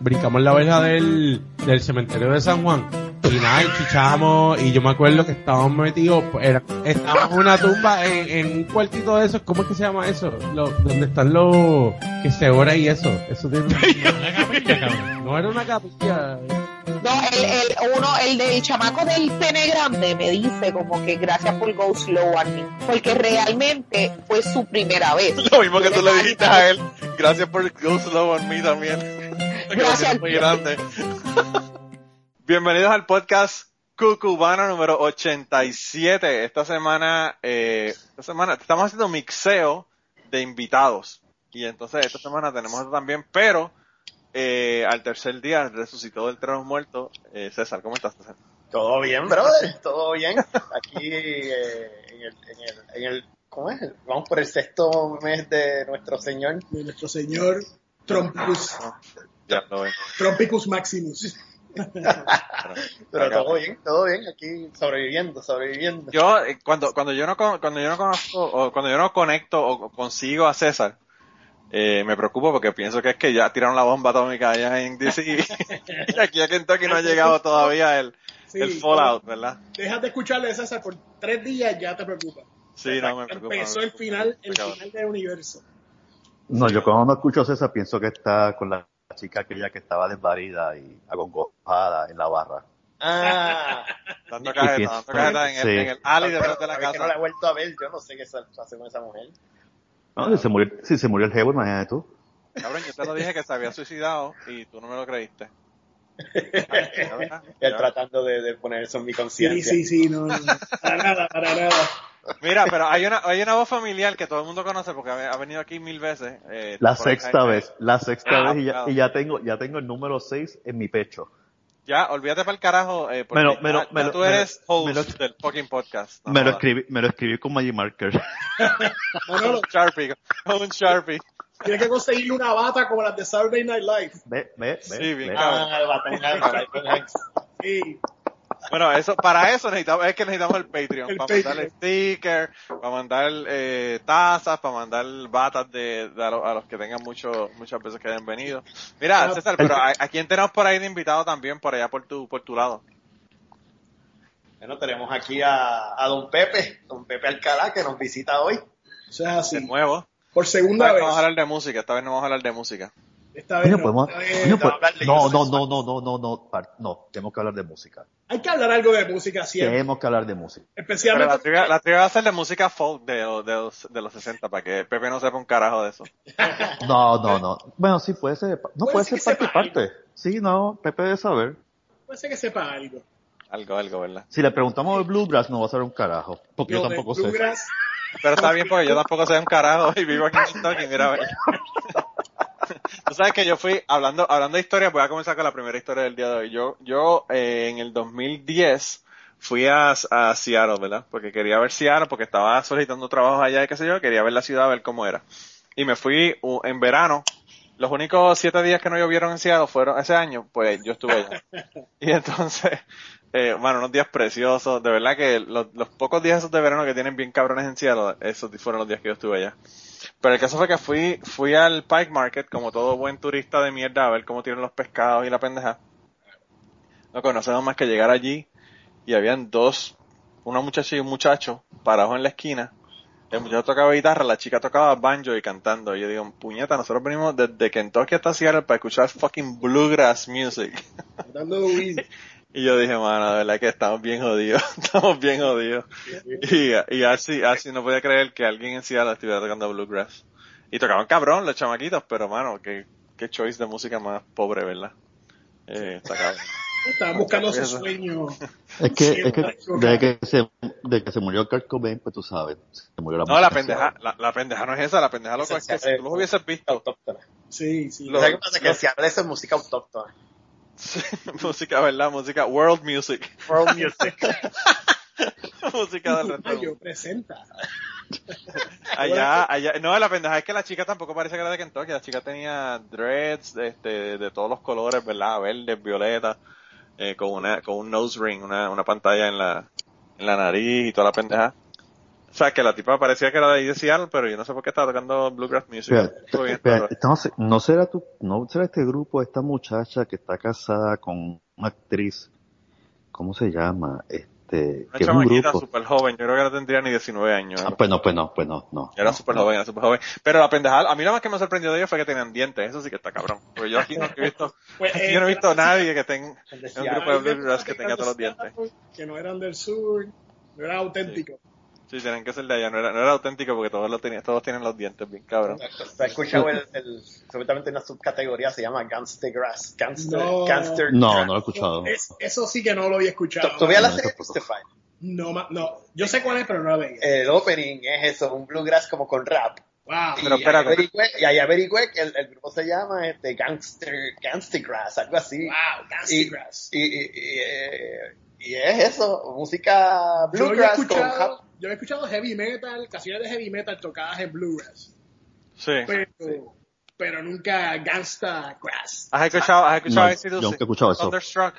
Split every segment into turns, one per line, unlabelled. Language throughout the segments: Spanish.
brincamos la verja del, del cementerio de San Juan. Y nada, y chichamos, y yo me acuerdo que estábamos metidos, pues, era- estábamos en una tumba, en, en un cuartito de esos, ¿cómo es que se llama eso? Lo- donde están los que se ora y eso. Eso tiene un-
Una capilla, cabrón.
No era una capilla.
No, el, el, uno, el del chamaco del pene grande me dice como que gracias por go slow a mí, porque realmente fue su primera vez.
Lo mismo que tú le dijiste a él. Gracias por Go Slow on Me también.
Gracias.
Muy grande. Bienvenidos al podcast Cucubano número 87. Esta semana, eh, esta semana estamos haciendo mixeo de invitados. Y entonces esta semana tenemos esto también, pero eh, al tercer día resucitó del tren de los muertos. Eh, César, ¿cómo estás, César?
Todo bien, brother, todo bien. Aquí eh, en, el, en, el, en el, ¿cómo es? Vamos por el sexto mes de nuestro señor.
de nuestro señor Trompicus,
Ya lo ven.
Trompicus Maximus.
Pero
Acá.
todo bien, todo bien. Aquí sobreviviendo, sobreviviendo.
Yo, eh, cuando, cuando yo no, con- cuando yo no conozco, o cuando yo no conecto o consigo a César, eh, me preocupo porque pienso que es que ya tiraron la bomba atómica allá en DC y aquí a Kentucky no ha llegado todavía el,
Sí,
el fallout, ¿verdad?
Dejas de escucharle César por tres días ya te preocupa.
Sí, no me preocupa.
Empezó
me
el
preocupa.
final, el
Cabrón.
final del universo.
No, yo cuando no escucho a César pienso que está con la chica aquella que estaba desvarida y agongojada en la barra.
Ah,
Dando
Y
cajetas, dando
pienso-
cajetas en, el-
sí.
en el alley detrás de la
que no la he
casa.
vuelto a ver, yo no sé qué sal- hace con esa mujer.
No, si se murió, si se murió el jevo, imagínate tú.
Cabrón, yo te lo dije que se había suicidado y tú no me lo creíste. Ya, ¿verdad?
Él
Ya.
tratando de, de poner eso en mi
Sí,
conciencia.
sí, sí, no, no, no. Para nada, para nada.
Mira, pero hay una, hay una voz familiar que todo el mundo conoce porque ha ha venido aquí mil veces. eh,
La
por acá.
sexta vez, la sexta
Ah,
vez y ya,
claro.
y ya tengo, ya tengo el número 6 en mi pecho.
Ya, olvídate para el carajo, eh, porque
Me lo-
ya-
me lo-
ya
me lo-
tú
me lo-
eres
me
host
lo-
del fucking podcast. No
Me lo
jodas.
escribí, me lo escribí con Magic Marker.
Con un Sharpie, con un Sharpie.
Tienes que conseguir una bata como las de Saturday Night Live.
Ve, ve, ve.
Sí, bien
ve.
cabrón.
Ah, el batón Hanks, el batón Hanks.
Sí,
Bueno, eso, para eso necesitamos, es que necesitamos el Patreon,
El
para
Patreon.
mandar sticker, para mandar eh, tazas, para mandar batas de, de a, lo- a los que tengan mucho, muchas veces que hayan venido. Mira,
Ah,
César, pero a, a quién tenemos por ahí de invitado también, por allá por tu, por tu lado?
Bueno, tenemos aquí a, a don Pepe, don Pepe Alcalá, que nos visita hoy.
eso es
De
así.
nuevo.
Por segunda
Esta vez
vez.
no vamos a hablar de música, esta vez no vamos a hablar de música.
Esta vez
Coño,
no,
podemos-
esta vez-
coño,
no,
pues-
hablarle
no,
cosas
no, no, no, no, no, no, par- no, tenemos que hablar de música.
Hay que hablar algo de música siempre.
Tenemos que hablar de música.
Pero la
Especialmente.
trivia, la trivia va a ser de música folk de, los- de, los, de los 60, para que Pepe no sepa un carajo de eso.
No, no, no. Bueno, sí, puede ser, pa- no
Puede
puede
ser
ser
que
parte y
sepa algo.
parte. Sí, no, Pepe debe saber.
Puede ser que sepa algo.
Algo, algo, ¿verdad?
Si le preguntamos de Bluegrass, no va a saber un carajo. Porque
Lo
yo
de
tampoco sé.
Bluegrass,
Pero está bien porque yo tampoco soy un carajo y vivo aquí en Kentucky, mira. ve. Tú sabes que yo fui, hablando, hablando de historia, voy a comenzar con la primera historia del día de hoy. Yo, yo eh, en el 2010 fui a, a Seattle, ¿verdad? Porque quería ver Seattle, porque estaba solicitando trabajo allá y qué sé yo, quería ver la ciudad, a ver cómo era. Y me fui uh, en verano. Los únicos siete días que no llovieron en Seattle fueron ese año, pues yo estuve allá. Y entonces, eh, bueno, unos días preciosos. De verdad que los, los pocos días esos de verano que tienen bien cabrones en Seattle, esos fueron los días que yo estuve allá. Pero el caso fue que fui, fui al Pike Market, como todo buen turista de mierda, a ver cómo tienen los pescados y la pendeja. No conocemos más que llegar allí y habían dos, una muchacha y un muchacho, parados en la esquina. El muchacho tocaba guitarra, la chica tocaba banjo y cantando. Y yo digo, puñeta, nosotros venimos desde Kentucky hasta Seattle para escuchar fucking bluegrass music.
tratando de huir.
Y yo dije, mano, de verdad que estamos bien jodidos, estamos bien jodidos. Y, y así, así no podía creer que alguien en Seattle estuviera tocando bluegrass. Y tocaban cabrón los chamaquitos, pero mano, qué, qué choice de música más pobre, ¿verdad? Eh, está cabrón.
Estaba buscando su sueño.
Es que,
Sí,
es que,
marico.
desde que se, desde que se murió Kurt Cobain, pues tú sabes, se murió la
No, la
música.
pendeja, la, la pendeja no es esa, la pendeja loco es que si tú los hubieses visto,
autóctonas.
Sí, sí.
Lo-
¿Sabes qué pasa? Que si hablas de música autóctona.
música, ¿verdad? Música, world music,
World music.
música del resto. del
Ay,
mundo.
yo presenta.
Allá, allá, no, la pendeja es que la chica tampoco parece que era de Kentucky, la chica tenía dreads, este, de todos los colores, ¿verdad? Verdes, violetas, eh, con una, con un nose ring, una, una pantalla en la, en la nariz y toda la pendeja. O sea, que la tipa parecía que era de ahí de Seattle, pero yo no sé por qué estaba tocando Bluegrass Music.
Espera,
Estuvo bien
espera,
raro.
entonces, ¿no será tu, no será este grupo, esta muchacha que está casada con una actriz, ¿cómo se llama? Este,
Una
que es un
chamaquita
grupo.
súper joven, yo creo que no tendría ni 19 años.
Ah, pues no, pues no, pues no, no.
Era súper joven, era súper joven. Pero la pendejada, a mí lo más que me sorprendió de ellos fue que tenían dientes. Eso sí que está cabrón. Porque yo aquí no he visto,
Pues,
aquí
eh,
yo no he visto a
gracias.
nadie que tenga
El
un
decía,
grupo de bluegrass que tenga todos los dientes.
Que no eran del sur, no eran auténticos.
Sí, tienen que ser de allá. No era, no era auténtico porque todos, lo tenían, todos tienen los dientes bien cabrón.
¿Has escuchado el, el, supuestamente una subcategoría se llama Gangster Grass? Gangster,
No.
gangster
No,
Grass.
no lo he escuchado.
Es- eso sí que no lo había escuchado.
¿Tú, tú veías la
No,
serie
tampoco.
Justified?
No, ma- no, yo sé cuál es, pero no la veía.
Eh,
El opening es eso, un bluegrass como con rap.
wow.
Pero
y, ahí
espérate.
averigüé, y ahí averigüé que el, el grupo se llama este, Gangster, Gangster Grass, algo así.
Wow, Dancing
y,
Grass.
y, y, y, eh, y es eso, música
Yo había,
bluegrass con rap.
escuchado, yo había escuchado heavy metal, canciones de heavy metal tocadas en bluegrass,
Sí.
pero, pero nunca Gangsta Grass.
¿Has escuchado, has escuchado
No,
AC/DC?
yo nunca he escuchado eso.
Thunderstruck.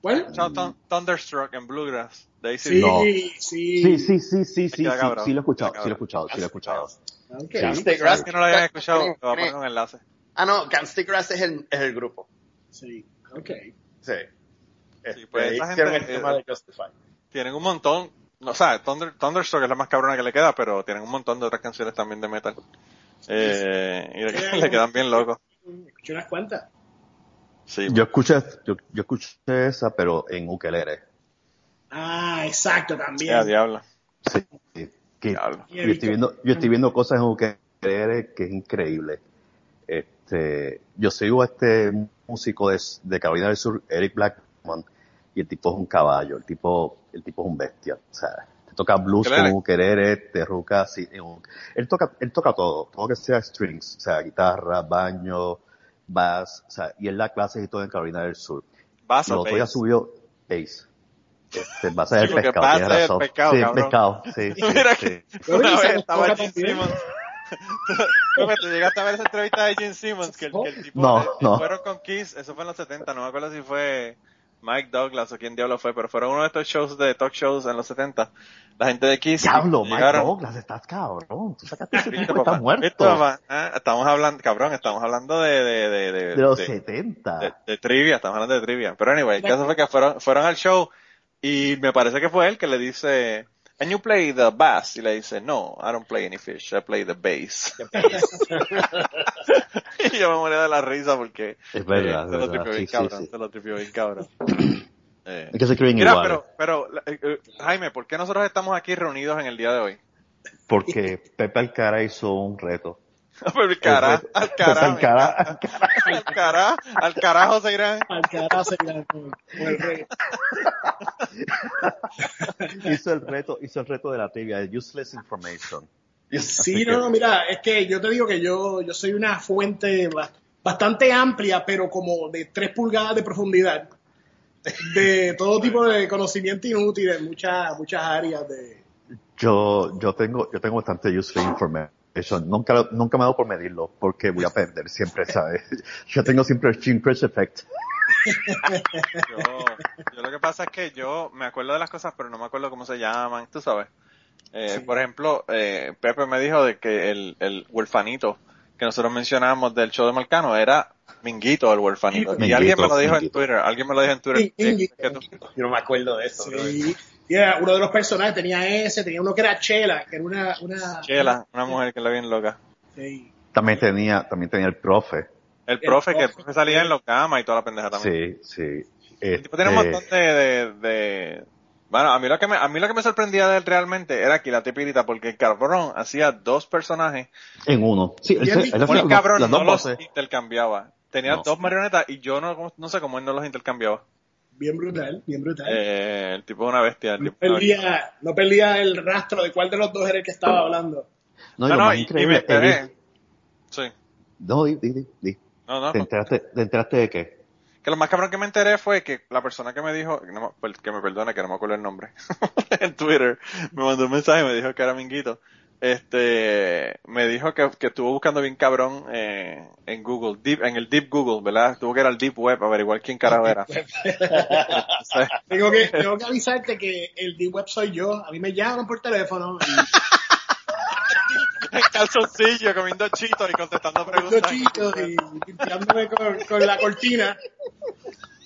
Bueno,
¿Has escuchado Thun- Thunderstruck en Bluegrass? De ahí
sí,
No.
sí,
Sí, sí, sí, sí, sí, sí,
Queda cabrón,
sí lo he escuchado,
queda
sí lo
cabrón.
he escuchado, sí lo he escuchado.
Ok.
Sí.
Gangster Grass.
Si no lo habían escuchado, te
Tiene-
voy a
tiene-
poner un enlace.
Ah, no, Gangster Grass es el, es el grupo.
Sí, ok.
Sí.
Sí, pues,
Este,
esa
hicieron
gente-
el tema de Justified.
Tienen un montón. No, o sea, Thunder, Thunderstruck es la más cabrona que le queda, pero tienen un montón de otras canciones también de metal. Eh, y le,
Sí.
le quedan bien locos.
Escuché unas cuantas.
Sí.
Yo escuché, yo, yo escuché esa, pero en ukelele.
Ah, exacto, también.
Ya, diablo.
Sí, sí. Que-
Diablo.
yo estoy viendo, yo estoy viendo cosas en ukelele que es increíble. Este, yo sigo a este músico de, de Carolina del Sur, Eric Blackman, y el tipo es un caballo, el tipo, el tipo es un bestia, o sea, te toca blues
Ukelele.
con ukelele, te ruca así, en un- él toca, él toca todo, todo lo que sea strings, o sea, guitarra, baño, bass, o sea, y él da clases y todo en Carolina del Sur.
Vas
Lo otro ya subió Ace. Este, va a ser
Sí,
el
porque
pescado,
va a
tienes
ser el
razón.
pescado,
sí, el
cabrón.
pescado, sí. sí,
Mira
sí.
que una
Pero
vez
dice,
estaba
toca
Gene
también.
Simmons. Creo que tú llegaste a ver esa entrevista de Gene Simmons, que el, que el tipo
No,
eh,
no.
fueron con Kiss, eso fue en los 70, no me acuerdo si fue Mike Douglas o quién diablo fue, pero fueron uno de estos shows de talk shows en los 70. La gente de Kiss
Diablo, Mike
llegaron-
Douglas, estás cabrón. Tú sacaste ese
¿Viste,
tipo que está
papá? ¿Viste,
muerto.
papá? Ah, estamos hablando, cabrón, estamos hablando de, de, de, de,
De los
de-
70.
de- de trivia, estamos hablando de trivia. Pero anyway, el caso fue que fueron, fueron al show y me parece que fue él que le dice, and you play the bass, y le dice, no, I don't play any fish, I play the bass. y yo me moría de la risa porque
Es verdad,
eh,
es
se lo
verdad.
tripió bien
Sí, sí,
cabrón,
sí.
se lo tripió bien cabrón. Eh,
Es que se escriben
Mira,
igual.
pero, pero, eh, eh, Jaime, ¿por qué nosotros estamos aquí reunidos en el día de hoy?
Porque Pepe Alcara hizo un reto.
Al cara, al
Pepe
cara,
Alcara-
al cara, al carajo se irán.
Al carajo se irá con- con el rey.
hizo el reto, hizo el reto de la trivia, de useless information.
Sí,
que-
no, no, mira, es que yo te digo que yo, yo soy una fuente ba- bastante amplia, pero como de tres pulgadas de profundidad, de todo tipo de conocimiento inútil en muchas, muchas áreas de...
Yo, yo tengo, yo tengo bastante useless information. Nunca, lo- nunca me hago por medirlo, porque voy a perder siempre, ¿sabes? Yo tengo siempre el chin crush effect.
Yo, yo lo que pasa es que yo me acuerdo de las cosas, pero no me acuerdo cómo se llaman, tú sabes. Eh, Por ejemplo, eh, Pepe me dijo de que el, el huerfanito que nosotros mencionábamos del show de Marcano era Minguito el huerfanito. y
Minguito,
alguien me lo dijo en
Minguito.
Twitter, alguien me lo dijo en Twitter.
Min- Minguito.
que tú-
Yo no me acuerdo de eso. brother.
Sí, y era uno de los personajes tenía ese, tenía uno que era Chela, que era una... una
Chela, una mujer que la bien loca.
Sí.
También tenía, también tenía el profe.
El profe, que el
profe.
profe salía en los camas y toda la pendeja también.
Sí, sí.
El tipo tiene un
Este,
montón de, de, de- Bueno, a mí, lo que me, a mí lo que me sorprendía de él realmente era que la tipirita, porque el cabrón hacía dos personajes
En uno. Sí, él,
Y
se-
el-
él
Bueno,
hacía
el
los-
cabrón
las dos
no los
voces.
intercambiaba. Tenía
No.
dos marionetas y yo no, no sé cómo él no los intercambiaba.
Bien brutal, bien brutal.
Eh, el tipo es una bestia. El
no,
tipo es una bestia.
perdía, no perdía el rastro de cuál de los dos era el que estaba
Oh.
hablando.
No, y
No,
lo
no,
más
y- y me
increíble es
enteré.
que-
Sí.
No, di, di, di, di.
No, no,
¿Te enteraste, ¿Te enteraste de qué?
Que lo más cabrón que me enteré fue que la persona que me dijo, no me- pues, que me perdone que no me acuerdo el nombre, en Twitter, me mandó un mensaje y me dijo que era Minguito. este, me dijo que, que estuvo buscando bien cabrón eh, en Google, deep, en el Deep Google, ¿verdad? Tuvo que ir al Deep Web a averiguar quién carajo era. Entonces,
Tengo que, tengo que avisarte que el D-Web soy yo. A mí me llaman por teléfono. y-
en calzoncillo, comiendo chitos y contestando
Los
preguntas.
chicos y limpiándome con, con la cortina.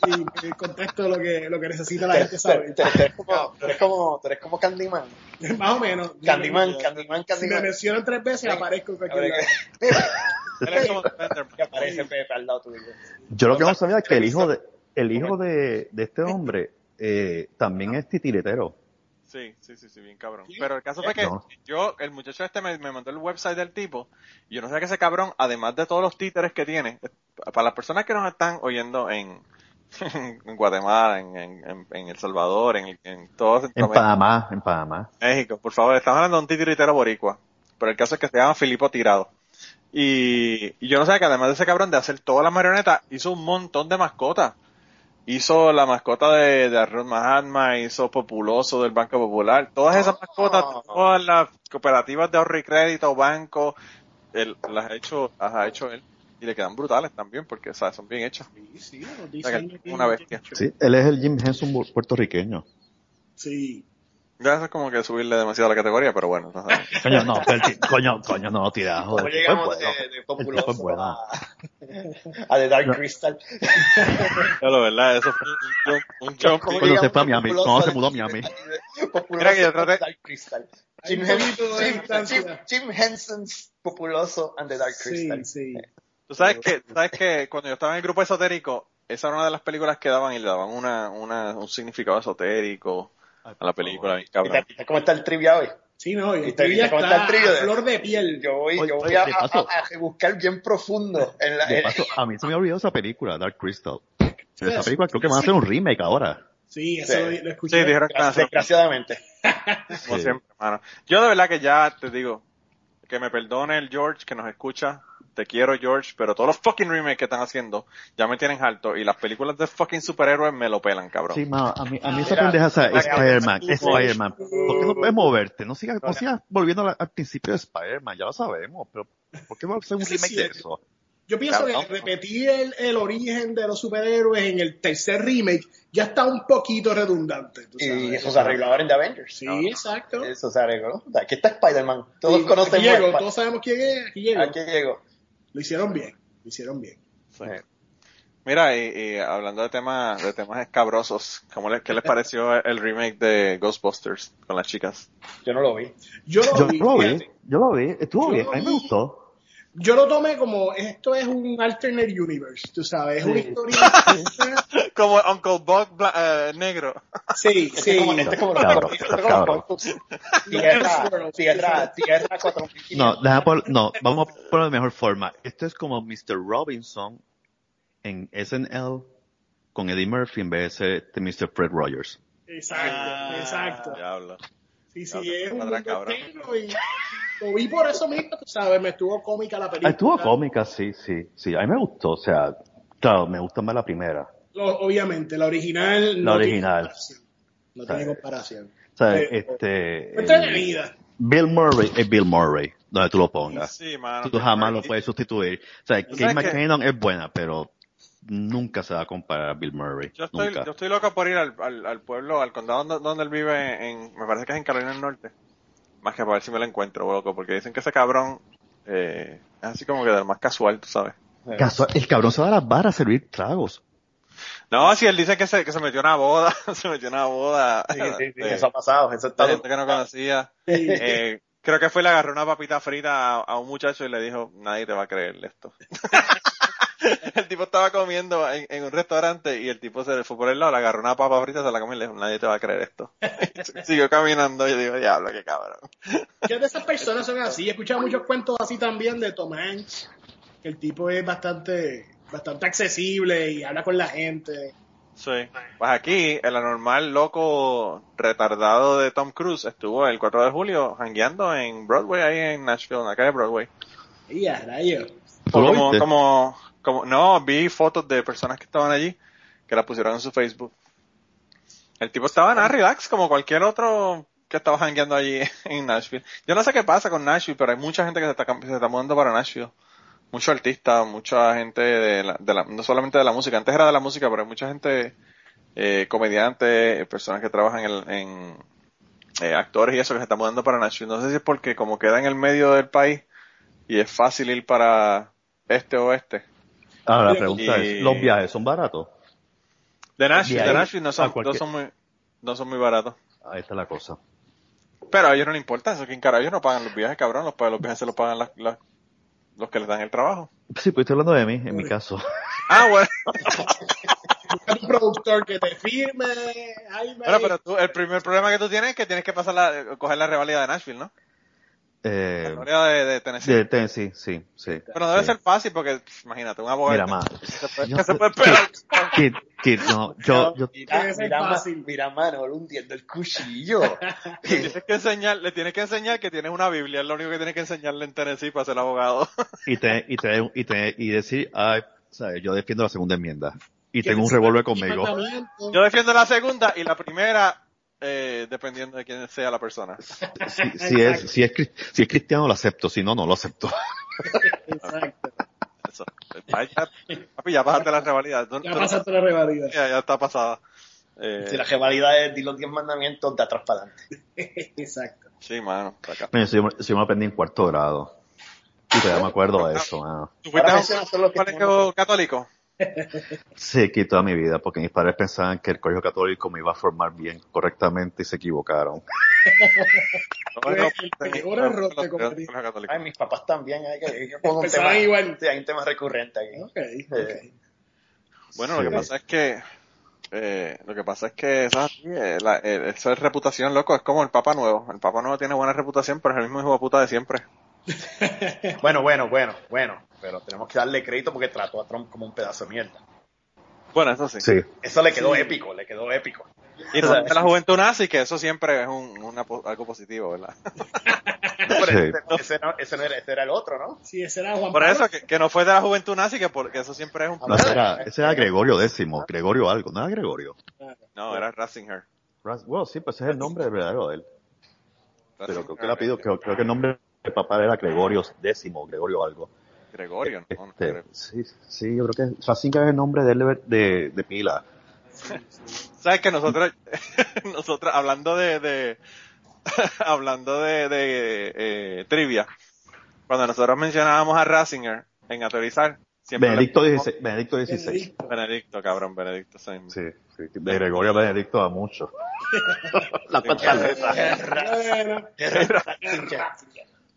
Y eh, contesto lo que, lo que necesita la gente
Tú
saber.
eres como, tú eres como, tú eres como Candyman.
Más o menos.
Candyman, Candyman,
Si me
Candyman.
mencionan tres veces, aparezco en cualquier lado.
Él es como Slenderman.
Que aparece Pepe al lado tuyo.
Yo lo que no sabía es que el hijo de, el hijo de, de este hombre eh, también es titiritero.
Sí, sí, sí, sí, bien cabrón. Pero el caso fue que
No.
yo, el muchacho este me, me mandó el website del tipo, y yo no sé que ese cabrón, además de todos los títeres que tiene, eh, para las personas que nos están oyendo en, en Guatemala, en, en, en- en El Salvador, en, en todo
En
Centroamérica,
Panamá, en Panamá.
México, por favor, estamos hablando de un titiritero boricua, pero el caso es que se llama Filipo Tirado. Y, y yo no sé que además de ese cabrón de hacer todas las marionetas, hizo un montón de mascotas. Hizo la mascota de, de Arroz Mahatma, hizo Populoso del Banco Popular, todas esas mascotas, todas las cooperativas de ahorro y crédito, banco, él, las ha hecho, las ha hecho él. Y le quedan brutales también, porque o sea, son bien hechas.
Sí, sí, los
O sea, que
diseños
es una bestia.
Sí, él es el Jim Henson bu- puertorriqueño.
Sí.
Ya eso es como que subirle demasiado a la categoría, pero bueno. no sé.
Coño, no, pero el ti- coño, coño, no, tira, joder.
¿Cómo
el tipo
llegamos eh,
es pues, bueno. Este
de, de
El tipo
populoso
es bueno.
a, a The Dark
No.
Crystal?
Ya lo verdad, eso fue un, un, un jump
¿Cómo
bien
Cuando se
llegamos
fue a
de
Miami,
populoso
cuando se
de-
mudó a Miami.
Populoso
Mira que yo traté-
a The Dark Crystal.
Hay
Jim,
un
Hen-
poquito de
Jim-
distancia.
Jim- Jim Henson's Populoso and the Dark Crystal.
Sí, sí.
Tú sabes que, tú sabes que cuando yo estaba en el grupo esotérico, esa era una de las películas que daban y le daban una, una, un significado esotérico a la
Oh.
película. bien
Mira,
Cabrón.
mira ¿Cómo está el trivia hoy?
Sí, no, y
¿Viste-
el trivia
viste cómo está
está
el trío
a
de-
flor de piel.
Yo voy,
Oye,
yo voy
oye,
a,
de
a-
paso.
a- a buscar bien profundo en la,
De
en-
paso, a mí se me olvidó esa película, Dark Crystal. De esa película creo que van a hacer un remake ahora.
Sí, eso
Sí.
lo, lo
Sí,
escuché.
dijeron que iban a
Gracias-
hacer lo mismo,
desgraciadamente.
como
Sí.
siempre, hermano. Yo de verdad que ya te digo, que me perdone el George que nos escucha. Te quiero, George, pero todos los fucking remakes que están haciendo ya me tienen harto y las películas de fucking superhéroes me lo pelan, cabrón.
Sí, ma, a mí, a mí esa
Mira,
pendeja, o sea,
mira,
Spider-Man,
mira,
Spider-Man.
mira.
¿Por qué no puedes moverte? No sigas, no
Mira.
sigas volviendo a la- al principio de Spider-Man, ya lo sabemos, pero ¿por qué va a hacer un
Eso es
remake de
cierto.
eso?
Yo pienso
Cabrón.
que repetir el, el origen de los superhéroes en el tercer remake ya está un poquito redundante. tú
Pues,
Y
sabes.
eso se arregló ahora en The Avengers.
Sí, exacto.
Eso se arregló. Aquí está Spider-Man. Todos
Y
conocemos
aquí
a
llegó,
Spider-
todos sabemos quién es, aquí llegó.
Aquí llegó.
Lo hicieron bien, lo hicieron bien.
Mira, y, y hablando de temas, de temas escabrosos, ¿cómo les, ¿qué les pareció el remake de Ghostbusters con las chicas?
Yo no lo vi.
Yo lo,
Yo
vi,
lo vi,
fíjate.
yo lo vi, estuvo
Yo
bien,
lo
a mí me
vi.
gustó.
Yo lo tomé como, esto es un alternate universe, tú sabes, es una
Sí.
historia...
Como Uncle Buck bla- eh, negro.
sí,
Este
sí.
como, este como los
Cabrón,
cortitos, este como
cabrón.
los cortitos. Tierra, tierra, tierra, cuatro mil
No, deja por- no, vamos a ponerlo de mejor forma. Esto es como Mr. Robinson en SNL con Eddie Murphy en vez de ser este Mr. Fred Rogers.
Ah,
Exacto, exacto.
Diablo.
Sí, sí,
Ya te
es un
cuadra,
mundo
cabrón.
entero y lo vi por eso mismo, tú sabes, me estuvo cómica la película.
Ah, Estuvo cómica, sí, sí, sí. A mí me gustó, o sea, claro, me gusta más la primera.
Lo- obviamente, la original
La
no tiene
original.
comparación. No
Sabe.
tiene comparación.
O sea,
Eh,
este...
Fue
el-
entretenida.
Bill Murray es Bill Murray, donde tú lo pongas.
Sí, mano.
Tú jamás lo puedes sustituir. O sea,
¿Tú
Kate
sabes qué?
McKinnon es buena, pero nunca se va a comparar a Bill Murray.
Yo estoy,
nunca.
yo estoy loco por ir al, al, al pueblo, al condado donde, donde él vive, en, me parece que es en Carolina del Norte. Más que para ver si me lo encuentro, loco, porque dicen que ese cabrón eh, es así como que del más casual, tú sabes.
Casual- el cabrón se va a las barras a servir tragos.
No, si él dice que se, que se metió en una boda, se metió en una boda. Eh,
Sí, sí, sí,
de-
eso ha pasado, eso está
de gente que no conocía. Eh, creo que fue le agarró una papita frita a, a un muchacho y le dijo, nadie te va a creer esto. el tipo estaba comiendo en, en un restaurante y el tipo se le fue por el lado, le agarró una papa frita, se la comió y le dijo, nadie te va a creer esto. Y Siguió caminando y digo, diablo, qué cabrón.
Muchas de esas personas son así. He escuchado muchos cuentos así también de Tom Hanks, que el tipo es bastante, bastante accesible y habla con la gente.
Sí. Pues aquí, el anormal loco retardado de Tom Cruise estuvo el 4 de julio jangueando en Broadway, ahí en Nashville, en la calle Broadway.
Y a rayos.
¿Tú lo
como,
viste?
como, como, no, vi fotos de personas que estaban allí, que las pusieron en su Facebook. El tipo estaba en relax como cualquier otro que estaba jangueando allí en Nashville. Yo no sé qué pasa con Nashville, pero hay mucha gente que se está, cam- se está mudando para Nashville. Muchos artistas, mucha gente de la, de la- no solamente de la música, antes era de la música, pero hay mucha gente, eh, comediantes, eh, personas que trabajan en, en, eh, actores y eso que se están mudando para Nashville. No sé si es porque como queda en el medio del país y es fácil ir para este o oeste.
Ahora, Ah, la
Y-
pregunta es, ¿los viajes son baratos?
De Nashville,
De
de
ahí
Nashville no son,
a cualquier-
no son muy, no son muy baratos.
Ahí está la cosa.
Pero a ellos no les importa eso, que en cara ellos no pagan los viajes, cabrón, los, pa- los viajes se los pagan las, las- los que les dan el trabajo.
Sí, pues estoy hablando de mí, en mi caso.
Ah, bueno.
Buscar un productor que te firme. Jaime.
Bueno, pero tú, el primer problema que tú tienes es que tienes que pasar la, coger la rivalidad de Nashville, ¿no? La
Eh,
rivalidad de, de Tennessee.
de Tennessee, sí, sí.
Pero debe
sí.
ser fácil porque, pff, imagínate, un abogado.
Mira,
de
más.
Tennessee, ¿Qué se puede,
yo
qué se
sé-
puede esperar?
Kid, Kid, no, yo, yo,
Mira,
Ese es
mira, ma-
fácil.
mira a Manolo hundiendo el cuchillo.
Le tienes que enseñar, le tienes que enseñar que tienes una Biblia, es lo único que tienes que enseñarle en Tennessee para ser abogado.
y te, y te, y te, y decir, ay, ¿sabes? yo defiendo la segunda enmienda. Y
Que
tengo un
te-
revólver conmigo.
mandamiento.
Yo defiendo la segunda y la primera, eh, dependiendo de quién sea la persona.
Si, si es, si es, cri- si es cristiano, lo acepto. Si no, no lo acepto.
Exacto.
Eso. Vaya, papi, ya pasaste la rivalidad. Tú-
Ya
tú-
pasaste la revalida.
Ya, ya está pasada. Eh,
Si la rivalidad es di los 10 mandamientos, de atrás para adelante.
Exacto.
sí, mano. está acá.
Mira, eso yo, me- eso yo me aprendí en cuarto grado. Y todavía me acuerdo de eso, mano.
¿Tú fuiste
Ahora
a un
mencionas solo lo que
colegio
tenemos.
católico?
Sí, que toda mi vida, porque mis padres pensaban que el colegio católico me iba a formar bien, correctamente, y se equivocaron.
No,
el
pues,
peor
no,
error que
no, no,
cometí.
colegio católico.
Ay, mis papás también. Hay, hay, hay como un
Pensaban
tema,
igual.
sí, hay un tema recurrente aquí.
Ok,
Eh.
ok.
Bueno,
Sí.
lo que pasa es que... Eh, lo que pasa es que eso es, así, eh, la- eh, eso es reputación, loco. Es como el Papa Nuevo. El Papa Nuevo tiene buena reputación, pero es el mismo hijo de puta de siempre.
Bueno, bueno, bueno, bueno. Pero tenemos que darle crédito porque trató a Trump como un pedazo de mierda.
Bueno, eso sí.
Sí.
Eso le quedó épico, le quedó épico.
Y no, de la juventud nazi, que eso siempre es un, una po- algo positivo, ¿verdad?
Pero
Sí.
ese, ese no, ese no era, ese era el otro, ¿no?
Sí, ese era Juan
Por
Pablo.
eso, que, que no fue de la juventud nazi, que, por- que eso siempre es un...
No, ese era, ese era Gregorio X, Gregorio algo, no era Gregorio.
No, era Ratzinger.
Ras- Bueno, sí, pues ese es el nombre verdadero de él. Pero creo que el
Ratzinger,
apellido,
eh,
creo, creo que el nombre del papá era Gregorio X, Gregorio algo.
Gregorio, no, no
Este,
creo.
sí, sí, yo creo que Ratzinger es el nombre de, él de, de, de pila.
¿Sabes que nosotros,
¿Mm?
nosotros hablando de, de hablando de, de eh, trivia, cuando nosotros mencionábamos a Ratzinger en aterrizar, siempre
Benedicto
le-
XVI. Benedicto XVI.
Benedicto.
Benedicto, cabrón, Benedicto. ese mismo.
Sí, sí, de Gregorio a Benedicto a mucho. La pantaleta.
Bueno,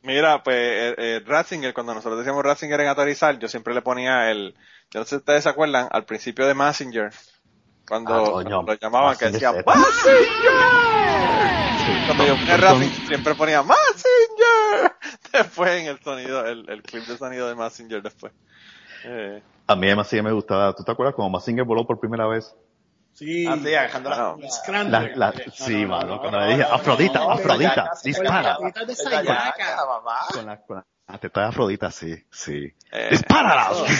Mira, pues eh, eh, Ratzinger, cuando nosotros decíamos Ratzinger en aterrizar, yo siempre le ponía el, yo no sé si ustedes se acuerdan, al principio de Messenger, cuando,
Ah,
cuando
coño,
lo llamaban, que decía,
Ratzinger Z.
Cuando yo ponía
Entonces-
Ratzinger, siempre ponía Massinger. Después en el sonido, el, el clip de sonido de Massinger después. Eh,
A mí además sí me gustaba. ¿Tú te acuerdas cuando Mazinger voló por primera vez?
sí.
Ah, sí, dejando la-
no.
Las grandes.
La, la, sí, mano, cuando le dije, Afrodita,
no, no,
Afrodita,
no, no,
dispara.
no, no, no,
Esa yaca, mamá.
Con la, con la teta de Afrodita, sí, sí.
Eh.
¡Dispárala!
Estamos,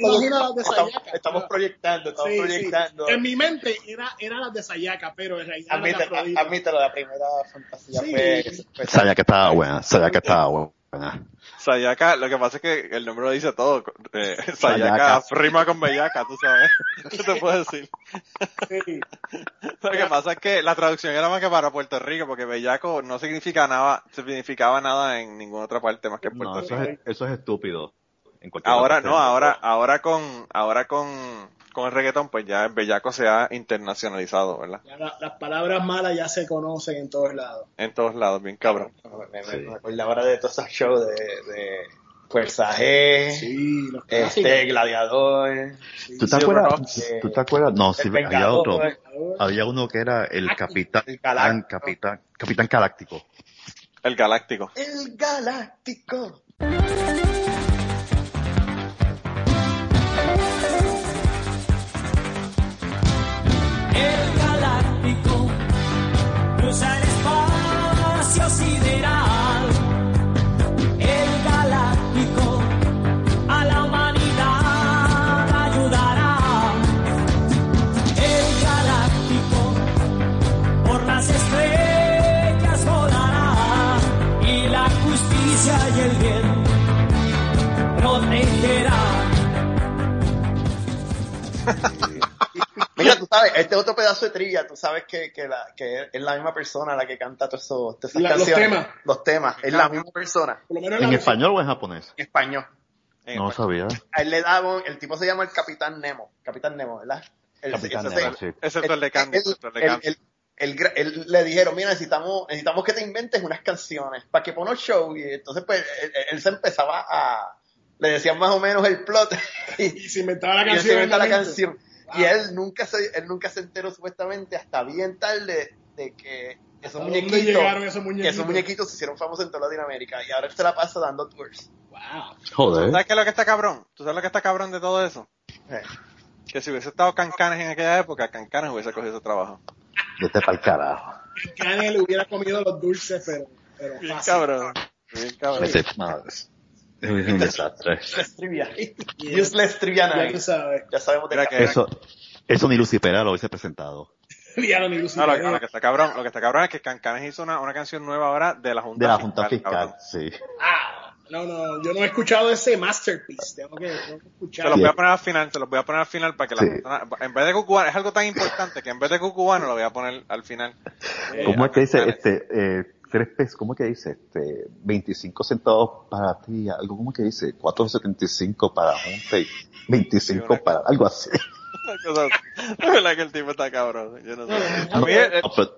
Imagina las de esa
estamos,
yaca.
estamos proyectando, estamos
Sí, sí.
proyectando.
En mi mente era, era las de Sayaka, pero en realidad era
Admítelo,
la Afrodita.
admítelo, la primera fantasía
Sí.
fue... fue-
Sabía que estaba buena, sabía que estaba buena.
Sayaka, lo que pasa es que el nombre lo dice todo. Eh, Sayaka
Sayaka.
rima con Bellaca, tú sabes. ¿Qué te puedo decir?
Sí.
Lo que pasa es que la traducción era más que para Puerto Rico, porque Bellaco no significa nada, significaba nada en ninguna otra parte más que en Puerto
No,
Rico.
eso es, eso es estúpido. En cualquier
Ahora
parte
no,
del mundo.
ahora, ahora con, ahora con, con el reggaetón, pues ya el Bellaco se ha internacionalizado, ¿verdad?
Ya la- las palabras malas ya se conocen en todos lados.
En todos lados, bien cabrón.
Me,
Sí.
la hora de todos esos shows de, de Fuerza G,
Sí, los clásicos.
este, Gladiador, eh,
¿Tú te
Sí,
acuerdas?
pero no.
¿Tú te acuerdas? No,
El
sí, había
Vengador,
otro.
Ahora,
Había uno que era el capitán,
el Galáctico.
capitán, capitán galáctico.
El Galáctico.
el Galáctico.
El galáctico cruza el espacio sideral. El galáctico a la humanidad ayudará. El galáctico por las estrellas.
sabes, este otro pedazo de trivia, tú sabes que, que, la, que es la misma persona la que canta todos esos todas esas
La- los
canciones.
temas.
Los temas, es la misma persona,
Por lo menos
¿En
la-
español o en japonés?
en español.
En
No
español.
sabía.
A él le daban, el tipo se llama el Capitán Nemo, Capitán Nemo, ¿verdad? El,
Capitán
ese-
Nemo, sí.
Excepto el de Candy.
el-
excepto el de
el-
Candy.
el- el gra- el- le dijeron, mira, necesitamos, necesitamos que te inventes unas canciones para que ponga un show. Y entonces, pues, él, él se empezaba a... Le decían más o menos el plot y,
Y se inventaba la
y él
canción.
se inventa la
en mente.
canción.
Wow.
Y él nunca se, él nunca se enteró supuestamente hasta bien tarde de que
¿A
esos
dónde
muñequitos,
llegaron esos
que
muñequitos?
esos muñequitos se hicieron famosos en toda Latinoamérica y ahora él se la pasa dando tours.
Wow.
¿Tú
Joder.
sabes qué es lo que está cabrón? ¿Tú sabes lo que está cabrón de todo eso?
Eh,
Que si hubiese estado Cancanes en aquella época, Cancanes hubiese cogido ese trabajo.
Vete pa'l carajo.
Canel hubiera comido los dulces, pero. pero
Bien
Ah,
fácil.
cabrón. Bien cabrón.
Vete, madre. Es un desastre.
Useless trivia.
Y es-
Useless trivia
Ya tú
night.
sabes.
Ya sabemos de
Mira
qué
que-
Eso, eso ni Lucipera lo hubiese presentado.
Ya lo ni Lucía.
No, lo, lo que está cabrón, lo que está cabrón es que Cancanes hizo una, una canción nueva ahora de la Junta
De la Junta Fiscal,
cabrón.
sí.
Ah, no, no, yo no he escuchado ese masterpiece. Tengo que, tengo que
Se los
escucharlo.
voy a poner al final, se los voy a poner al final para que la
Sí.
persona, en vez de cucubano, es algo tan importante que en vez de cucubano lo voy a poner al final. Eh,
¿Cómo es que dice
Cancanes.
este, eh, tres pesos, cómo es que dice este, 25 centavos para ti, algo como que dice, 4.75 para Junta y 25
Sí, una-
para algo así.
O sea, la verdad que el tipo está cabrón. Yo no sé.
No,
A mí, eh,
No, pero-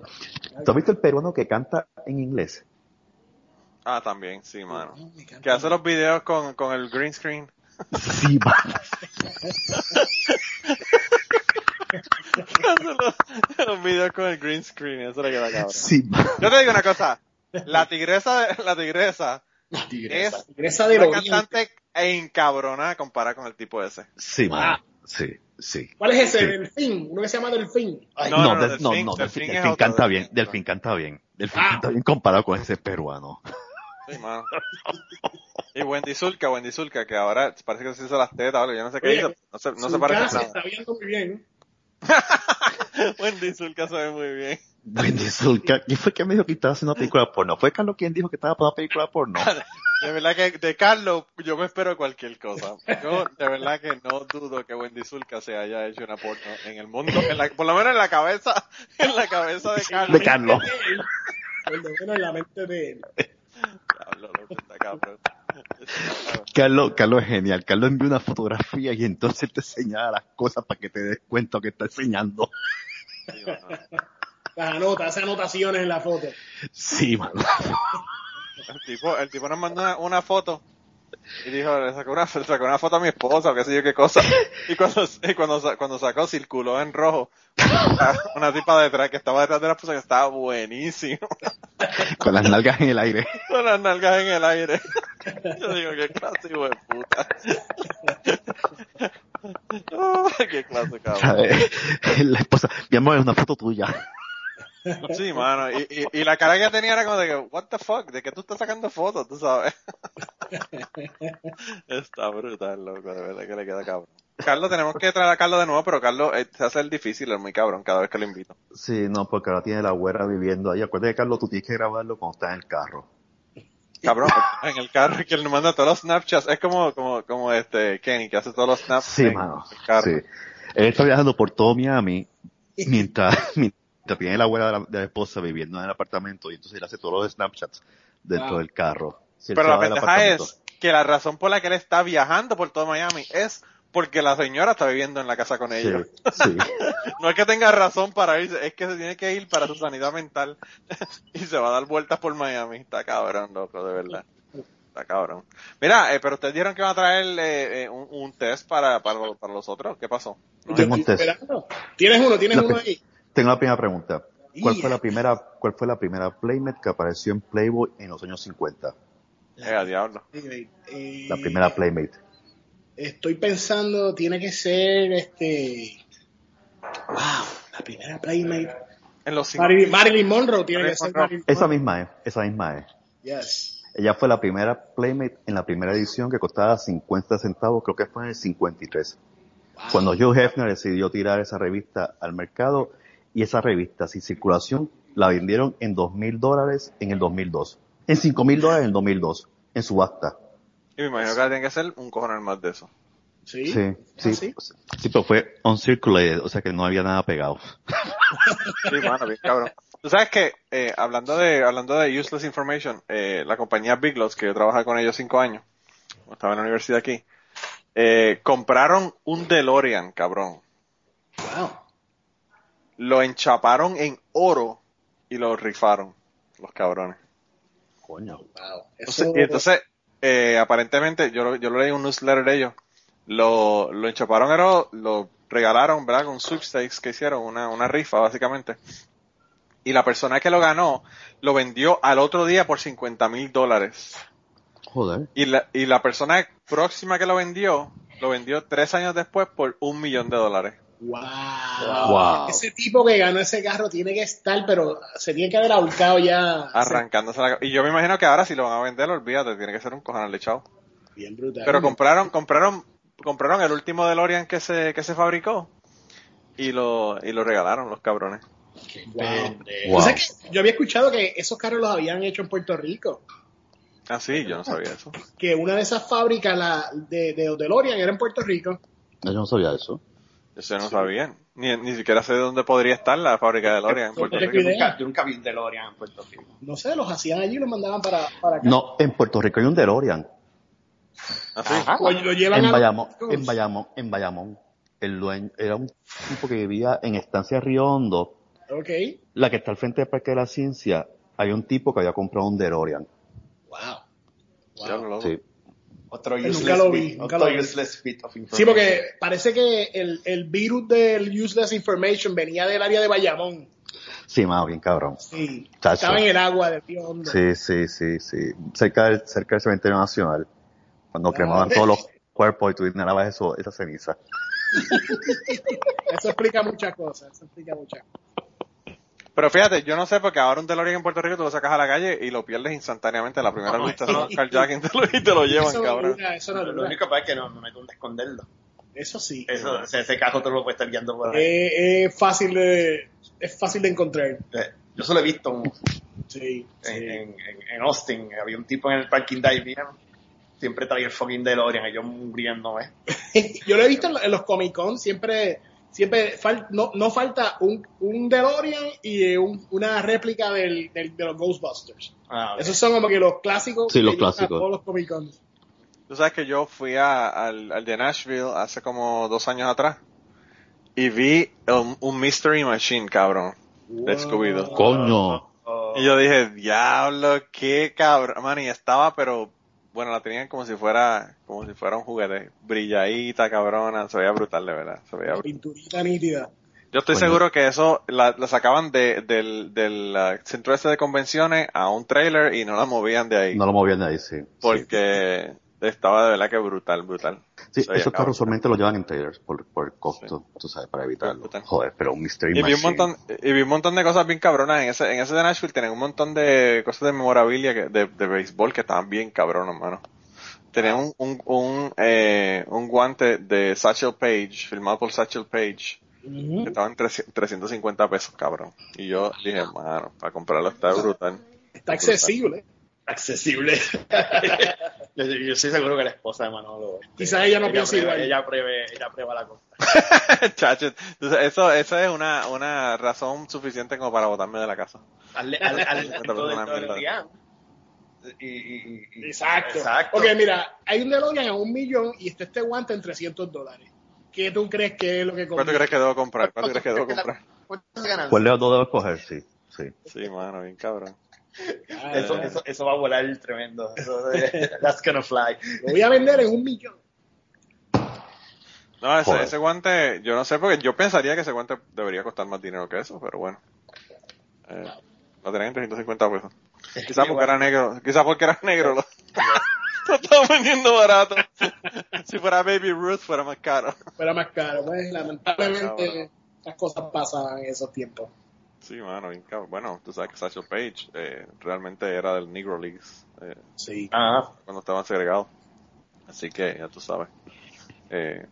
¿Tú has visto el peruano que canta en inglés?
ah, también, sí, mano.
No, me encanta.
Que hace los videos con, con el green screen.
Sí, va.
Que hace los, los videos con el green screen. Eso es lo que da cabrón.
Sí, va.
Yo te digo una cosa. La tigresa, de- la tigresa
La tigresa.
es
Tigresa de
una
los
cantante encabronada comparada con el tipo ese.
Sí,
Ah.
va. Sí, sí.
¿Cuál es ese?
Sí.
Delfín. Uno que se llama Delfín.
Ay,
No, no,
del
del- no,
fin-
no,
del
Delfín,
fin
Delfín
es otro,
canta
del
bien,
fin.
Delfín canta bien. Delfín
Ah.
canta bien comparado con ese peruano.
Sí, mano. Y Wendy Zulka, Wendy Zulka, que ahora parece que se hizo las tetas o algo, yo no sé qué
Oye,
hizo, no se, no
Su
se parece
casa
a
está viendo muy bien.
nada. Wendy Zulka se ve muy bien.
Wendy Zulka, ¿quién fue que me dijo que estaba haciendo una película porno? ¿Fue Carlos quien dijo que estaba para una película porno?
De verdad que de Carlos yo me espero cualquier cosa. Yo de verdad que no dudo que Wendy Zulka se haya hecho una porno en el mundo, en la- por lo menos en la cabeza, en la cabeza de Carlos.
De Carlos.
Por lo menos en la mente de él.
Diablo, loco, está cabrón.
Carlos, Carlos es genial. Carlos envía una fotografía y entonces te señala las cosas para que te des cuenta que está enseñando.
Sí, mano.
Las anota, hace anotaciones en la foto.
Sí, mano.
El tipo, el tipo nos mandó una, una foto y dijo, le sacó una, le sacó una foto a mi esposa o qué sé yo qué cosa. Y cuando, y cuando, sa- cuando sacó, circuló en rojo una, una tipa detrás que estaba detrás de la esposa que estaba buenísimo.
Con las nalgas en el aire.
Con las nalgas en el aire. Yo digo, qué clase, hijo de puta. Ah, qué clase, cabrón.
¿sabes? La esposa, mi amor, es una foto tuya.
Sí, mano. Y, y, y la cara que tenía era como de que, what the fuck, de que tú estás sacando fotos, tú sabes. Está brutal, loco, de verdad que le queda cabrón. Carlos, tenemos que traer a Carlos de nuevo, pero Carlos eh, se hace el difícil, es muy cabrón cada vez que lo invito.
Sí, no, porque ahora tiene la güera viviendo ahí. Acuérdate, Carlos, tú tienes que grabarlo cuando estás en el carro.
Cabrón, en el carro es que él nos manda todos los snapchats, es como, como, como este Kenny que hace todos los snaps
Sí,
en
mano.
el carro.
Sí. Él está viajando por todo Miami mientras, mientras tiene la abuela de la, de la esposa viviendo en el apartamento y entonces él hace todos los Snapchats dentro
Wow.
del carro. Si él
Pero
se
la
va del
ventaja
apartamento.
es que la razón por la que él está viajando por todo Miami es porque la señora está viviendo en la casa con ellos.
Sí, sí.
No es que tenga razón para irse, es que se tiene que ir para su sanidad mental y se va a dar vueltas por Miami. Está cabrón, loco, de verdad. Está cabrón. Mira, eh, pero ustedes dijeron que van a traer eh, eh, un, un test para, para, lo- para los otros. ¿Qué pasó?
Yo tengo un test.
Esperando. Tienes uno, tienes
No,
uno
pero-
ahí.
Tengo la primera pregunta. ¿Cuál
Yeah.
fue la primera, cuál fue la primera playmate que apareció en Playboy en los años 50?
Eh, a diablo.
Eh,
La primera playmate.
Estoy pensando, tiene que ser este. Wow, la primera playmate.
En los cinco.
Marilyn, Marilyn Monroe tiene
Marilyn
que ser
Monroe.
Marilyn
Esa
Monroe.
misma es, esa misma es.
Yes.
Ella fue la primera playmate en la primera edición que costaba 50 centavos, creo que fue en el 53.
Ah.
Cuando Joe Hefner decidió tirar esa revista al mercado y esa revista sin circulación la vendieron en 2.000 dólares en el 2002. En 5.000 dólares en el 2002, en subasta.
Y me imagino que tiene que ser un cojonal más de eso.
Sí.
Sí, sí.
¿Ah,
Sí, pero fue uncirculated, o sea que no había nada pegado.
Sí, mano, bien cabrón. Tú sabes que, eh, hablando de hablando de useless information, eh, la compañía Big Lots, que yo trabajé con ellos cinco años, cuando estaba en la universidad aquí, eh, compraron un DeLorean, cabrón.
Wow.
Lo enchaparon en oro y lo rifaron, los cabrones.
Coño.
Wow.
Entonces,
Eso-
y entonces, eh, aparentemente, yo, lo- yo lo leí en un newsletter de ellos, lo, lo enchaparon, era- lo regalaron, ¿verdad? Con sweepstakes que hicieron, una, una rifa, básicamente. Y la persona que lo ganó, lo vendió al otro día por 50 mil dólares.
Joder.
Y la, y la persona próxima que lo vendió, lo vendió tres años después por un millón de dólares.
Wow.
Wow.
Ese tipo que ganó ese carro tiene que estar, pero se tiene que haber ahorcado ya.
Arrancándose la... Y yo me imagino que ahora si lo van a vender, olvídate, tiene que ser un cojonal de chavo.
Bien brutal.
Pero compraron, compraron, compraron el último DeLorean que se, que se fabricó y lo, y lo regalaron los cabrones.
Qué
Wow.
pendejo.
Wow.
O sea que yo había escuchado que esos carros los habían hecho en Puerto Rico.
Ah, sí, yo no sabía eso.
Que una de esas fábricas la, de, de DeLorean era en Puerto Rico.
No, Yo no sabía eso.
Eso no sabía. Ni, ni siquiera sé dónde podría estar la fábrica de DeLorean en Puerto
Porque
Rico.
Yo nunca, yo nunca vi un DeLorean en Puerto Rico.
No sé, los hacían allí y los mandaban para, para acá.
No, en Puerto Rico hay un DeLorean.
Ah, sí.
O Pues lo llevan a los-
En Bayamón, en Bayamón, en Bayamón. El dueño era un tipo que vivía en Estancia Río Hondo,
Ok.
la que está al frente del Parque de la Ciencia. Hay un tipo que había comprado un DeLorean.
Wow.
Ya lo loco.
Sí.
Otro
Nunca
useless,
lo vi,
bit,
nunca
otro
lo vi.
useless bit of information.
Sí, porque parece que el, el virus del useless information venía del área de Bayamón.
Sí, más bien cabrón.
Sí.
Chacho.
Estaba en el agua de Río Hondo.
Sí, sí, sí, sí. Cerca del, cerca del cementerio nacional, cuando
Ah.
cremaban todos los cuerpos y tú inhalabas eso, esa ceniza.
Eso explica muchas cosas. Eso explica muchas cosas.
Pero fíjate, yo no sé porque ahora un DeLorean en Puerto Rico tú lo sacas a la calle y lo pierdes instantáneamente a la primera vista. Eso es carjacking te lo- y te lo llevan,
eso, no
cabrón.
dura, eso no
Pero Lo
dura.
único que pasa es que no, no hay dónde esconderlo.
Eso sí.
Eso, ese, ese cajo tú lo puedes estar guiando por ahí.
Eh, es fácil de, es fácil de encontrar.
Eh, Yo solo he visto un-
Sí. sí.
en, en- en- en Austin. Había un tipo en el parking de IBM. Siempre traía el fucking DeLorean y yo muriendo, ¿eh?
Yo lo he visto en, lo- en los Comic Con, siempre, siempre fal- no, no falta un, un DeLorean y eh, un- una réplica del, del- de los Ghostbusters.
Ah, ok.
Esos son como que los clásicos.
Sí, los
que llevan a
clásicos.
Todos los Comic Con.
Tú sabes que yo fui a- al, al de Nashville hace como dos años atrás y vi un, un Mystery Machine, cabrón, de Scooby-Doo.
Coño.
Oh,
Y yo dije, diablo, qué cabrón. Man, y estaba, pero bueno, la tenían como si fuera, como si fuera un juguete. Brilladita, cabrona. Se veía brutal, de verdad. Se veía brutal.
Pinturita nítida.
Yo estoy
Coño.
seguro que eso la, la sacaban de, del, del ah, centro este de convenciones a un trailer y no la movían de ahí.
No lo movían de ahí, sí.
porque estaba de verdad que brutal, brutal.
Sí,
Se veía
esos
cabrón.
carros usualmente los llevan en trailers por, por el costo, tú sabes, para evitarlo.
Total.
Joder, pero un Mystery
Y vi, un
Machine.
montón, y vi un montón de cosas bien cabronas en ese, en ese de Nashville. Tenían un montón de cosas de memorabilia que- de, de béisbol que estaban bien cabronas, mano. Tenían un, un, un, eh, un guante de Satchel Page, filmado por Satchel Page, que estaba en 300 350 pesos, cabrón. Y yo dije, mano, para comprarlo está brutal.
Está accesible.
accesible. yo, yo- yo estoy seguro que la esposa de Manolo.
Quizás ella no piensa
prueba-
igual.
Ella pruebe, ella prueba la cosa.
Chacho, entonces eso, eso es una, una razón suficiente como para botarme de la casa.
Hazle, hazle, hazle
Otra
todo
persona
dentro del
mierda.
día. Y, y- y- y-
Exacto.
Exacto.
Ok, mira, hay un DeLorean a un millón y está este guante en 300 dólares. ¿Qué tú crees que es lo que
¿Cuánto
conviene?
crees que debo comprar? ¿Cuánto crees que debo comprar?
¿Cuántas ganancias?
¿Cuál de los dos debo escoger? Sí, sí.
Sí, mano, bien cabrón.
Ah,
Eso,
eh,
eso, eso va a volar tremendo. Eso, that's gonna fly.
Lo voy a vender en un millón.
No, ese,
Joder.
ese guante, yo no sé, porque yo pensaría que ese guante debería costar más dinero que eso, pero bueno. Eh, lo tenían en 350 pesos. Quizás porque era negro, quizás porque era negro. Lo, lo estaba vendiendo barato. si fuera Baby Ruth fuera más caro.
Fuera más caro. Pues, lamentablemente,
Cabrón.
las cosas pasan en esos tiempos.
Sí, mano, bien cabrón. Bueno, tú sabes que Satchel Page eh, realmente era del Negro Leagues eh,
Sí.
Ah,
cuando estaban segregados. Así que ya tú sabes. Eh,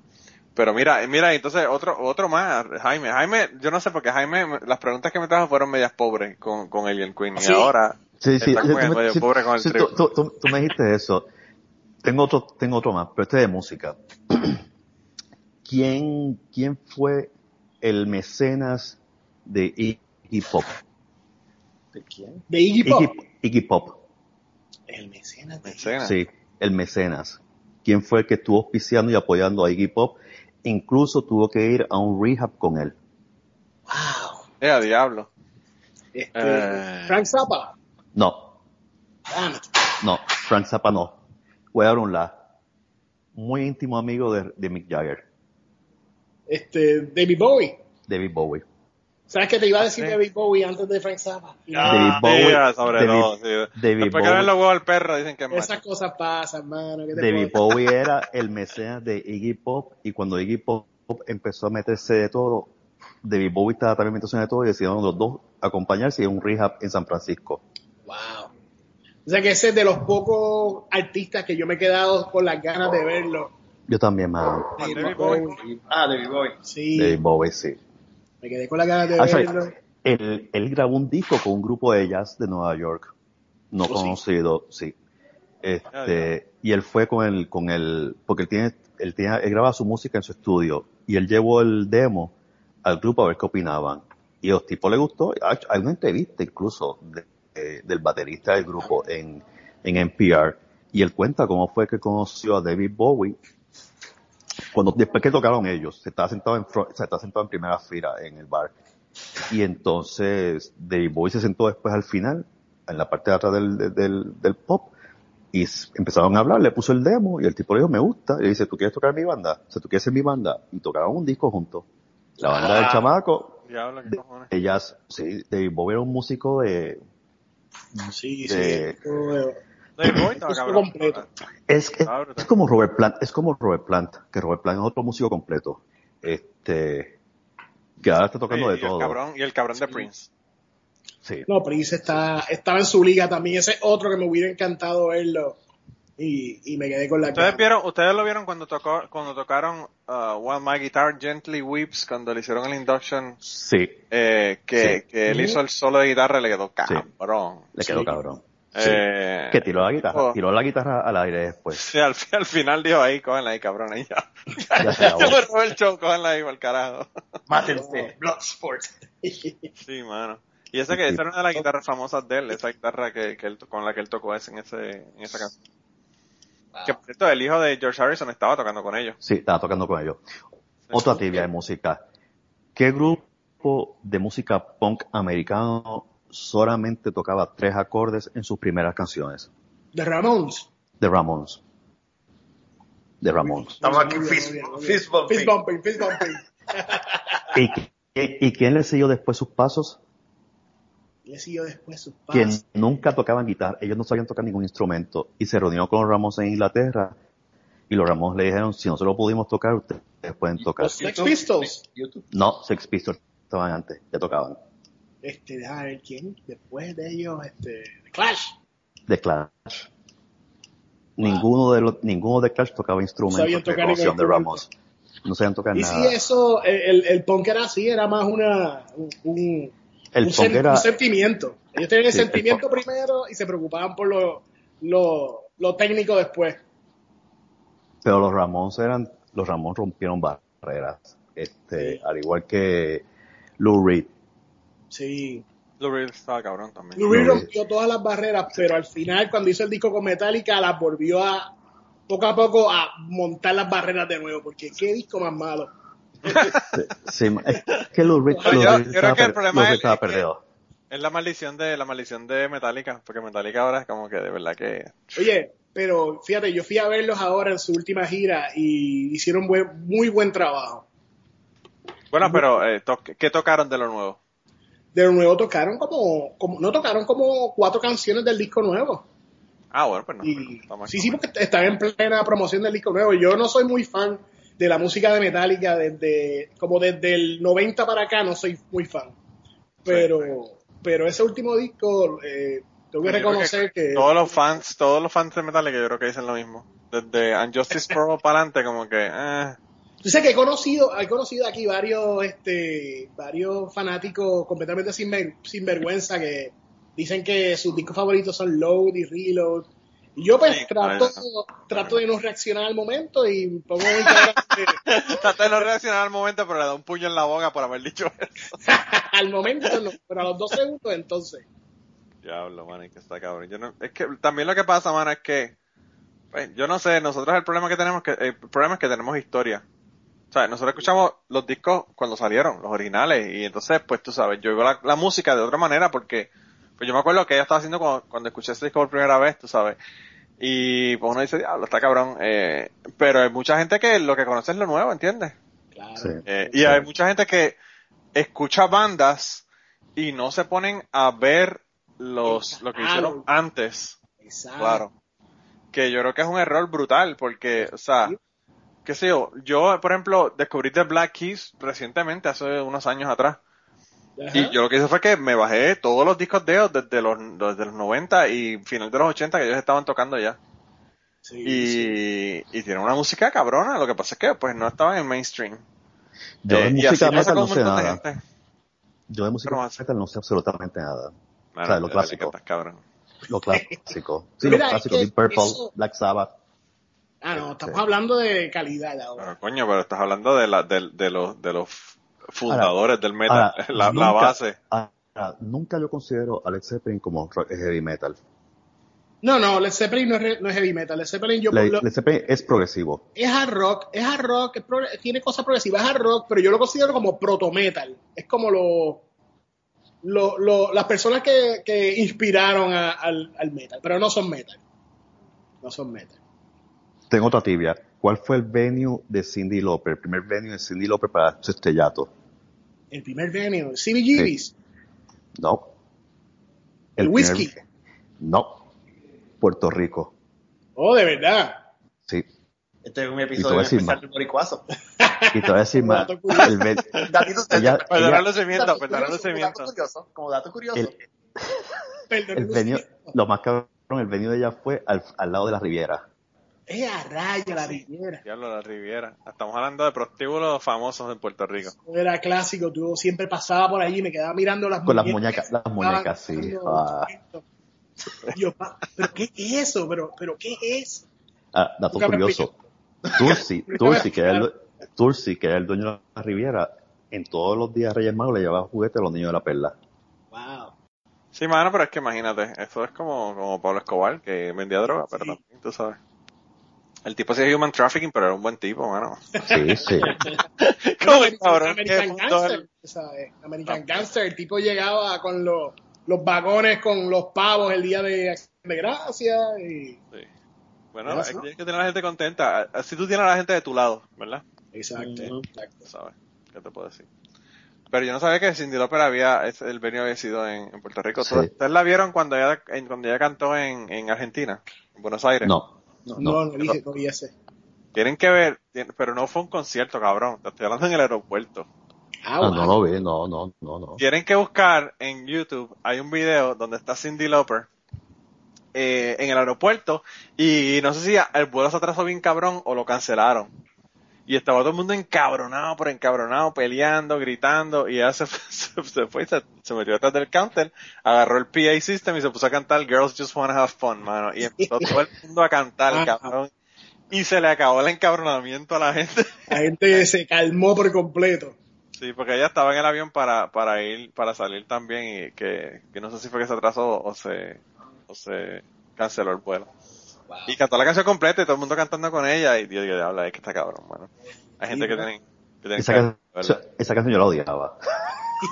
pero mira, eh, mira, entonces otro otro más, Jaime. Jaime, yo no sé porque Jaime, me- las preguntas que me trajo fueron medias pobres con, con Alien Queen. Y
Sí.
ahora,
Sí, sí,
Está
sí,
como el
tú me-
medio
sí,
pobre con el
sí,
trigo.
tú, tú- tú- tú me dijiste eso. Tengo otro, tengo otro más, pero este es de música. ¿quién, quién fue el mecenas de Iggy Pop?
¿De quién?
De Iggy Pop.
Iggy, Iggy Pop,
El mecenas de-
Mecenas.
sí, el mecenas. ¿Quién fue el que estuvo auspiciando y apoyando a Iggy Pop? Incluso tuvo que ir a un rehab con él.
Wow.
Eh, a diablo.
Este,
Eh.
Frank Zappa.
No,
Damn it.
No, Frank Zappa no. Voy a dar un la. Muy íntimo amigo de, de Mick Jagger,
Este, David Bowie.
David Bowie.
¿Sabes que te iba a decir
Sí.
David Bowie antes de Frank Zappa? Y
David Bowie,
diga, sobre
David-
todo. sí.
David
Después que le
Bowie.
ven los huevos al perro, dicen que es macho.
Esas cosas pasan, mano. ¿qué te
David
puedo-
Bowie era el mecenas de Iggy Pop y cuando Iggy Pop empezó a meterse de todo, David Bowie estaba también metiéndose de todo y decidieron los dos acompañarse en un rehab en San Francisco.
Wow. O sea que ese es de los pocos artistas que yo me he quedado con las ganas de verlo.
Yo también, mano.
Ah, David Bowie.
Ah, David Bowie.
Sí,
David Bowie, sí.
me quedé con las ganas de
Ah, sorry.
verlo.
Él, él grabó un disco con un grupo de jazz de Nueva York, no
sí.
conocido, sí.
Ah,
Este, y él fue con el, con el, porque él tiene, él tiene, él graba su música en su estudio y él llevó el demo al grupo a ver qué opinaban. Y a los tipos les gustó. Ah, Hay una entrevista incluso de- eh, del baterista del grupo en, en NPR y él cuenta cómo fue que conoció a David Bowie cuando después que tocaron ellos, se estaba sentado en fro- se estaba sentado en primera fila en el bar. Y entonces David Bowie se sentó después al final, en la parte de atrás del, del- del, del pop, y s- empezaron a hablar, le puso el demo, y el tipo le dijo, me gusta, y le dice, ¿tú quieres tocar mi banda? O sea, ¿tú quieres ser mi banda? Y tocaron un disco juntos. La banda
Ah.
del chamaco,
Diablo, qué cojones.
ellas, sí, David Bowie era un músico de,
Sí, eh,
de-
sí. Todo-
David Bowie estaba
Disco
cabrón. Eh,
completo.
Es, es,
Claro,
es como Robert Plant, es como Robert Plant, que Robert Plant es otro músico completo. Este, que ahora está
Sí,
tocando de
y, el
todo.
cabrón, y el cabrón de Prince.
Sí.
No, Prince está, estaba en su liga también. Ese es otro que me hubiera encantado verlo. Y, y me quedé con la
¿Ustedes, vieron, ustedes lo vieron cuando tocó, cuando tocaron uh, While My Guitar Gently Weeps, cuando le hicieron el induction,
Sí,
eh, que,
Sí.
que él hizo el solo de guitarra, le quedó
Sí.
cabrón.
le quedó cabrón.
Eh,
Que tiró la guitarra,
Oh.
tiró la guitarra al aire después.
Sí, al, fi- al final dijo ahí, cójanla ahí, cabrón, ahí ya.
Ya se acabó.
Ya borró el show, cójanla ahí, por carajo.
Ah,
Mátense. Bloodsport.
Sí, mano. Y esa que, esa era una de las guitarras famosas de él, esa guitarra que, que él, to- con la que él tocó ese- en, ese, en esa canción. Que por cierto, el hijo de George Harrison estaba tocando con ellos.
Sí, estaba tocando con ellos. Otra trivia de música. ¿Qué grupo de música punk americano solamente tocaba tres acordes en sus primeras canciones?
De Ramones.
De Ramones. De Ramones.
Estamos aquí fist, fist bumping.
Fist bumping, fist bumping.
¿Y, qui- y quién le siguió después sus pasos?
Le siguió después sus
Quien
pasos.
nunca tocaban guitarra, ellos no sabían tocar ningún instrumento y se reunió con los Ramones en Inglaterra y los Ramones le dijeron, si nosotros pudimos tocar, ustedes pueden tocar.
Los Sex Pistols.
YouTube.
No, Sex Pistols estaban antes, ya tocaban.
Este, déjame ver quién. Después de ellos, este, The Clash.
The Clash. Ninguno de los, ninguno de Clash tocaba instrumentos
Sabían
de
tocar
canción de
ningún
Ramones. No sabían tocar
Y
nada.
si eso, el, el, el punk era así, era más una, un, un-
El
un
punk
sen-
era-
un sentimiento. Ellos tenían el
Sí, el
sentimiento primero y se preocupaban por lo, lo, lo técnico después.
Pero los Ramones eran, los Ramones rompieron barreras. Este, al igual que Lou Reed.
Sí.
Lou Reed estaba cabrón también.
Lou Reed
Lou Reed.
rompió todas las barreras, pero al final, cuando hizo el disco con Metallica, las volvió a, poco a poco, a montar las barreras de nuevo, porque qué disco más malo.
Sí, es que Lou Reed,
No,
Lou
yo-
Reed
yo creo
estaba,
que el
per-
problema
Lou Reed
es-
estaba
es que-
perdido.
Es la maldición de la maldición de Metallica, porque Metallica ahora es como que de verdad que
Oye, pero fíjate, yo fui a verlos ahora en su última gira y hicieron buen- muy buen trabajo.
Bueno, pero eh, to- ¿qué tocaron de lo nuevo?
De nuevo tocaron como, como- no tocaron como cuatro canciones del disco nuevo.
Ah, bueno, pues no.
Y,
Está mal.
sí, sí, porque están en plena promoción del disco nuevo. Yo no soy muy fan de la música de Metallica desde, como desde el 90 para acá no soy muy fan. Pero, pero ese último disco, eh, tengo que
Yo creo
reconocer que,
todos los fans, todos los fans de Metallica yo creo que dicen lo mismo. Desde Unjustice for All para adelante como que eh,
Yo sé que he conocido, he conocido aquí varios, este, varios fanáticos completamente sin, vergüenza que dicen que sus discos favoritos son Load y Reload. Y yo pues
Sí,
trato,
claro.
trato de no reaccionar al momento y pongo mi cara
Trata de no reaccionar al momento, pero le da un puño en la boca por haber dicho eso.
Al momento no, pero a los dos segundos entonces.
Diablo, mano, es que está cabrón. Yo no, es que también lo que pasa, mano, es que pues, yo no sé, nosotros el problema que tenemos que el problema es que tenemos historia. O sea, nosotros escuchamos los discos cuando salieron, los originales, y entonces, pues tú sabes, yo oigo la, la música de otra manera porque pues yo me acuerdo que ella estaba haciendo cuando, cuando escuché ese disco por primera vez, tú sabes. Y pues uno dice, diablo, está cabrón. Eh, pero hay mucha gente que lo que conoce es lo nuevo, ¿entiendes?
Claro.
Sí.
Eh, y hay mucha gente que escucha bandas y no se ponen a ver los lo que hicieron antes.
Exacto.
Claro. Que yo creo que es un error brutal porque, o sea, qué sé yo, yo por ejemplo descubrí The Black Keys recientemente, hace unos años atrás.
Ajá.
Y yo lo que hice fue que me bajé todos los discos de ellos desde los, desde los 90 y final de los 80 que ellos estaban tocando ya.
Sí, sí.
Y, y tienen una música cabrona, lo que pasa es que pues no estaban en mainstream.
Yo de
Eh, y así
música
pasa con
metal no
un
sé
montón de
nada.
gente.
Yo de música
Pero más.
metal no sé absolutamente nada.
Mano,
Claro, lo
de verdad
clásico.
que estás cabrón.
Lo clásico. Sí,
Mira,
lo
es
clásico.
que
Deep Purple,
eso-
Black Sabbath.
Ah, no, estamos
Sí.
hablando de calidad ahora.
Pero coño, pero estás hablando de, la, de, de los, de los fundadores del metal,
Ahora,
la, la
nunca-
base.
ahora, Ah, nunca yo considero a Led Zeppelin como rock- heavy metal.
No, no, Led Zeppelin no es, re- no es heavy metal. Led Zeppelin yo
Le-
lo-
Led Zeppelin es progresivo.
es hard rock, es hard rock, es prog- tiene cosas progresivas, es hard rock, pero yo lo considero como proto metal. Es como lo, lo- lo- las personas que, que inspiraron a- al, al metal, pero no son metal. No son metal.
Tengo otra tibia. ¿Cuál fue el venue de Cindy Lauper? El primer venue de Cindy Lauper para su estrellato.
El primer venue, CBGB's,
No.
el,
primer-
whisky.
no. Puerto Rico.
Oh, de verdad.
Sí.
Este es un
Y te voy
episodio
a decir
especial
más.
del Boricuazo.
Y te voy a decir más.
Dato curioso.
El ven-
Datito-
Ella-
Perdonad
ella-
el lucimiento, perdonad el
como dato
lucimiento.
curioso, como dato curioso,
El-
Perdón,
el
no
venue,
sé.
lo más cabrón, el venue de ella fue al, al lado de la Riviera.
Es a raya la viñera.
Diablo, la Riviera. Estamos hablando de prostíbulos famosos en Puerto Rico.
Era clásico, tú siempre pasaba por allí y me quedaba mirando las
Con las
muñecas.
muñecas- las muñecas, sí. Ah.
Dios, pa- "Ah, pero ¿qué es eso? ¿Pero, pero qué es?
Ah, dato
Nunca me
curioso. Tursi,
Nunca me
Tursi, que era el, Tursi, que era el dueño de la Riviera, en todos los días Reyes Magos le llevaba juguetes a los niños de la perla.
Wow.
Sí, mano, pero es que imagínate, eso es como, como Pablo Escobar, que vendía droga, pero
Sí.
también, tú sabes. El tipo hacía human trafficking, pero era un buen tipo, mano.
Sí, sí.
Como el
American,
cabrón que
American
fundó
Gangster,
el-
¿sabes? American Gangster, el tipo llegaba con los, los vagones, con los pavos el día de Acción de gracia y...
Sí. Bueno, es
Gracias,
que
¿no?
tienes que tener a la gente contenta. Así tú tienes a la gente de tu lado, ¿verdad?
Exacto, exacto.
Tú sabes, ¿qué te puedo decir? Pero yo no sabía que Cindy Lauper había, es- el venio había sido en, en Puerto Rico.
Sí.
¿Ustedes la vieron cuando ella, en- cuando ella cantó en, en Argentina, en Buenos Aires?
No.
No,
No.
no, no dije, no dije.
Tienen que ver, tien- pero no fue un concierto, cabrón. Te estoy hablando en el aeropuerto.
Ah,
Ah,
wow.
no lo vi, no, no, no, no.
Tienen que buscar en YouTube, hay un video donde está Cindy Lauper eh, en el aeropuerto y no sé si el vuelo se atrasó bien cabrón o lo cancelaron. Y estaba todo el mundo encabronado, por encabronado, peleando, gritando y ella se, fue- se fue, y se, se metió detrás del counter, agarró el PA System y se puso a cantar Girls Just Wanna Have Fun, mano. Y empezó todo el mundo a cantar,
Ajá.
cabrón. Y se le acabó el encabronamiento a la gente.
La gente se calmó por completo.
Sí, porque ella estaba en el avión para, para ir, para salir también y que, que no sé si fue que se atrasó o se, o se canceló el vuelo. Y cantó la canción completa y todo el mundo cantando con ella y Dios, Dios, habla, es que está cabrón, mano. Hay gente que
¿verdad?
tiene, que tiene
Esa,
que-
canción- esa canción yo la odiaba.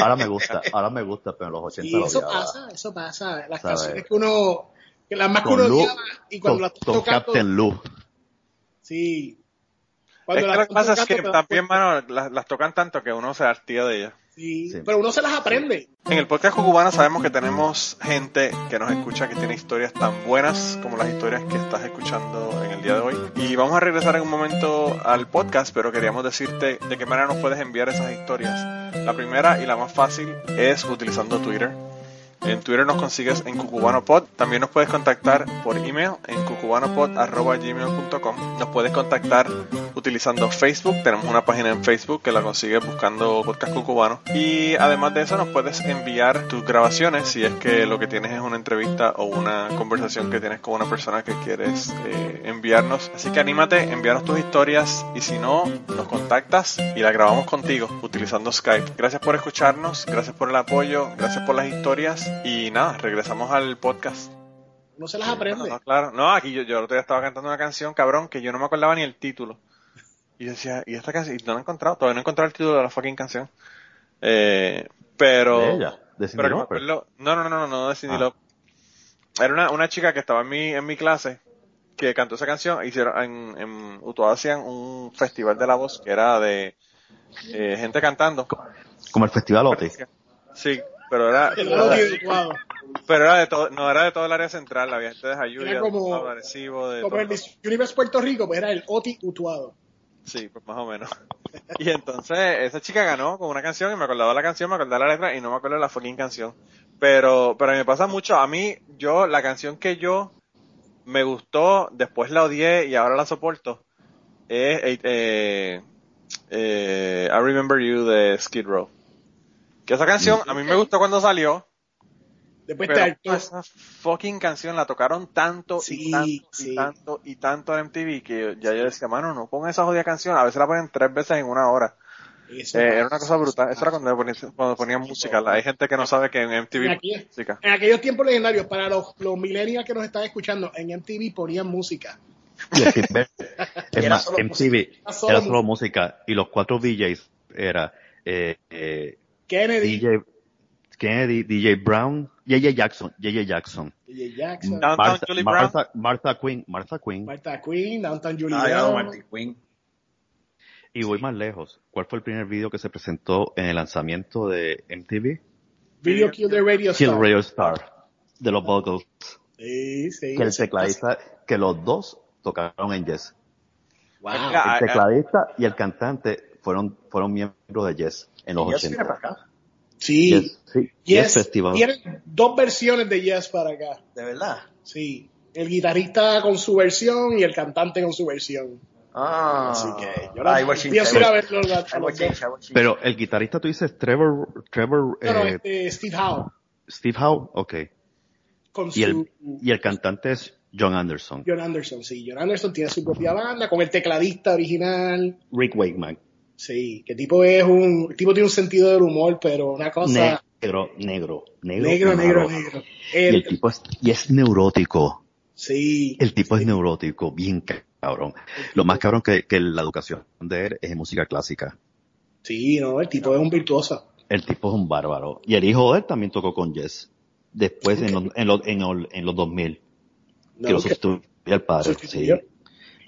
Ahora me gusta, ahora me gusta, pero en los 80
Y
la
eso
odiaba.
pasa, eso pasa. Las
¿Sabes?
canciones que uno, que las más que
Con
uno
Lu,
odiaba y cuando
con,
las
con
estás tocando,
Captain Lou.
sí.
Es
Cuando
que
las
lo que
estás
pasa es que
tocando, te das
también,
cuenta.
mano, las, las tocan tanto que uno se hartía de ellas.
pues, Sí,
Sí.
Pero uno se las aprende.
En el podcast cubano sabemos que tenemos gente que nos escucha que tiene historias tan buenas como las historias que estás escuchando en el día de hoy. Y vamos a regresar en un momento al podcast, pero queríamos decirte de qué manera nos puedes enviar esas historias. La primera y la más fácil es utilizando Twitter. En Twitter nos consigues en cucubanopod. También nos puedes contactar por email en cucubanopod.gmail.com. Nos puedes contactar utilizando Facebook. Tenemos una página en Facebook que la consigues buscando Podcast Cucubano. Y además de eso, nos puedes enviar tus grabaciones si es que lo que tienes es una entrevista o una conversación que tienes con una persona que quieres eh, enviarnos. Así que anímate, enviarnos tus historias y si no, nos contactas y la grabamos contigo utilizando Skype. Gracias por escucharnos, gracias por el apoyo, gracias por las historias y nada, regresamos al podcast.
No se las
No,
aprende.
no, claro. No, aquí yo, yo el otro día estaba cantando una canción, cabrón, que yo no me acordaba ni el título. Y yo decía, ¿y esta canción? Y no la he encontrado, todavía no he encontrado el título de la fucking canción. Eh, pero...
de ella, de Cyndi
Pero que me
Lauper.
acuerdo- no, no, no, no, no de Cyndi
Ah.
Lauper. Era una, una chica que estaba en mi, en mi clase que cantó esa canción. Hicieron, en, en Utuado hacían un festival de la voz que era de eh, gente cantando.
Como el Festival Oti.
Sí, pero era,
El audio educado.
pero era de todo, no era de todo el área central, había gente de Jayuya, de
Era como-
Utuado, de Arecibo, de
Como
todo.
el Miss Universe Puerto Rico, pues era el Oti Utuado.
Sí, pues más o menos. Y entonces esa chica ganó con una canción y me acordaba la canción, me acordaba la letra y no me acuerdo la fucking canción. Pero, pero me pasa mucho. A mí, yo, la canción que yo me gustó, después la odié y ahora la soporto. Es eh, eh, eh, I Remember You de Skid Row. Que esa canción a mí me gustó cuando salió,
Después te
pero pues,
hartó.
esa fucking canción la tocaron tanto y
Sí,
tanto y
sí.
tanto y tanto en MTV que yo- ya yo decía, mano, no pongan esa jodida canción. A veces la ponen tres veces en una hora.
Eso.
Eh, era una cosa brutal. Eso era cuando ponían, cuando ponían música. La- Hay gente que no sabe que en MTV
Aquí es.
música.
En aquellos tiempos legendarios, para los, los millennials que nos están escuchando, en MTV ponían música.
Y el primer- es
Era
más,
solo
MTV
era solo
era solo música y los cuatro DJs era eh, eh,
Kennedy,
DJ Kennedy, DJ Brown, JJ Jackson, JJ Jackson,
DJ Jackson,
Downtown
Martha,
Julie Brown.
Martha, Martha Quinn, Martha Quinn,
Martha Queen, Downtown
Ah, ya,
Julian,
Martin Quinn.
y voy más lejos. ¿Cuál fue el primer video que se presentó en el lanzamiento de MTV?
Video Kill the Radio
Kill
Star.
Radio Star de los Buggles,
Sí, sí.
que el tecladista, que los dos tocaron en Yes.
Mira,
Wow.
ah, ah,
El tecladista y el cantante fueron fueron miembros de Yes en los
Y Jess viene
80.
para acá.
Sí.
Yes, sí, Yes
Yes,
Festival.
Tienen dos versiones de Yes para acá.
De verdad.
Sí. El guitarrista con su versión y el cantante con su versión.
Ah.
Así que yo
Ah,
la-
I was in
pienso ir a
Trevor.
verlo. a- a
I
los
was
dos.
in- I was in-
Pero el guitarrista tú dices Trevor, Trevor,
No, no,
eh,
este, Steve Howe.
Steve Howe, ok.
Con
Y el,
su,
y el cantante es John Anderson.
John Anderson, sí. John Anderson tiene su propia banda con el tecladista original.
Rick Wakeman.
Sí, que tipo es un. el tipo tiene un sentido del humor, pero una cosa.
negro, negro, negro.
negro, negro, negro.
malo. Y el
El-
tipo es, y es neurótico.
sí.
El tipo es neurótico, bien cabrón. Lo más cabrón que, que la educación de él es en música clásica.
Sí, no, el tipo es un virtuoso.
El tipo es un bárbaro. Y el hijo de él también tocó con Jess. Después en, los, en, los, en, los, en los 2000.
No,
que lo
que-
sustituyó al padre.
¿Sustituyó?
Sí.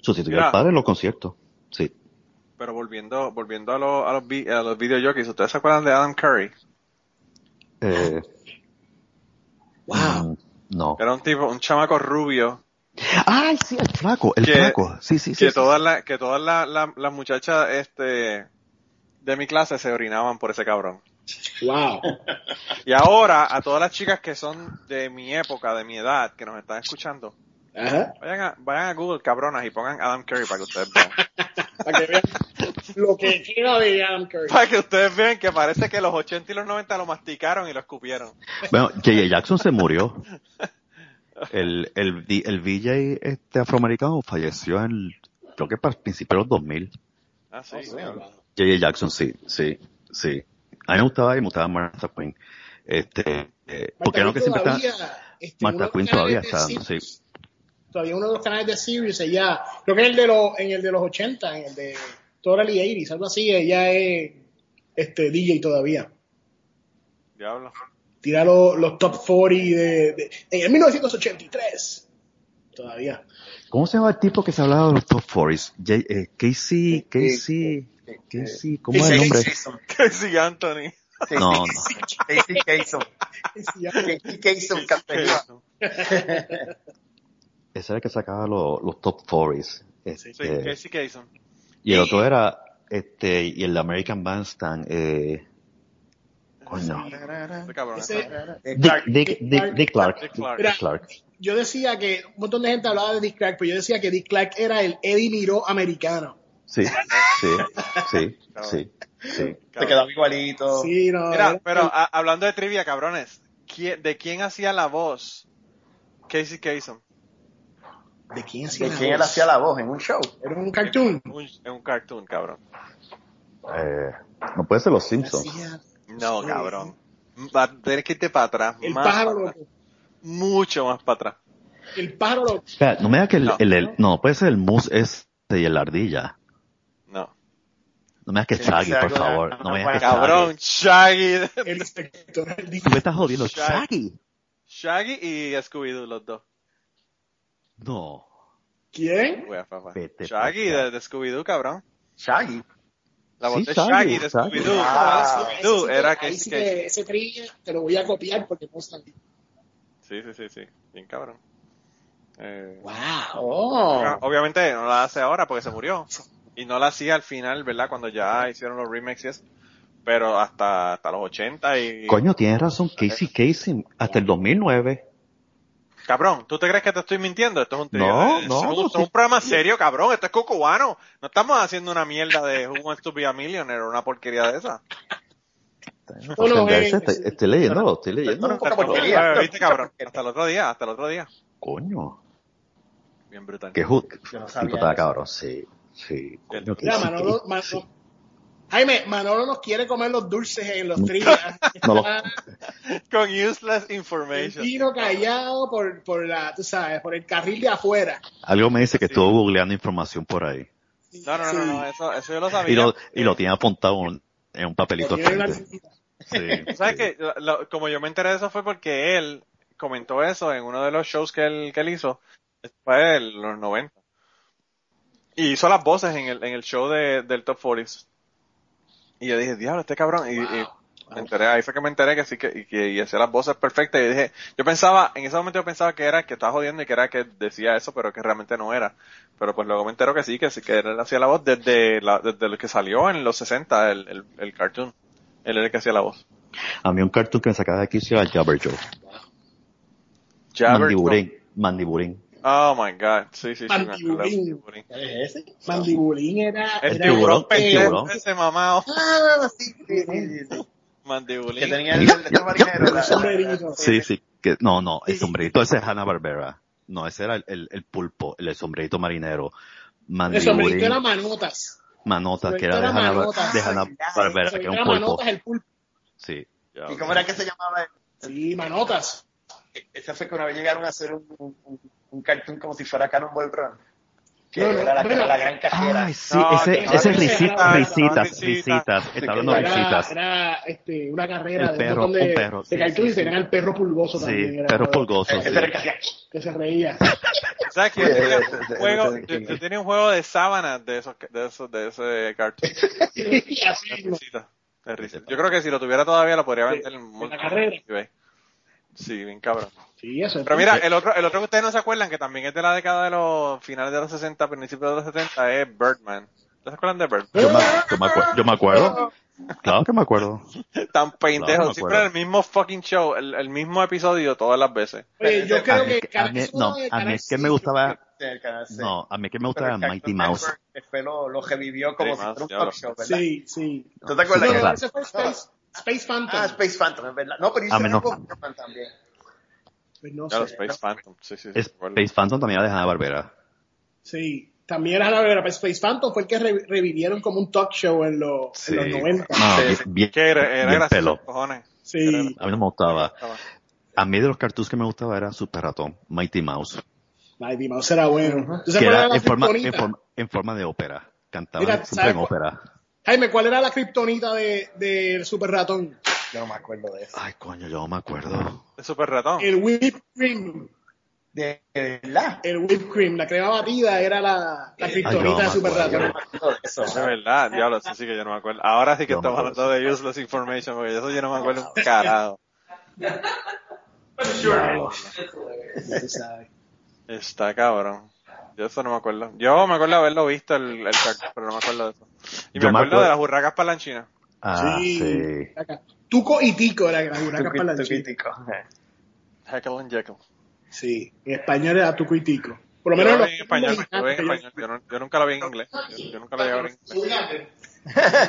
Sustituyó
Mira.
al padre en los conciertos. Sí.
Pero volviendo, volviendo a, los a los, vi- a los videojockeys, ¿ustedes se acuerdan de Adam Curry?
Eh,
Wow.
mm, No.
Era un tipo, un chamaco rubio,
Ay, sí, el flaco, el
Que-
flaco. Sí, sí, sí.
que
sí.
todas las, que todas la- la- las muchachas, este, de mi clase se orinaban por ese cabrón.
Wow.
Y ahora, a todas las chicas que son de mi época, de mi edad, que nos están escuchando,
Ajá.
vayan a, vayan a Google, cabronas, y pongan Adam Curry para que ustedes vean.
Para que vean lo que queda de Adam Curry.
para que ustedes vean que parece que los 80 y los 90 lo masticaron y lo escupieron.
Bueno, J.J. Jackson se murió. El, el, di- el VJ este afroamericano falleció en, creo que para principios de los 2000.
Ah,
Oh,
sí.
J.J. Jackson, sí, sí, sí. A mí me gustaba y me gustaba Martha Quinn. Este, eh, porque no que siempre está, Martha Quinn todavía está, sí.
Todavía uno de los canales de Sirius, ella, creo que es el de los, en el de los 80, en el de Totally 80 algo así, ella es este, DJ todavía.
Diablo.
Tira los, los top 40 de, de- en el 1983. Todavía.
¿cómo se llama el tipo que se hablaba de los top 40s? J, eh, Casey, Casey,
Eh,
Casey, ¿cómo es el nombre?
Jason.
Casey Anthony.
No, no.
Casey Kasem.
Ah.
Casey Kasem, campeón.
Ese era el que sacaba los- los top 40s. Este,
Sí, Casey Kasem.
Y el otro era, este, y el American Bandstand, eh, Coño.
Este cabrón.
Ese-
Eh,
Dick,
Clark,
Dick, Dick, Dick Clark.
Dick Clark.
Dick Clark.
Yo decía que un montón de gente hablaba de Dick Clark, pero yo decía que Dick Clark era el Eddie Miró americano.
Sí, sí, sí, sí, sí.
se quedaba igualito.
Sí, no.
Oh. Mira,
era-
pero a- hablando de trivia, cabrones, ¿quién- ¿de quién hacía la voz Casey Kasem?
¿De quién hacía
¿De
la
quién él
voz?
hacía la voz en un show?
Era un cartoon.
Un- en un cartoon, cabrón.
Eh, no puede ser Los Simpsons.
Hacía
No, cabrón. Va a tener que irte para atrás.
el
más
pájaro
para atrás.
loco.
Mucho más para atrás.
El pájaro loco.
Espera, no me digas que el,
No.
el- el- no, puede ser el mus este y el ardilla.
No.
No me digas que es
Tiene que
Shaggy,
ser
por
algo de-
favor. No me digas que es
Cabrón,
Shaggy.
Shaggy.
El inspector. El
Tú me estás jodiendo,
Shaggy.
Shaggy.
Shaggy y Scooby-Doo, los dos.
No.
¿Quién?
Wea, papá.
Vete
Shaggy
pa' allá.
de, de Scooby-Doo, cabrón.
Shaggy.
La
Sí,
voz de
Shaggy,
Shaggy de
Shaggy.
Scooby-Doo.
Ah,
Ah, Scooby-Doo era
ahí
Casey
sí
Kasem.
que ese trivia te lo voy a copiar porque no sabía.
Sí, sí, sí, sí. Bien cabrón. Eh,
Oh.
Obvia- Obviamente no la hace ahora porque se murió. Y no la hacía al final, ¿verdad? Cuando ya hicieron los remakes y eso. Pero hasta, hasta los 80 y...
Coño, tienes razón, Casey Kasem, hasta el 2009.
Cabrón, ¿tú te crees que te estoy mintiendo? Esto es un trivia.
No,
Es
no,
un-
no,
esto es un
sí.
programa serio, cabrón. Esto es cucubano. No estamos haciendo una mierda de Who Wants to Be a Millionaire o una porquería de esa.
No lo ves.
Ofenderse, estoy, estoy leyendo, estoy
no,
leyendo.
no,
Hasta el
porquería.
2009, ¿Viste, cabrón? Hasta el otro día, hasta el otro día.
Coño,
Bien brutal.
qué hook.
Yo no sabía
Tipo está
eso.
cabrón, sí, sí. Coño,
Mira,
Casey
Manolo,
Kasem.
Manolo- Jaime, Manolo nos quiere comer los dulces en los trivias.
No lo-
Con useless
El
information.
tiro callado por, por la, tú sabes, por el carril de afuera.
Algo me dice que
Sí.
estuvo googleando información por ahí.
No, no, no, no, no, eso, eso yo lo sabía.
Y lo, y lo tiene apuntado en- en un
Sí.
papelito.
Porque era una
enfrente.
chiquita.
Sí,
Tú ¿Sabes
sí.
que como yo me enteré de eso fue porque él comentó eso en uno de los shows que él, que él hizo. Eso Fue en los 90. Y hizo las voces en el, en el show de, del Top 40. Y yo dije, diablo, este cabrón. Y, y me enteré, ahí fue que me enteré que sí que, y que y hacía las voces perfectas. Y dije, yo pensaba, en ese momento yo pensaba que era el que estaba jodiendo y que era el que decía eso, pero que realmente no era. Pero pues luego me entero que sí, que sí, que él hacía la voz desde, la, desde lo que salió en los 60, el, el, el cartoon. Él era el que hacía la voz.
A mí un cartoon que me sacaba de aquí se llama Jabberjaw.
Jabber-
Mandiburín, mandiburín.
Oh my god, sí, sí, sí. me acuerdo de
Mandibulín.
Mandibulín.
¿Es ese?
Mandibulín era.
El
era-
tiburón
tiburón, el
pendejo
tiburón.
ese mamado.
Ah, sí, sí, sí, sí, sí. Que
Mandibulín.
tenía el, el, el marinero. la-
Sombrerito.
Sí, sí. Que, no, no, el sombrerito ese es Hanna Barbera. No, ese era el, el, el pulpo, el, el sombrerito marinero.
El sombrerito
Mandiburín,
era manotas.
manotas, que era de
sombrerito era
Hanna,
Manotas.
de Hanna
El
Barbera, que
sombrerito
era un
era
pulpo.
manotas, el pulpo.
Sí.
¿Y cómo era que se llamaba? él?
Sí, manotas.
Ese fue que una vez llegaron a hacer un, un, un- un cartoon como si fuera Cannonball Run. Que
No, no,
era la,
pero-
la gran cajera.
Ay, sí,
No,
ese,
no,
ese es
no,
risitas,
no,
risitas,
no,
risitas. Está hablando de
Era,
risitas.
era este, una carrera
El
de
perro,
un montón de,
un perro,
de
sí,
cartoons
sí,
y tenían al perro pulgoso
Sí,
también. era
perro
todo- Eh,
pulgoso,
Ese
sí.
era el que hacía-
Que se reía.
¿Sabes que yo tenía
Sí, sí,
un
sí,
juego,
sí, sí,
yo,
sí.
yo tenía un juego de sábanas de esos, de esos, de ese cartoon.
Y así,
De
¿no?
risita, de risita. Yo creo que si lo tuviera todavía lo podría
De-
vender en
de la
muchos
carrera.
eBay. Sí, bien cabrón.
Sí, eso.
Pero mira, el otro, el otro que ustedes no se acuerdan, que también es de la década de los finales de los 60, principios de los 70, es Birdman. ¿No se acuerdan de Birdman?
Yo me, yo me acuer- yo me acuerdo. Claro que me acuerdo.
Tan pendejo,
No, no me
siempre
acuerdo.
el mismo fucking show, el, el mismo episodio todas las veces.
Oye, yo
A
creo
mí,
que.
a mí- no, a mí es que me gustaba,
del canal seis.
no, a mí es que me
Pero
gustaba
el Cartoon
Mighty Mouse.
Network Después lo, lo revivió como
Sí,
si
Mouse,
fuera un
ya
talk
lo-
show, ¿verdad?
Sí, sí.
¿Tú te acuerdas?
No,
que
no,
Claro.
ese fue Space, Space Phantom.
Ah, Space Phantom, es verdad. No, pero
Ah,
hizo algo
menos-
con Birdman también.
Pues no
Ya los
sé.
Space Phantom, sí, sí, sí. recuerdo.
Space Phantom también era de Hanna Barbera.
Sí. También era la verdad. Space Phantom fue el que re- revivieron como un talk show en, los-
Sí.
en los 90.
No,
Sí,
bien-
sí.
bien,
que era, era
bien
gracioso,
pelo.
cojones.
Sí.
A mí no me gustaba. A mí de los cartoons que me gustaba era Super Ratón, Mighty Mouse,
Mighty Mouse era bueno. ¿Tú
que
sabes cuál
era
era la
en forma, en
kriptonita?
forma, en forma de ópera. Cantaban
Mira,
siempre en
¿sabes cuál?
ópera.
Jaime, ¿cuál era la kriptonita de- del Super Ratón?
Yo no me acuerdo de eso.
Ay, coño, yo no me acuerdo.
De Super Ratón.
El whipped cream.
De de verdad.
El whipped cream. La crema batida era la, la
Ay, yo
kriptonita
no
de
me
Super
acuerdo.
Yo no
Ratón.
me acuerdo de eso.
De verdad, diablo, eso sí que yo no me acuerdo. Ahora sí que
Yo me
estamos
acuerdo,
hablando de useless information, porque eso yo no me
Ah,
acuerdo un carajo.
Diablo.
Ya tú sabes.
Está cabrón. Yo eso no me acuerdo. Yo me acuerdo haberlo visto el, el cartoon, pero no me acuerdo de eso. Y
Yo
me acuerdo
me acuerdo-
de las hurracas palanchinas.
Ah, sí.
Acá. Tuco y Tico era la huraca
Tuqui-
parlanchín.
tuquitico.
Heckle and Jekyll.
Sí, en español era Tuco y Tico. Por
Yo
lo menos
la
en los
vi en español, yo la vi en
que yo-
español. Yo, no- yo nunca la vi en inglés. Yo, yo nunca la vi ahora en inglés.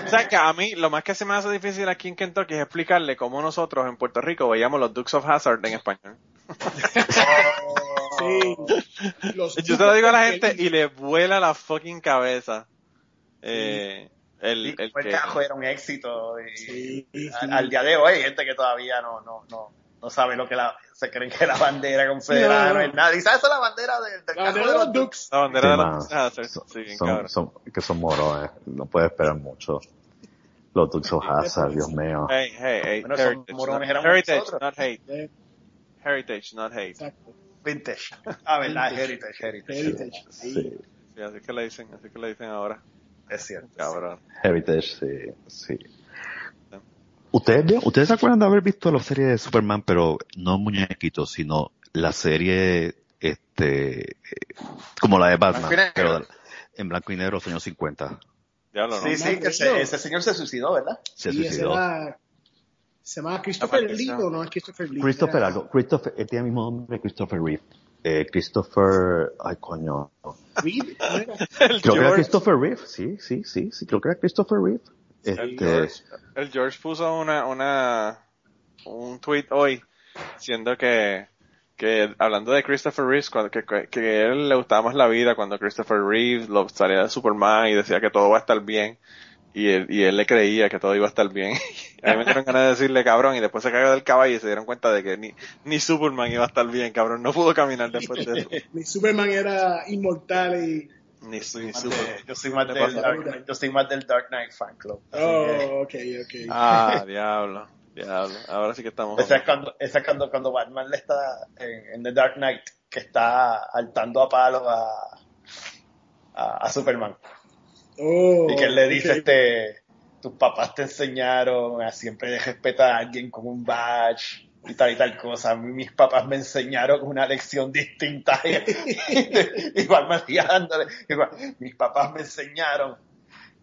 O sea, que a mí lo más que se me hace difícil aquí en Kentucky es explicarle cómo nosotros en Puerto Rico veíamos los Dukes of Hazard en español.
Sí. Los
Yo se lo digo a la gente y le vuela la fucking cabeza. Eh, el, el
el
que-
cajo era un éxito. Y
Sí, sí.
al, al día de hoy hay gente que todavía no, no, no, no sabe lo que la, se creen que la bandera confederada
No, no,
no,
no.
es nada. Y sabes, esa es la bandera del, del
La
cajo
bandera de los Dukes.
la bandera de
Sí,
los
mano.
Dukes of Hazard.
Son-
Sí, bien
son-
cabrón.
son- que son morones, no puedes esperar mucho. Los Dukes of Hazzard, Dios mío.
Hey, hey, hey.
Bueno, esos
heritage, not,
morones éramos
heritage,
nosotros.
not hate.
Eh,
Heritage, not hate.
Exacto.
Vintage. Ah, verdad, heritage, heritage.
Heritage.
Sí,
Sí, así que le dicen, así que le dicen ahora.
Es cierto.
Cabrón.
Heritage, sí, sí. ¿Ustedes, vieron- ¿Ustedes se acuerdan de haber visto la serie de Superman, pero no muñequitos, sino la serie, este, eh, como la de Batman,
Blanco y negro.
pero en blanco y negro, los años 50?
Diablo, ¿no?
Sí, sí, que ese, ese señor se suicidó, ¿verdad?
Se
Y ese
suicidó.
era- Se llama Christopher
La
Lee
maldición.
o no es Christopher Lee.
Christopher
Era-
algo, Christopher, él tiene el mismo nombre que Christopher Reeve. Eh, Christopher, ay coño.
Reed, ¿no era?
El
Creo que era
George.
Christopher Reeve, sí, sí, sí, sí, creo que era Christopher Reeve. Este,
George. El George puso una, una, un tweet hoy diciendo que, que hablando de Christopher Reeves, cuando, que, que- que a él le gustaba más la vida cuando Christopher Reeves lo salía de Superman y decía que todo va a estar bien. Y él, y él le creía que todo iba a estar bien. a mí me dieron ganas de decirle cabrón y después se cayó del caballo y se dieron cuenta de que ni, ni Superman iba a estar bien, cabrón. No pudo caminar después de eso.
Mi Superman era inmortal y...
Ni, su- ni
Yo
Superman.
soy más del,
pasa?
Dark Knight- yo soy más del Dark Knight Fan Club. Así que-
Oh, ok, ok.
Ah, diablo. Diablo. Ahora sí que
Oh.
estamos.
Esa es cuando, esa es cuando, cuando Batman le está en, en The Dark Knight, que está altando a palos a, a, a Superman.
Oh,
y que él le dice,
ok.
este, tus papás te enseñaron a siempre respetar a alguien con un badge y tal y tal cosa. A mí mis papás me enseñaron una lección distinta. Y, y Batman riándole. Y va, mis papás me enseñaron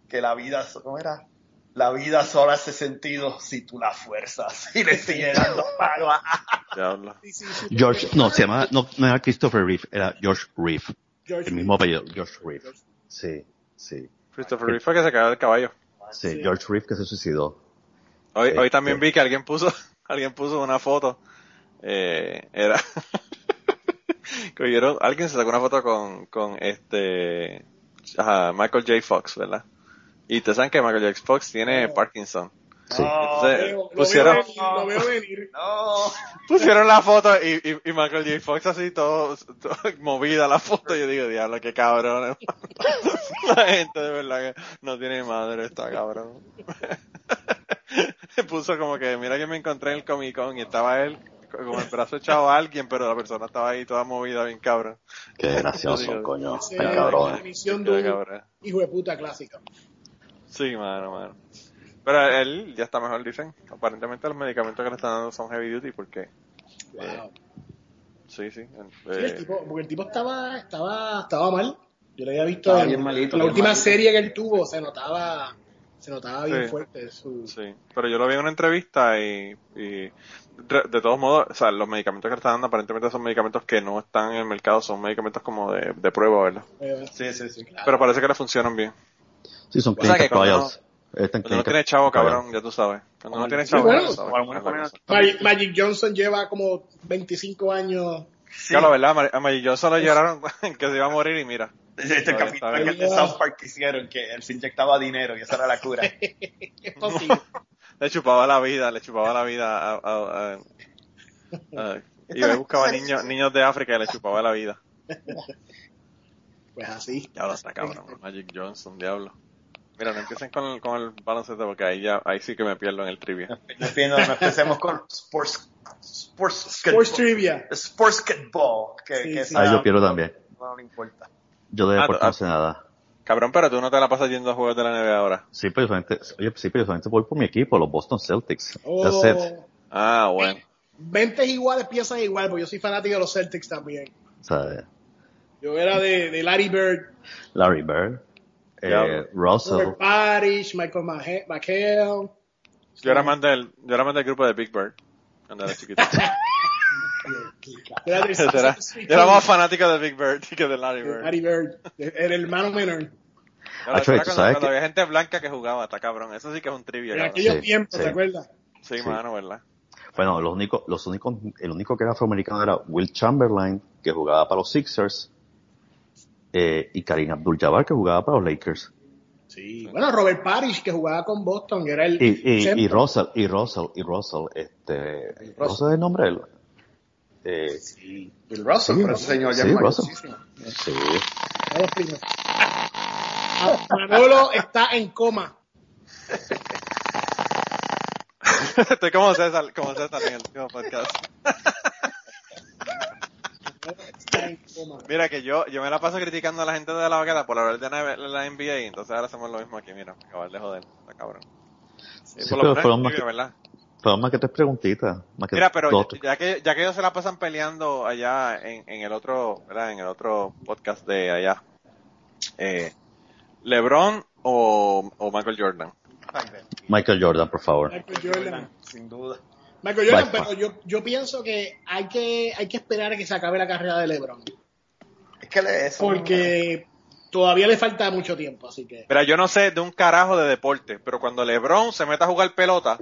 que la vida, ¿cómo era? La vida solo hace sentido si tú la fuerzas. Y le sigue dando palo a,
Diablo.
Sí, sí, Superman.
George, no, se llama, no, no era Christopher Reeve, era George Reeve.
George
El mismo apellido, George Reeve. Sí, sí,
Christopher Reeve fue que se cayó del caballo.
sí,
Sí.
George Reeve que se suicidó.
Hoy,
Sí,
hoy también
sí.
vi que alguien puso, alguien puso una foto. Eh, era. cogieron- alguien se sacó una foto con, con este. ajá, Michael J. Fox, ¿verdad? Y te saben que Michael J. Fox tiene Parkinson.
Sí.
Ah,
Entonces,
Veo-
Eh,
lo,
pusieron,
veo venir, lo veo venir.
No,
pusieron la foto y, y, y Michael J. Fox así todo, todo movida la foto. Yo digo, diablo, qué cabrón. la gente de verdad que no tiene madre, está cabrón. Puso como que, mira que me encontré en el Comic Con y estaba él con el brazo echado a alguien, pero la persona estaba ahí toda movida, bien cabrón.
Qué
Yo
gracioso,
digo,
coño.
Ese-
Ay, cabrón. eh.
La misión de
Qué
un
cabrón.
hijo de puta clásica.
Sí, mano, mano. Pero él ya está mejor, dicen. Aparentemente los medicamentos que le están dando son heavy duty porque,
Wow.
sí, sí.
Sí, el
eh,
tipo, porque el tipo estaba, estaba, estaba mal. Yo lo había visto
Estaba
en
bien malito,
la
bien
última
malito.
serie que él tuvo, se notaba, se notaba bien
Sí.
fuerte su
Sí, pero yo lo vi en una entrevista y, y re- de todos modos, o sea, los medicamentos que le están dando aparentemente son medicamentos que no están en el mercado, son medicamentos como de, de prueba, ¿verdad?
prueba.
sí, sí, sí. claro.
Pero parece que le funcionan bien.
Sí, son
O sea, que
clinical
cuando
trials. Están
Cuando no
clinical
tiene chavo,
trials.
cabrón, ya tú sabes. Cuando no tiene
Sí,
chavo,
bueno,
ya tú sabes.
o alguna
Es la
comida.
cosa.
Magic, Magic Johnson lleva como 25 años.
Ya la verdad, a Mar- a Magic Johnson lo lloraron que se iba a morir y mira.
Este es el
Todavía está
capítulo
bien.
que de South Park que hicieron, que él se inyectaba dinero y esa era la cura.
Es posible.
Le chupaba la vida, le chupaba la vida a... a- a- a- y yo buscaba niños, niños de África y le chupaba la vida.
Pues así.
Diablo, está cabrón. Magic Johnson, diablo. Mira, no empiecen con el, con el baloncesto porque ahí ya, ahí sí que me pierdo en el trivia.
Defiendo, no empecemos con sports, sports,
Sports Trivia.
sportsquetball, que,
Sí,
que
sí.
esa-
Ah, yo quiero también.
No, no importa.
Yo de
Ah,
deporte
ah.
no sé nada.
Cabrón, pero tú no te la pasas yendo a juegos de la NBA ahora.
Sí, pero yo solamente, oye, sí, pero yo solamente voy por mi equipo, los Boston Celtics. That's it.
Oh,
Ah, bueno.
20 iguales, piezas iguales, porque yo soy fanático de los Celtics también.
O sea,
Yo era de, de Larry Bird,
Larry Bird, eh,
Diablo.
Russell,
Robert Parrish, Michael Mahe- McHale,
Yo era más del, yo era más del grupo de Big Bird. Cuando era chiquito.
Espérate,
Yo era, yo era más fanático de Big Bird que de Larry Bird.
Larry Bird, el hermano menor.
Ahora,
Acho,
ahora
¿tú
cuando,
sabes
cuando
que-
había gente blanca que jugaba, está cabrón. Eso sí que es un trivia.
En
cabrón.
aquellos
Sí,
tiempos,
sí.
¿te acuerdas?
Sí,
Sí.
mano, ¿verdad?
Bueno, los únicos, los únicos, el único que era afroamericano era Will Chamberlain, que jugaba para los Sixers, eh, y Karim Abdul-Jabbar, que jugaba para los Lakers.
Sí. Bueno, Robert Parrish, que jugaba con Boston, que era el.
Y, y, y
centro.
Russell, y Russell, y Russell, este, Russell es el nombre de él. Eh,
Bill Russell,
Sí,
pero ese señor ya
sí,
es
Russell.
mayorcísimo.
sí.
Era los primeros. Manolo está en coma.
Estoy como César, como César en el último podcast.
Está en coma.
Mira que yo, yo me la paso criticando a la gente de la vaqueta por hablar de la, la NBA y entonces ahora hacemos lo mismo aquí, mira, para acabar de joder, está cabrón. Sí, por
Sí, pero
lo menos
fueron
es
más
trivia,
que-
¿verdad?
Pero más que tres preguntitas. Más que
Mira, pero
dos,
ya, ya que, ya que ellos se la pasan peleando allá en, en el otro, ¿verdad? En el otro podcast de allá. Eh, ¿Lebron o, o Michael Jordan?
Michael Jordan, por favor.
Michael Jordan.
Sin duda.
Michael Jordan,
Bye.
pero yo, yo pienso que hay, que hay que esperar a que se acabe la carrera de LeBron.
Es que le eso.
Porque todavía le falta mucho tiempo, así que.
Mira, yo no sé de un carajo de deporte, pero cuando LeBron se meta a jugar pelota,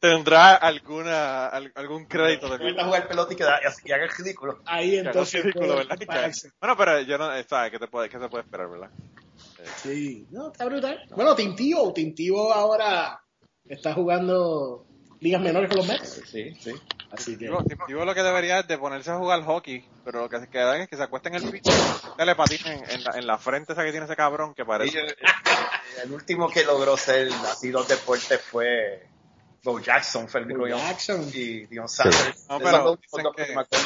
tendrá alguna al- algún crédito de
Vuelve a jugar pelota y, queda, y así- y haga el ridículo.
Ahí
Que no es
entonces.
ridículo,
puede
¿verdad? Que-
pararse.
pues, Bueno, pero yo no, eh, ¿sabes qué, te puede, qué se puede esperar, verdad?
Sí, no, está brutal. Bueno, Tintivo, Tintivo ahora está jugando ligas menores con los Mets.
Sí, sí.
Así que.
Yo, yo lo que debería es de ponerse a jugar hockey, pero lo que se quedan es que se acuesten en el piso, le patinen en la, en la frente esa que tiene ese cabrón que
Y,
parece.
eh, El último que logró ser así dos deportes fue Bo Jackson, fue el único
Bo
que yo-
Jackson.
y Dion Sanders.
No,
Esos
pero
dos
dicen
dos que
que-
me acuerdo.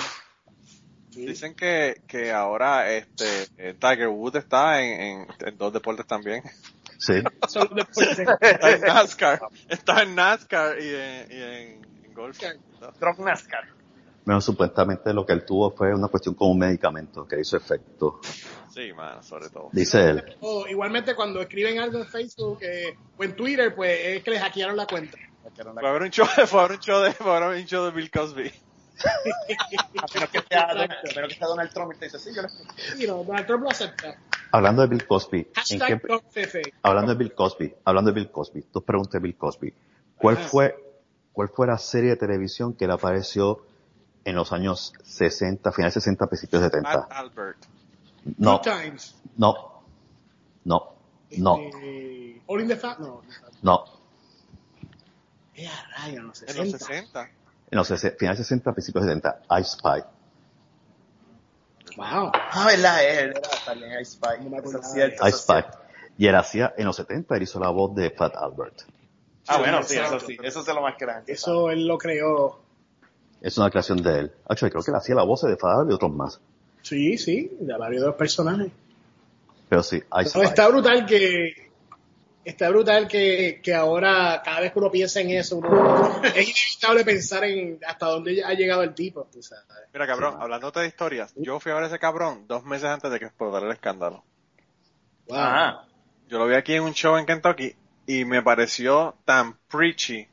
Dicen que, que ahora este eh, Tiger Woods está en, en- en dos deportes también.
Sí.
Son los deportes.
Está en NASCAR, está en NASCAR y en, y en- en golf.
Drunk NASCAR.
Ah,
Bueno, supuestamente lo que él tuvo fue una cuestión con un medicamento que hizo efecto.
Sí, mano, sobre todo.
Dice él.
O igualmente cuando escriben algo en Facebook eh, o en Twitter, pues es que les hackearon la cuenta.
Fue a ver un show, fue a ver un show de, fue a ver un show de Bill Cosby.
A menos que sea Donald, a menos que sea Donald Trump y te dice, sí, yo lo escuché.
Y no, Donald Trump lo acepta.
Hablando de Bill Cosby. ¿en
Hashtag
qué-
TrumpFF.
hablando de Bill Cosby. Hablando de Bill Cosby. Dos preguntas de Bill Cosby. ¿Cuál fue, cuál fue la serie de televisión que él apareció en los años 60, finales 60, principios
Al
70?
Albert.
No,
Two times.
no, no, no,
Este, All in the Fat, no.
no.
Eh, a rayos, no sé.
En los 60.
En los sesen- finales 60, principios 70. I Spy.
Wow.
Ah, verdad, él era también Ice Spy.
No me
Eso
acordaba
es cierto. eso
I
es
Spy.
cierto.
Y él hacía, en los 70, él hizo la voz de Fat Albert.
Ah, bueno, sí, eso sí. Eso se lo más que la gente sabe.
Eso él lo creó.
Es una creación de él. Actually, creo que él hacía la voz de Fat Albert y otros más.
Sí, sí, de varios de los personajes.
Pero sí, I
No,
Spy.
está brutal que está brutal que, que ahora cada vez que uno piensa en eso uno, es inevitable pensar en hasta dónde ha llegado el tipo tú sabes.
Mira, cabrón, hablándote de historias, yo fui a ver a ese cabrón dos meses antes de que explotara el escándalo.
Wow.
Ah,
Yo lo vi aquí en un show en Kentucky y me pareció tan preachy.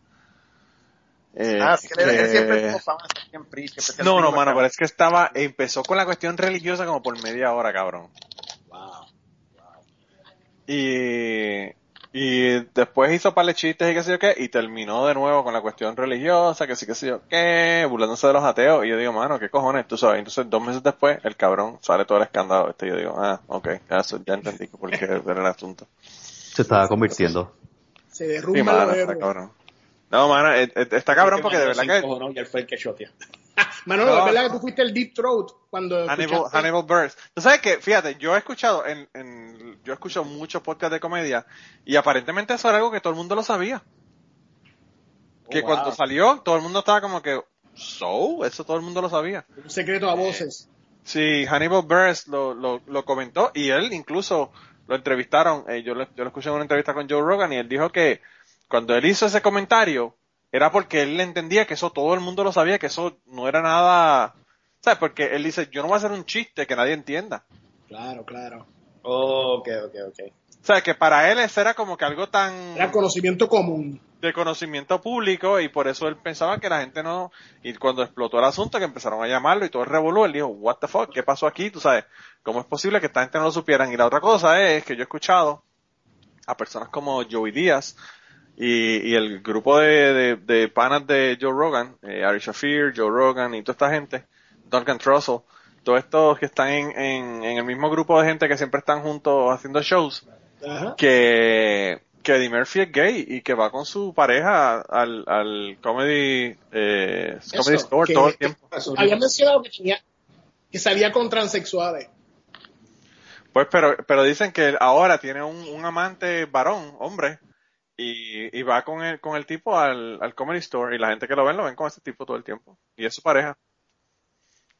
eh,
ah, sí, él, él
que-
siempre tuvo fama de ser bien
No,
preachy,
no,
especialmente
mano,
cuando-
pero es que estaba, empezó con la cuestión religiosa como por media hora, cabrón. Y, y después hizo par de chistes y qué sé yo qué, y terminó de nuevo con la cuestión religiosa, que sí, que sé yo qué, burlándose de los ateos. Y yo digo, mano, qué cojones, tú sabes. Entonces, dos meses después, el cabrón sale todo el escándalo. Este, y yo digo, ah, ok, ya, eso- ya entendí por qué era el asunto.
Se estaba convirtiendo.
se
Sí,
derrumba
mano,
los
está
héroes.
cabrón. No, mano, eh, eh, está cabrón porque de verdad
Sí,
que
cómo no, y él fue el que chotea.
Manolo
No,
es verdad
no.
que tú fuiste el deep throat cuando
Hannibal,
escuchaste-
Hannibal Buress. Tú sabes que, fíjate, yo he escuchado en, en, yo escucho muchos podcasts de comedia y aparentemente eso era algo que todo el mundo lo sabía. Que
Oh, wow.
cuando salió, todo el mundo estaba como que, so, eso todo el mundo lo sabía.
un secreto a voces
Sí, Hannibal Buress lo, lo, lo comentó y él incluso lo entrevistaron. eh, yo, lo, yo lo escuché en una entrevista con Joe Rogan y él dijo que cuando él hizo ese comentario era porque él entendía que eso todo el mundo lo sabía, que eso no era nada. ¿Sabes? Porque él dice: Yo no voy a hacer un chiste que nadie entienda.
claro claro
Oh, ok, ok, ok.
O sea, que para él eso era como que algo tan
Era conocimiento común.
de conocimiento público y por eso él pensaba que la gente no y cuando explotó el asunto que empezaron a llamarlo y todo el revolú él dijo what the fuck qué pasó aquí tú sabes cómo es posible que esta gente no lo supieran y la otra cosa es que yo he escuchado a personas como Joey Díaz y, y el grupo de, de, de panas de Joe Rogan eh, Ari Shafir Joe Rogan y toda esta gente Duncan Trussell todos estos que están en, en, en el mismo grupo de gente que siempre están juntos haciendo shows
Ajá.
que que Eddie Murphy es gay y que va con su pareja al, al comedy, eh, comedy
Eso,
store
que-
todo el tiempo.
Había mencionado que, tenía, que salía con transexuales.
Pues, pero, pero dicen que ahora tiene un, un amante varón, hombre, y, y va con el, con el tipo al, al comedy store y la gente que lo ven lo ven con ese tipo todo el tiempo. Y es su pareja.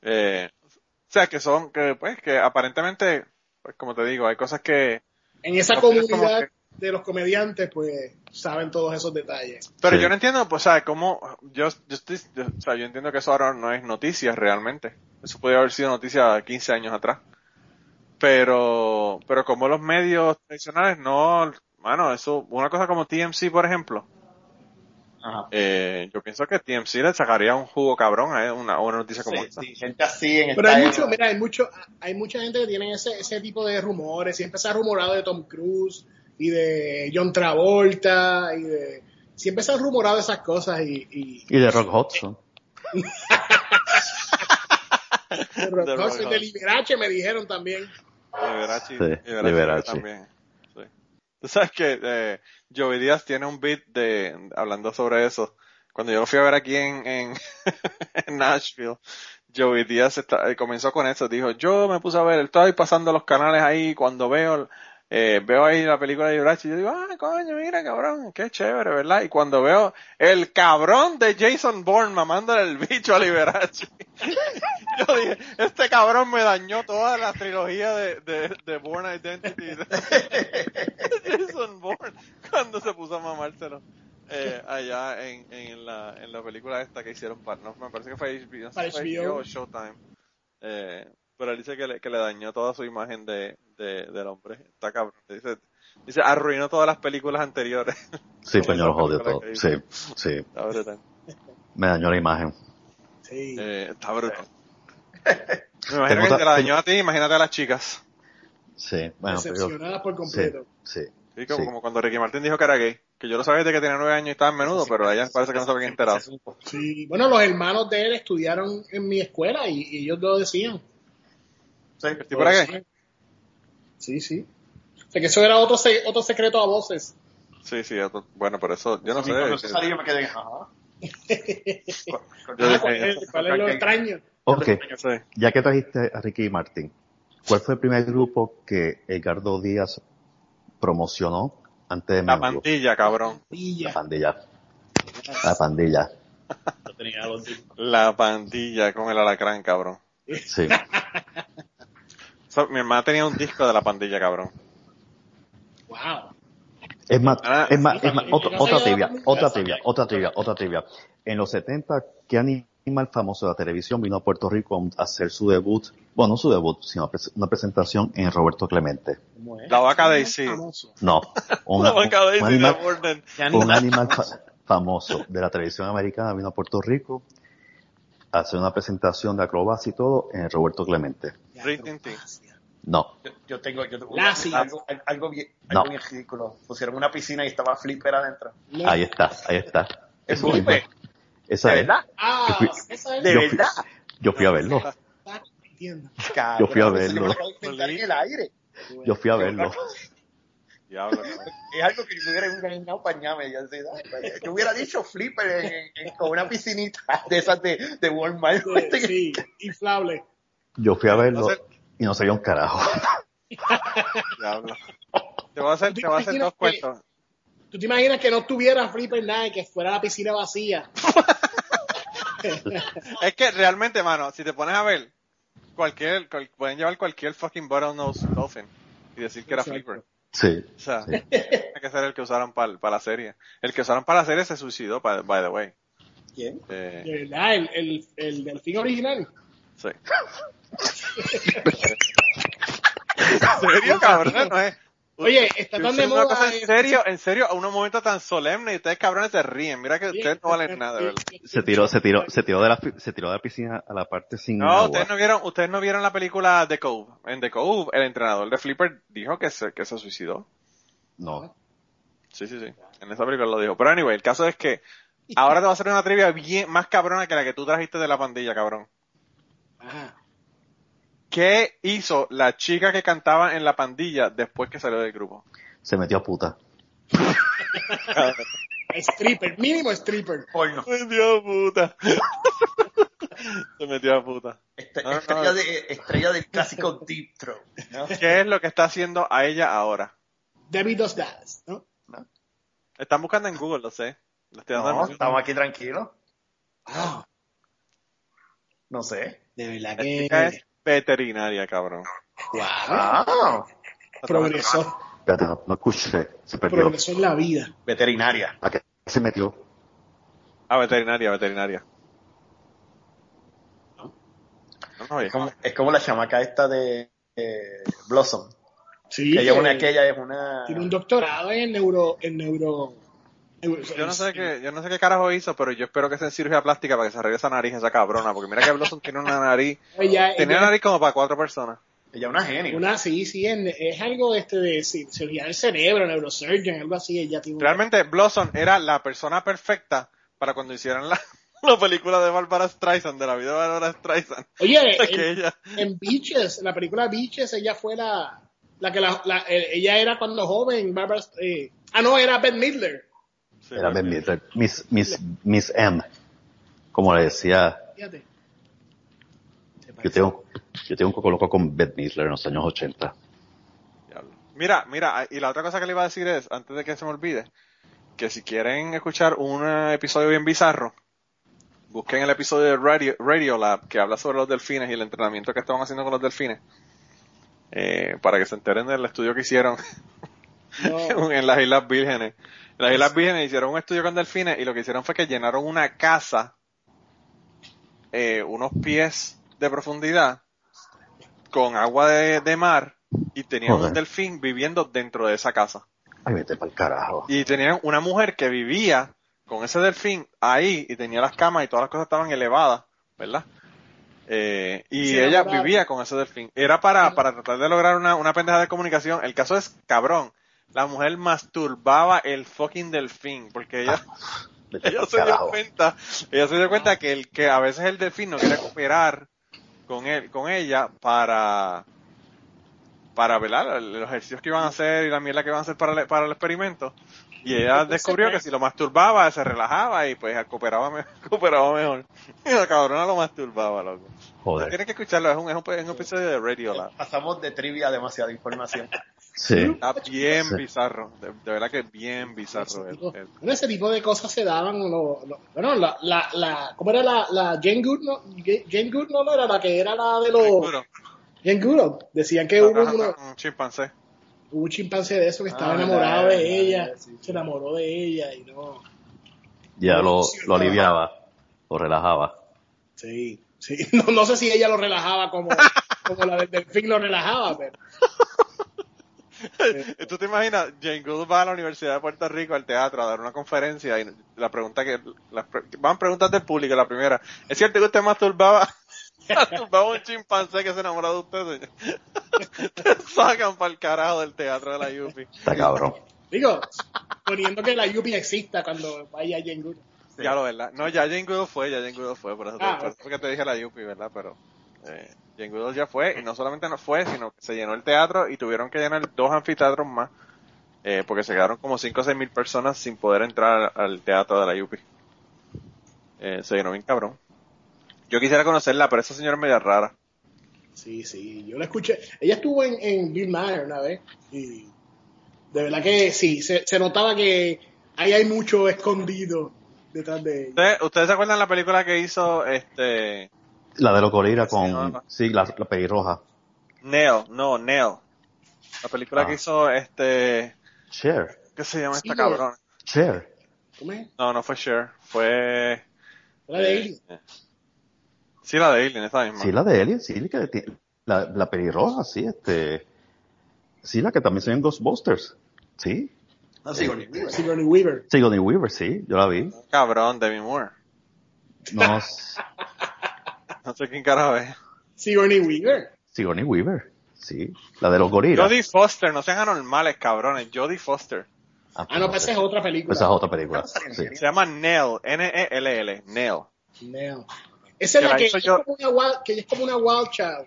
Eh, o sea, que son, que pues, que aparentemente, pues como te digo, hay cosas que...
En esa
No, pero es como
comunidad de los comediantes, pues saben todos esos detalles.
Pero
Sí.
yo no entiendo, pues, o sea, cómo, yo, yo estoy, yo- o sea, yo entiendo que eso ahora no es noticia realmente. Eso podría haber sido noticia 15 años atrás. Pero, pero como los medios tradicionales no, mano, eso, una cosa como TMC, por ejemplo,
Ajá.
eh, yo pienso que TMC le sacaría un jugo cabrón a una, una noticia como
Sí,
esta.
sí, gente así en
Pero
esta
hay mucho,
era.
mira, hay mucho, hay mucha gente que tiene ese, ese tipo de rumores. Siempre se ha rumorado de Tom Cruise y de John Travolta y de siempre se han rumorado esas cosas y, y-
Y de Rock Hudson.
de
De
Rock
Rock
Hudson y de
Hudson.
Liberace me dijeron también.
Liberace,
Sí,
Liberace
Liberace.
también. Sí. Tú sabes que eh, Joey Díaz tiene un beat de hablando sobre eso. Cuando yo lo fui a ver aquí en, en, en Nashville, Joey Díaz está- eh, comenzó con eso. Dijo, yo me puse a ver, estaba ahí pasando los canales ahí cuando veo eh, veo ahí la película de Liberace y yo digo, ah, coño, mira, cabrón, qué chévere, ¿verdad? Y cuando veo el cabrón de Jason Bourne mamándole el bicho a Liberace, yo dije, este cabrón me dañó toda la trilogía de, de, de Born Identity de Jason Bourne cuando se puso a mamárselo eh, allá en, en, la, en la película esta que hicieron para, no, me parece que fue HBO, no sé
Para
si fue
HBO.
o Showtime. Eh, pero él dice que le, que le dañó toda su imagen de, de, del hombre. Está cabrón. Dice, dice, arruinó todas las películas anteriores.
Sí,
Como
coño, lo
esa
jodió todo.
película
Sí,
que
sí.
Está brutal.
Me dañó la imagen.
Sí.
Eh, está brutal. Me
Tengo
imagino que
otra-
te la dañó a ti, imagínate a las chicas.
Sí, bueno, pero.
Decepcionadas por
Sí,
completo.
sí.
Sí, como,
Sí.
como cuando Ricky Martín dijo que era gay. Que yo lo sabía desde que tenía nueve años y estaba en menudo, pero ella parece que no se habían enterado.
Sí. Bueno, los hermanos de él estudiaron en mi escuela y, y ellos lo decían.
Sí.
¿El tipo era gay?
Sí, sí. O sea que eso era otro, se- otro secreto a voces.
Sí, sí, otro- bueno, por eso, yo no sé.
Cuando eso
que-
salió, yo me quedé, ajá.
Yo
Ah,
dije,
¿Cuál es, cuál es lo extraño?
Ok,
Sí.
ya que trajiste a Ricky Martin, ¿cuál fue el primer grupo que Edgardo Díaz promocionó antes de
La
Mengo?
pantilla, cabrón.
La pandilla. La pandilla.
Yo tenía los discos.
La pandilla con el alacrán, cabrón.
Sí.
O sea, mi hermana tenía un disco de la pandilla, cabrón.
Wow.
Es más,
Ah,
es más, es más,
también.
otra,
Yo
otra
sabía
trivia,
también.
otra trivia, otra trivia, otra trivia. En los 70, ¿qué animal famoso de la televisión vino a Puerto Rico a hacer su debut? Bueno, no su debut, sino pres- una presentación en Roberto Clemente.
¿Cómo es?
La vaca Daisy.
Famoso.
No, un,
La vaca
un- un
Daisy de
animal,
Borden.
un animal fa- famoso de la televisión americana vino a Puerto Rico a hacer una presentación de acrobacia y todo en Roberto Clemente.
Rin Tin Tin.
No,
Yo, yo tengo, yo tengo
Lassie.
algo, algo, bien,
No.
algo bien ridículo. Pusieron una piscina y estaba Flipper adentro.
No.
ahí está, ahí está.
¿Es
Eso mismo.
Flipper?
Esa
¿De
es.
verdad?
Ah, esa es
¿De
Yo fui-
verdad?
Yo fui a
Ah,
verlo.
la tienda.
Cabrón,
Yo fui a
pensé que
verlo.
me lo acabo de inventar en el aire.
Yo fui a verlo.
Diablo, cabrón.
Es algo que yo hubiera imaginado pañame. Yo, así, "Ah, pues, yo hubiera dicho Flipper en- en- en- con una piscinita de esas de, de Walmart.
Sí, sí, inflable.
Yo fui a verlo
Entonces-
y no sabía un carajo.
Diablo. Te voy a hacer, te voy a hacer dos cuentos.
¿Tú te imaginas que no tuviera Flipper Night, que fuera la piscina vacía?
Es que realmente, mano, si te pones a ver, cualquier, cual- pueden llevar cualquier fucking bottlenose dolphin y decir que era
Exacto.
Flipper.
Sí.
O sea, tiene que ser el que usaron para la serie. El que usaron para la serie se suicidó, by, by the way.
¿Quién?
Eh,
De verdad, el, el, el delfín original.
Sí. ¿En serio, cabrón? No es,
Oye, está tan
Ustedes
de
dicen una
moda.
cosa
eh,
en serio, en serio, a un momento tan solemne y ustedes cabrones se ríen. Mira que ustedes no valen nada, ¿verdad?
Se tiró, se tiró, se tiró de la, pi- se tiró de la piscina a la parte sin
No,
agua.
ustedes no vieron, ustedes no vieron la película The Cove. En The Cove, el entrenador de Flipper dijo que se, que se suicidó.
No.
Sí, sí, sí. En esa película lo dijo. Pero anyway, el caso es que ahora te va a hacer una trivia bien más cabrona que la que tú trajiste de la pandilla, cabrón.
Ajá.
¿Qué hizo la chica que cantaba en la pandilla después que salió del grupo?
Se metió a puta.
Stripper, mínimo stripper.
Porno.
Se metió a puta. se metió a puta.
Este-
No, no,
estrella,
no.
De, estrella del clásico Deep Throat. ¿no?
¿Qué es lo que está haciendo a ella ahora?
David Dos Dallas, ¿no?
Están buscando en Google, lo sé. Lo estoy dando
No,
emoción.
estamos aquí tranquilos.
Ah,
No sé.
de verdad
La
que.
chica es veterinaria, cabrón.
Wow.
Ah,
Progresó,
Espérate, no, no escuché. Se
Pues
perdió.
progresó en la vida.
veterinaria.
¿A qué se metió?
Ah, veterinaria, veterinaria. No, no,
Es
oye.
como, es como la chamaca esta de eh, Blossom.
Sí.
Que ella es
que
una, que ella es una...
Tiene un doctorado en neuro. En neuro
Yo no sé qué, yo no sé qué carajo hizo, pero yo espero que sea en cirugía plástica para que se arregle esa nariz, esa cabrona, porque mira que Blossom tiene una nariz,
Ella,
tiene una
ella-
nariz como para cuatro personas.
Ella es una genio.
una, sí, sí, en- es algo este de ci- cirugía del cerebro, neurosurgeon, algo así. Ella tiene un-
Realmente Blossom era la persona perfecta para cuando hicieran la, la película de Barbara Streisand, de la vida de Barbara Streisand.
Oye, en-
Que ella,
en Beaches, en la película Beaches, ella fue la, la que la, la- eh, ella era cuando joven, Barbara, eh, ah no, era Ben Midler.
Sí,
Era
porque-
Ben Midler. Miss, Miss, Miss M. Como le decía,
Fíjate. Se
yo
parece.
tengo, yo tengo un coco loco con Beth Midler en los años 80.
Diablo. Mira, mira, ah, y la otra cosa que le iba a decir es, antes de que se me olvide, que si quieren escuchar un eh, episodio bien bizarro, busquen el episodio de Radio, Radio Lab que habla sobre los delfines y el entrenamiento que estaban haciendo con los delfines, eh, para que se enteren del estudio que hicieron
No,
en las Islas Vírgenes. En las Islas Vírgenes hicieron un estudio con delfines y lo que hicieron fue que llenaron una casa, eh, unos pies de profundidad, con agua de, de mar y tenían
Joder.
un delfín viviendo dentro de esa casa.
Ay, vete pa'l carajo.
Y tenían una mujer que vivía con ese delfín ahí y tenía las camas y todas las cosas estaban elevadas, ¿verdad? Eh, y
Se
ella
enamoraron.
vivía con ese delfín. Era para, para tratar de lograr una, una pendeja de comunicación. El caso es cabrón. La mujer masturbaba el fucking delfín porque ella,
Vete
ella
pa'l
se dio
carajo.
cuenta, ella se dio cuenta que, el, que a veces el delfín no quiere cooperar con él, con ella para, para velar los ejercicios que iban a hacer y la mierda que iban a hacer para el, para el experimento. Y ella
Entonces,
descubrió que si lo masturbaba, se relajaba y pues cooperaba, me- cooperaba mejor. Y la cabrona lo masturbaba, loco.
Joder.
Tienes que escucharlo, es un, es un, es un episodio de Radio Lab.
Pasamos de trivia a demasiada información.
Sí.
Está bien
Sí.
bizarro, de, de verdad que es bien bizarro.
ese
el-
tipo-
el-
bueno, ese tipo de cosas se daban. lo- lo- bueno, la, la, la, ¿cómo era la, la Jane Goodall? Jane Goodall era la que era la de los.
Seguro,
Jane Goodall. Decían que
está
hubo uno-
trabajando con un chimpancé.
hubo un chimpancé de eso que estaba
Ah,
enamorado
verdad,
de
verdad,
ella,
sí, sí.
se enamoró de ella y no.
Ya lo, lo aliviaba. Lo relajaba.
Sí, sí. No, no sé si ella lo relajaba como, como la del delfín lo relajaba, pero.
¿Tú te imaginas? Jane Goodall va a la Universidad de Puerto Rico al teatro a dar una conferencia y la pregunta que... las pre- van preguntas del público, la primera. ¿Es cierto que usted masturbaba, masturbaba a un chimpancé que se enamoró de usted, señor? Te sacan para el carajo del teatro de la Yupi.
Está cabrón.
Digo, poniendo que la Yupi exista cuando vaya Jane Goodall.
Ya lo, ¿verdad? No, ya Jane Goodall fue, ya Jane Goodall fue, por eso, te-
Ah,
por eso fue que te dije la Yupi, ¿verdad? Pero eh, Jane Goodall ya fue, y no solamente no fue, sino que se llenó el teatro y tuvieron que llenar dos anfiteatros más, eh, porque se quedaron como 5 o 6 mil personas sin poder entrar al, al teatro de la Yupi. Eh, se llenó bien cabrón. Yo quisiera conocerla, pero esa señora es media rara.
Sí, sí, yo la escuché. Ella estuvo en, en Bill Maher una vez y de verdad que sí, se, se notaba que ahí hay mucho escondido detrás de ella.
¿Ustedes, ustedes se acuerdan la película que hizo este
La de Locolira
Sí, no, no.
con, sí, la, la pelirroja.
Neo? No, Neo. La película
Ah.
que hizo este...
Cher.
¿Qué se llama
Sí,
esta
yo-
cabrona?
Cher.
¿Cómo es?
No, no fue Cher, fue...
Era de
Eh,
Alien.
Sí, la de Alien, esa misma.
Sí, la de Alien, sí, que tiene- la, la pelirroja, sí, este. Sí, la que también se ve en Ghostbusters. Sí.
No, Sigourney Weaver.
Eh, Sigourney Weaver.
Sigourney Weaver, sí, yo la vi.
Cabrón, Demi Moore.
No, s-
No sé quién carajo es.
Sigourney Weaver.
Sigourney Weaver, sí. La de los gorilas.
Jodie Foster, no sean anormales, cabrones. Jodie Foster.
Ah, no, pues esa es otra Ah, película.
Esa es otra película. sí.
Se llama Nell, N-E-L-L, Nell.
No. Esa es
Que
la
la
que,
hizo
es
yo-
como una wild, que ella es como una wild child.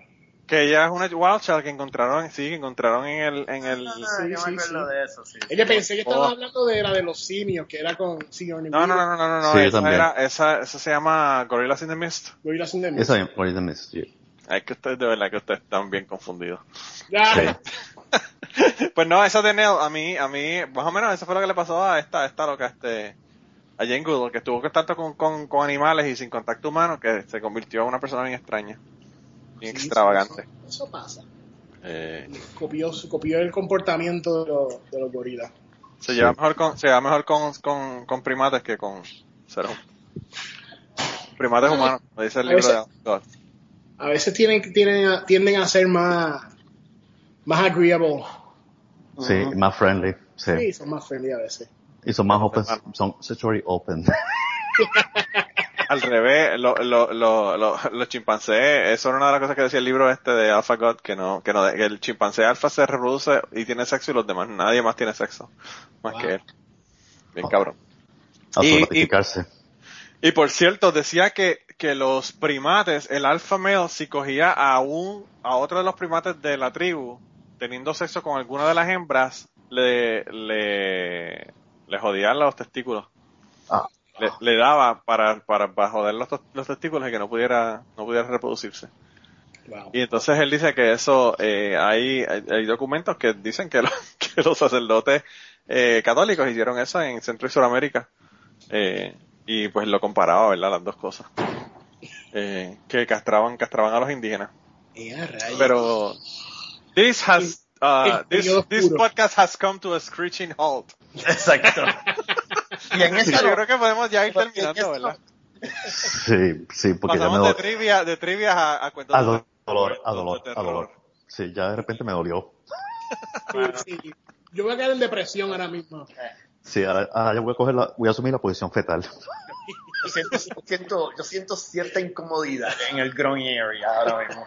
Que ella es una wild child que encontraron, sí, que encontraron en el, en el...
Ah, yo
sí,
me acuerdo
sí.
de eso, sí.
Ella pensé que estaba
Oh.
hablando de la de los simios, que era con Sigourney
No, no, no,
Weaver.
no, no, no,
Sí, yo
esa,
también.
era, esa, esa se llama Gorillas in the Mist.
Gorillaz in the Mist.
Esa es Gorilla's Miss, sí.
Es que ustedes, de verdad, que ustedes están bien confundidos.
Ya.
pues no, esa de Nell, a mí, a mí, más o menos eso fue lo que le pasó a esta, a esta loca, este, a Jane Goodall, que estuvo en contacto con, con, con animales y sin contacto humano, que se convirtió en una persona bien extraña, bien
Sí,
extravagante.
Eso, eso pasa.
Eh,
Copió, su- copió el comportamiento de los, de los gorilas.
se
Sí.
lleva mejor con, se lleva mejor con, con, con primates que con seres humanos. Primates humanos, como dice el
A
libro de
veces-
Alan Scott.
A veces tienen, tienen, a- tienden a ser más, más agreeable.
Sí, y más friendly. Sí.
Sí, son más friendly a veces.
Y son más open,
Hermano.
son sexually open.
Al revés, lo- lo- lo- lo- los chimpancés, eso era una de las cosas que decía el libro este de Alpha God, que no, que no, que el chimpancé alfa se reproduce y tiene sexo y los demás, nadie más tiene sexo, más
Wow.
que él. Bien
Wow.
cabrón.
A
Y- y-
solidificarse.
Y por cierto, decía que, que los primates, el alfa male, si cogía a un, a otro de los primates de la tribu, teniendo sexo con alguna de las hembras, le, le, le jodían los testículos.
Ah.
Le, le daba para, para, para joder los, tos- los testículos y que no pudiera, no pudiera reproducirse.
Wow.
Y entonces él dice que eso, eh, hay, hay- hay documentos que dicen que, los- que los sacerdotes eh, católicos hicieron eso en Centro y Sudamérica. Eh, y pues lo comparaba, ¿verdad? Las dos cosas. Eh, que castraban, castraban a los indígenas.
Ea, rayos.
Pero, this has, uh,
Qué
this,
periodo
this
oscuro.
podcast has come to a screeching halt.
Exacto. y en
Yo
esa
creo que podemos ya ir
Porque ya
terminando,
está.
¿verdad?
Sí, sí, porque ya me
Pasamos de
dolió.
trivia, de trivia a, a cuentos
A
de
do- dolor,
terror,
a dolor,
cuentos de
a dolor.
terror.
Sí, ya de repente me dolió.
Sí, sí. Yo voy a caer en depresión ahora mismo.
Sí, ahora, ahora yo voy a coger la, voy a asumir la posición fetal.
Yo siento, siento- yo siento cierta incomodidad en el groin area ahora mismo.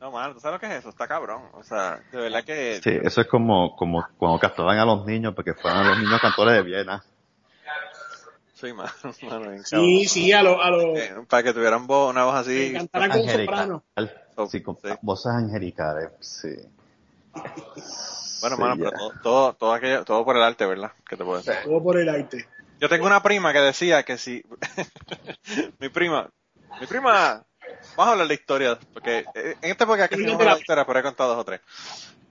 No, mano, ¿tú sabes lo que es eso? Está cabrón. O sea, de verdad que...
Sí, eso es como, como cuando castraban a los niños porque fueran los niños cantores de Viena.
Sí, mano, mano, bien
Sí, sí, a los. A los
cabrón. Eh, Para que tuvieran voz, una voz
que
así.
cantaran con soprano.
Angelical. Sí, con
Sí.
voces angelicales, sí.
Bueno,
Sí,
mano,
ya.
pero todo, todo, todo aquello, todo por el arte, ¿verdad? ¿Qué te puedo decir?
Todo por el arte.
Yo tengo una prima que decía que si... mi prima, mi prima... Vamos a hablar de historias, porque eh, en este podcast casi no hablo de historias, pero he contado dos o tres.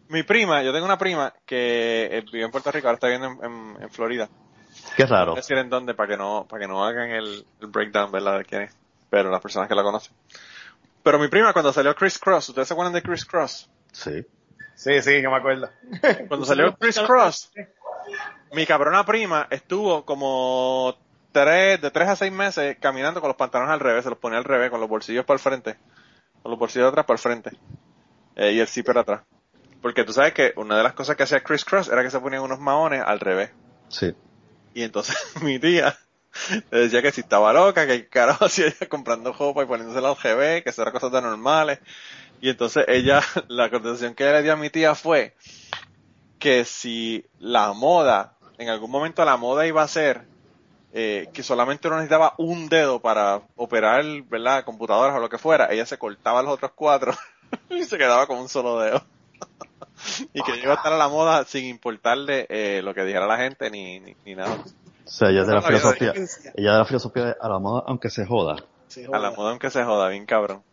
Mi prima, yo tengo una prima que eh, vive en Puerto Rico, ahora está viviendo en, en- en Florida.
Qué raro.
Voy a decir en dónde para que no, para que no hagan el, el breakdown, ¿verdad? De quién es. Pero las personas que la conocen. Pero mi prima cuando salió Chris Cross, ¿ustedes se acuerdan de Chris Cross?
Sí.
Sí, sí, que me acuerdo.
Cuando salió Chris Cross, mi cabrona prima estuvo como tres, de tres a seis meses caminando con los pantalones al revés, se los ponía al revés, con los bolsillos para el frente, con los bolsillos de atrás para el frente, eh, y el zipper atrás. Porque tú sabes que una de las cosas que hacía Chris Cross era que se ponían unos maones al revés.
Sí.
Y entonces mi tía le decía que si estaba loca, que qué carajo hacía ella comprando ropa y poniéndose la GB, que eso era cosas tan normales. Y entonces ella, la contestación que ella le dio a mi tía fue que si la moda, en algún momento la moda iba a ser eh, que solamente uno necesitaba un dedo para operar, ¿verdad?, computadoras o lo que fuera, ella se cortaba los otros cuatro y se quedaba con un solo dedo. y que iba a estar a la moda sin importarle eh, lo que dijera la gente ni, ni, ni nada.
O sea, ella es de la
No había
filosofía,
diferencia.
ella es de la filosofía de a la moda, aunque se joda.
Se
A la
joda.
moda aunque se joda, bien cabrón.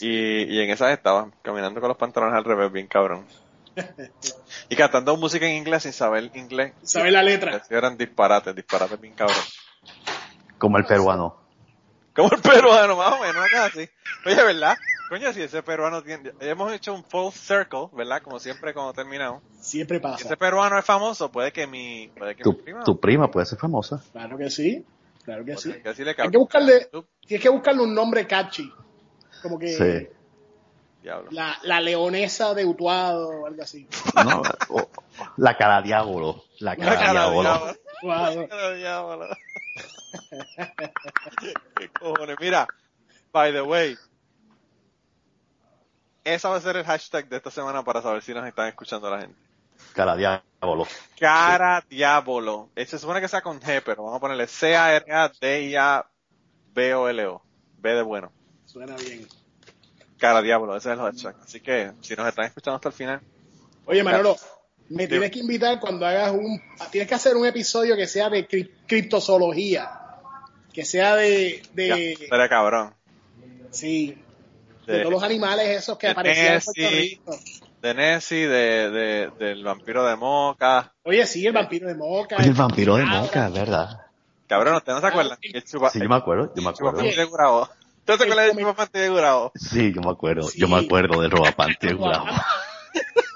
Y, y en esas estaba, caminando con los pantalones al revés, bien cabrón. Y cantando música en inglés sin saber inglés.
¿Sabes la letra?
Eso Eran disparates, disparates bien cabrón.
Como el peruano.
Como el peruano, más o menos, una cosa así. Oye, ¿verdad? Coño, si ese peruano tiene... Hemos hecho un full circle, ¿verdad? Como siempre cuando terminamos.
Siempre
Si
pasa.
ese peruano es famoso, puede que mi... Puede que mi
Tu,
prima...
tu prima puede ser famosa.
Claro que sí. Claro que sí.
Hay que decirle
Hay que
cabrón.
buscarle,
Tú-
tienes que buscarle un nombre catchy. Como que
Sí.
Diablo.
La, la leonesa de Utuado o algo así.
No, o- la cara diablo. La cara,
La cara de
diablo.
diablo.
Utuado.
Pero diablo. ¿Qué cojones? Mira, by the way, esa va a ser el hashtag de esta semana para saber si nos están escuchando la gente.
Cara diablo.
Cara diablo. Eh, Se supone que sea con G, pero vamos a ponerle C-A-R-A-D-I-A-B-O-L-O. B de bueno.
Suena bien.
Cara diablo, ese es el hashtag. Así que si nos están escuchando hasta el final,
Oye, Manolo, me
Dime.
tienes que invitar cuando hagas un. Tienes que hacer un episodio que sea de cri- criptozoología. Que sea de.
ya,
de
estaría cabrón.
sí. De,
De-
todos los animales esos que
de
aparecían en Puerto
Nessie.
Rico.
De Nessie, de, de, del vampiro de Moca.
Oye, sí, el vampiro de Moca.
Oye, el vampiro de
Cabra.
Moca, es verdad.
Cabrón, ¿usted no se acuerdan? El chupa-
Sí, yo me acuerdo, yo me acuerdo.
Chupapante de Gurabo. ¿Tú te acuerdas del
come-
chupapante de Gurabo?
Sí, yo me acuerdo,
Sí.
yo me acuerdo de Robapante.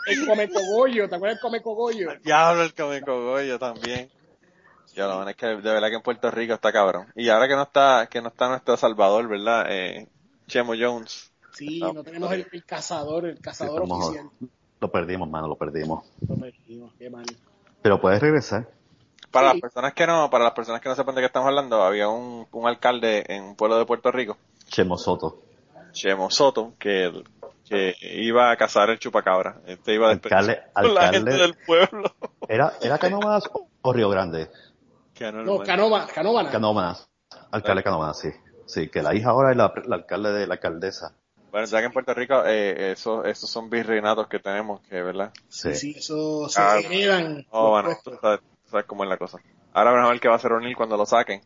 El come cogollo, ¿te acuerdas del come cogollo?
Diablo, el Comicogoyo también. Ya lo bueno es que de verdad que en Puerto Rico está cabrón. Y ahora que no está, que no está nuestro Salvador, ¿verdad? Eh, Chemo Jones.
Sí, no tenemos el, el cazador, el cazador oficial.
Lo perdimos, mano, lo perdimos.
No me digas, qué mal.
Pero puedes regresar.
Para
Sí.
las personas que no, para las personas que no sepan de qué estamos hablando, había un, un alcalde en un pueblo de Puerto Rico,
Chemo Soto,
Chemo Soto, que, que iba a cazar el chupacabra. Este iba a
Alcalde-
desperdiciar con la
alcalde-
gente del pueblo.
¿era, era Canomas o, o Río Grande?
Que no,
No, Canova, Canóvana.
Canomas,
Ah.
alcalde Canomas, sí. Sí, que la hija ahora es la, la alcalde de la alcaldesa.
Bueno, ya que en Puerto Rico eh, esos, esos son virreinatos que tenemos, que verdad.
Sí,
Sí.
sí, eso se
Ah,
heredan.
No,
los
bueno,
puestos.
tú sabes, tú sabes cómo es la cosa. Ahora van a ver que va a ser O'Neill cuando lo saquen.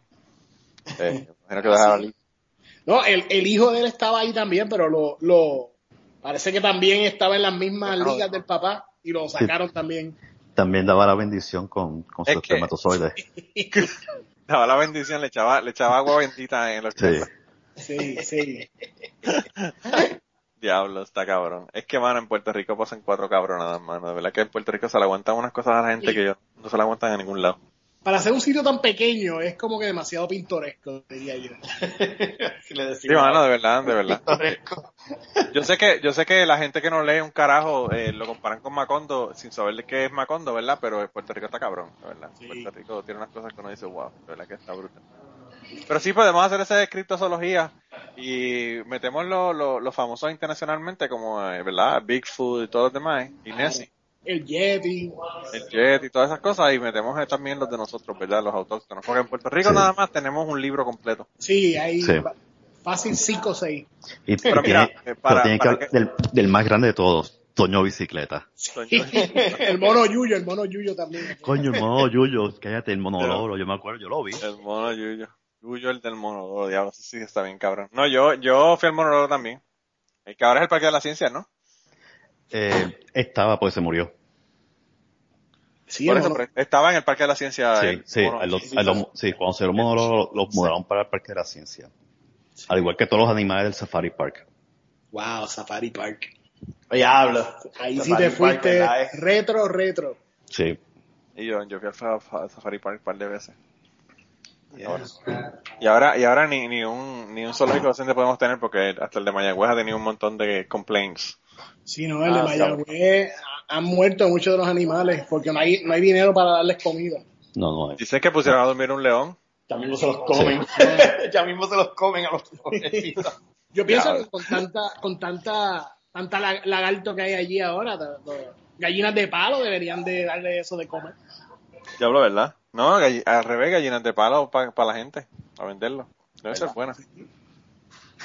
Eh, imagino que va a dejar a O'Neal.
No, el, el hijo de él estaba ahí también, pero lo, lo parece que también estaba en las mismas
Claro.
ligas del papá y lo sacaron también.
También daba la bendición con, con su
Es que-
espermatozoide.
Daba la bendición, le echaba, le echaba agua bendita en los
Sí.
Sí, sí.
Diablo, está cabrón. Es que, mano, en Puerto Rico pasan cuatro cabronadas, mano. De verdad que en Puerto Rico se le aguantan unas cosas a la gente que yo no se le aguantan a ningún lado.
Para ser un sitio tan pequeño es como que demasiado pintoresco, diría yo.
Si le
Sí,
decimos
mano, de verdad, de verdad.
pintoresco.
Yo sé que, yo sé que la gente que no lee un carajo eh, lo comparan con Macondo sin saber de qué es Macondo, ¿verdad? Pero Puerto Rico está cabrón, de verdad.
Sí.
Puerto Rico tiene unas cosas que uno dice, wow, de verdad que está brutal. Pero sí podemos hacer esa criptozoología y metemos lo- lo- los famosos internacionalmente como, eh, ¿verdad? Bigfoot y todos los demás, eh, y Nessie,
El Yeti.
el Jet y todas esas cosas y metemos eh, también los de nosotros, ¿verdad? Los autóctonos. Porque en Puerto Rico
Sí.
nada más tenemos un libro completo.
Sí, ahí
Sí.
va- fácil 5 o 6.
Y
Pero
tiene-
mira, eh,
pero
para-
tiene que
para
hablar
que-
del, del más grande de todos, Toño Bicicleta.
el mono Yuyo, el mono Yuyo también.
Coño, el mono Yuyo, cállate, el monodoro, yo me acuerdo, yo lo vi.
El mono Yuyo. Yuyo el del monodoro, diablo, ese sí que está bien cabrón. No, yo, yo fui al monodoro también. El que ahora es el Parque de la Ciencia, ¿no?
Eh, estaba, pues se murió.
Sí,
Por
el
eso,
mono-
pero estaba en el Parque de la Ciencia.
Sí,
Ah, el
sí,
mono.
a los- a los- sí, cuando se lo mudaron, los mudaron para el Parque de la Ciencia. Al igual que todos los animales del Safari Park.
Wow, Safari Park.
Oye, hablo.
Ahí sí
Safari
te
Park,
fuiste
¿verdad, eh?
retro, retro.
Sí.
Y yo, yo fui al fa- fa- Safari Park un par de veces. Y ahora- Y ahora, y ahora ni, ni un, ni un zoológico docente podemos tener porque hasta el de Mayagüez ha tenido un montón de complaints.
Sí, no, el
Ah,
de Mayagüez ha- han muerto muchos de los animales porque no hay, no hay dinero para darles comida.
No, no. eh.
Dicen que pusieron a dormir un león.
Ya mismo se los comen. ya mismo se los comen a los pobrecitos.
Yo pienso
Claro.
que con tanta, con tanta, tanta la- lagarto que hay allí ahora, ta- ta- gallinas de palo deberían de darle eso de comer.
Ya hablo, ¿verdad? No, galli- al revés, gallinas de palo para la gente, para venderlo. Debe ser buena.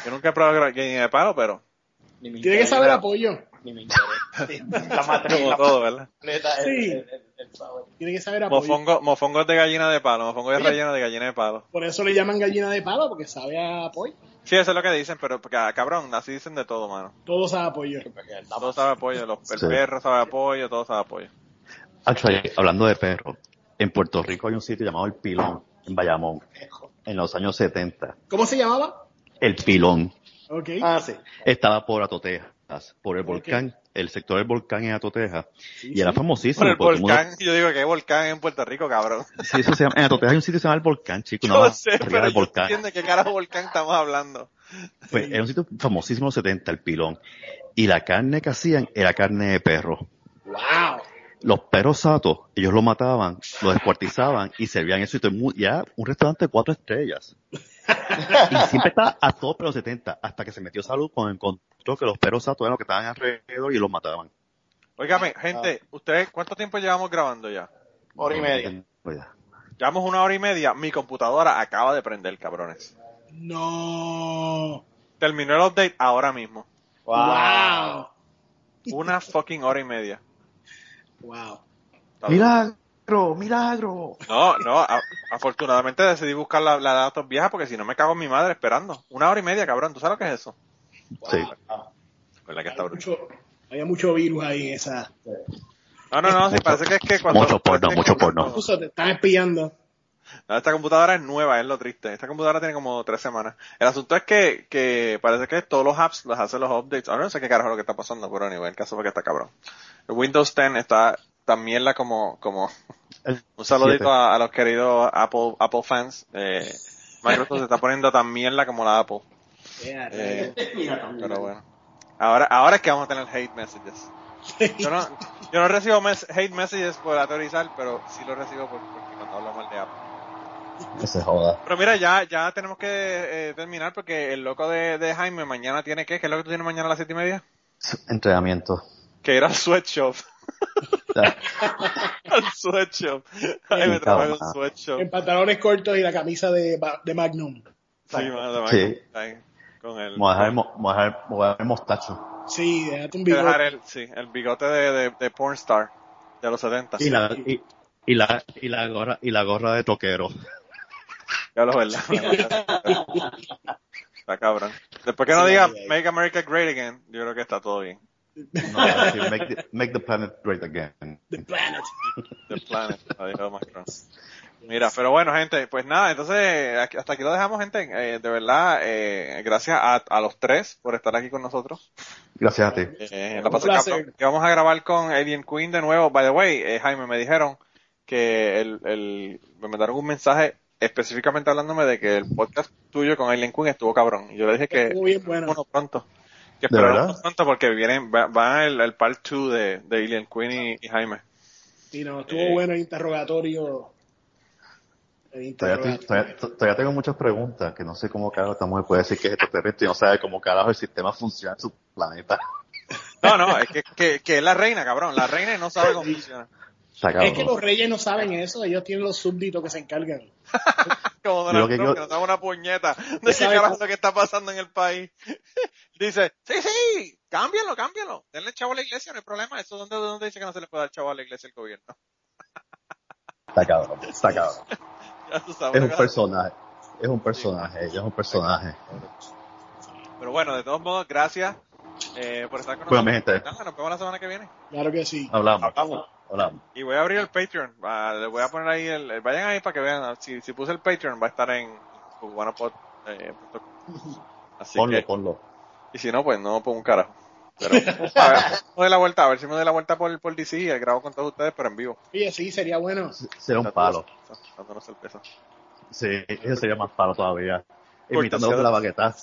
Yo nunca he probado gra- gallina de palo, pero
Ni me
Tiene que
interesa,
saber apoyo.
Ni me interesa. Sí, la matriz,
como
la
todo, ¿verdad?
completa, el-
Sí.
el- el- el sabor.
Tiene que saber apoyo.
Mofongo, mofongos de gallina de palo, mofongos de
Oye.
relleno de gallina de palo.
Por eso le llaman gallina de palo, porque sabe a apoyo.
Sí, eso es lo que dicen, pero ca- cabrón, así dicen de todo, mano.
Todo sabe a apoyo.
Todo sabe apoyo, los, el
Sí.
perro sabe apoyo, todo sabe apoyo.
Actually, hablando de perros, en Puerto Rico hay un sitio llamado El Pilón, en Bayamón, en los años 70.
¿Cómo se llamaba?
El Pilón
Ok.
Ah, sí.
estaba por Atoteas, por el volcán, el sector del volcán en Atoteja.
Sí,
y era
sí.
famosísimo.
Por el
porque todo el mundo-
volcán, yo digo que hay volcán en Puerto Rico, cabrón.
Sí, eso se llama- en Atoteja hay un sitio que se llama el volcán, chico.
yo
no
sé, pero yo no entiendo de qué carajo volcán estamos hablando.
Pues era un sitio famosísimo en los 70, el pilón. Y la carne que hacían era carne de perro.
¡Wow!
Los perros satos, ellos los mataban, los descuartizaban y servían eso. Y todo el mu- y era un restaurante de cuatro estrellas. Y siempre estaba a todos los 70, hasta que se metió salud cuando encontró que los perros satos eran los que estaban alrededor y los mataban.
Óigame, gente, ¿ustedes cuánto tiempo llevamos grabando ya?
Hora y media.
Oiga,
Llevamos una hora y media. Mi computadora acaba de prender, cabrones.
No.
Terminó el update ahora mismo.
Wow.
Una fucking hora y media.
Wow.
Está bien.
¡Milagro! ¡Milagro!
No, no, a- afortunadamente decidí buscar la, la datos vieja porque si no me cago en mi madre esperando. Una hora y media, cabrón, ¿tú sabes lo que es eso?
Sí.
¿Verdad que está brutal?
Había mucho, había mucho virus ahí en esa.
No, no, no, sí, parece que es que cuando...
Mucho porno,
parece que
mucho
cuando-
porno.
Incluso te están espiando.
No, esta computadora es nueva, es lo triste. Esta computadora tiene como tres semanas. El asunto es que, que parece que todos los apps los hacen los updates. Ahora no sé qué carajo es lo que está pasando, pero anyway, el caso fue que está cabrón. El Windows 10 está también la como, como,
El
un saludito
siete.
a, a los queridos Apple, Apple fans. Eh, Microsoft se está poniendo tan mierda como la Apple.
Yeah,
Eh,
Mira, también.
Pero bueno. Ahora, ahora es que vamos a tener hate messages. Yo no, yo no recibo mes- hate messages por aterrizar, pero sí lo recibo por- porque cuando hablo mal de Apple.
Que se joda.
Pero mira, ya, ya tenemos que eh, terminar porque el loco de, de Jaime mañana tiene que, ¿qué es lo que tú tienes mañana a las siete y media?
Entrenamiento.
Que ir al sweatshop.
Ya.
al sweatshop. Ay, me trabajo en un
En
sweatshop.
pantalones cortos y la camisa de, ba- de Magnum.
Sí, mano, te va a
Sí.
contar Con el,
Vamos a dejar el mo- vamos a dejar- vamos a dejar el mostacho.
Sí, déjate un
Hay que dejar
bigote.
el, sí, el bigote de, de, de pornstar de los 70.
Y la, y, y la, y la gorra, y la gorra de toquero.
Ya lo verdad. está cabrón. Después que no
Sí,
diga
ahí, ahí.
Make America Great Again, yo creo que está todo bien.
No, sí, make, the, make the planet great again.
The Planet.
The Planet, lo dijo Macron. Mira, pero bueno, gente, pues nada, entonces aquí- hasta aquí lo dejamos, gente. Eh, de verdad, eh, gracias a, a los tres por estar aquí con nosotros.
Gracias a ti.
Eh, la
Un
pasé
placer.
cabrón. Y vamos a grabar con Alien Queen de nuevo. By the way, eh, Jaime, me dijeron que el, el- me mandaron un mensaje específicamente hablándome de que el podcast tuyo con Alien Queen estuvo cabrón. Y yo le dije que
Estuvo bien bueno.
uno pronto. Que
¿De
esperamos
verdad?
pronto porque vienen, va- van el, el part 2 de, de Alien Queen y- y Jaime.
Sí, no, estuvo
Eh.
bueno el interrogatorio. El
Todavía,
interrogatorio.
te- todavía- todavía tengo muchas preguntas que no sé cómo carajo esta mujer puede decir que es extraterrestre y no sabe cómo carajo el sistema funciona en su planeta.
No, no, es que, que, que es la reina, cabrón. La reina y no sabe cómo funciona.
Está cabrón.
Es que los reyes no saben eso, ellos tienen los súbditos que se encargan.
Como
Lo
Donald
que
Trump,
yo-
que no sabe una puñeta de qué
sabe
carajo es
cómo-
lo que está pasando en el país. Dice, sí, sí, cámbialo, cámbialo. Denle chavo a la iglesia, no hay problema. Eso donde, donde dice que no se le puede dar chavo a la iglesia el gobierno.
Está cabrón. Está cabrón.
Ya tú sabes
Es
lo
un
que
personaje. Es un personaje. Ella es un personaje.
Pero bueno, de todos modos, gracias eh, por estar con
Bueno,
nosotros.
mi gente.
Nada, nos vemos la semana que viene.
Claro que sí.
Hablamos. Hablamos.
Y voy a abrir el Patreon. Va, le voy a poner ahí el, el- Vayan ahí para que vean. Si, si puse el Patreon, va a estar en cubanopod.com. Así
Ponlo,
que-
ponlo.
Y si no, pues no, pues un carajo. Pero, a ver, me doy la vuelta, a ver si me doy la vuelta por, por DC y grabo con todos ustedes, pero en vivo.
Oye, sí, sería bueno.
Será un palo.
Dándonos sorpresa.
Sí, eso sería más palo todavía.
Cortesía
Imitando
de-
la baqueta.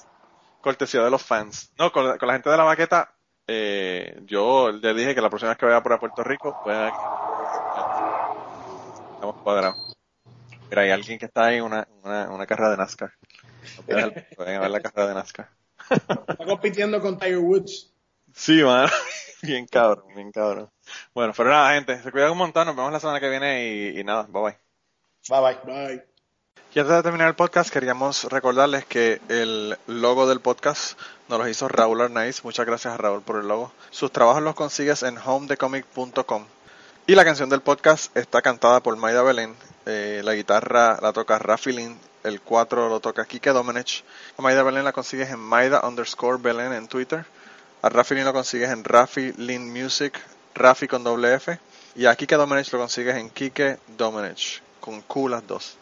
Cortesía de los fans. No, con, con la gente de la baqueta, eh, yo le dije que la próxima vez que vaya por Puerto Rico, pues aquí. Estamos cuadrados. Mira, hay alguien que está ahí en una, una, una carrera de NASCAR. No pueden ver- pueden ver la carrera de NASCAR.
Está compitiendo con Tiger Woods.
Sí, man. Bien cabrón, bien cabrón. Bueno, pero nada, gente, se cuidan un montón, nos vemos la semana que viene y, y nada, bye bye.
Bye bye.
Bye.
Y antes de terminar el podcast, queríamos recordarles que el logo del podcast nos lo hizo Raúl Arnaiz. Muchas gracias a Raúl por el logo. Sus trabajos los consigues en homedecomic.com. Y la canción del podcast está cantada por Maida Belén. Eh, la guitarra la toca Rafi Lin. El 4 lo toca Kike Domenech. A Maida Belén la consigues en Maida underscore Belén en Twitter. A Rafi Lin lo consigues en Rafi Lin Music. Rafi con doble F. Y a Kike Domenech lo consigues en Kike Domenech. Con Q las dos.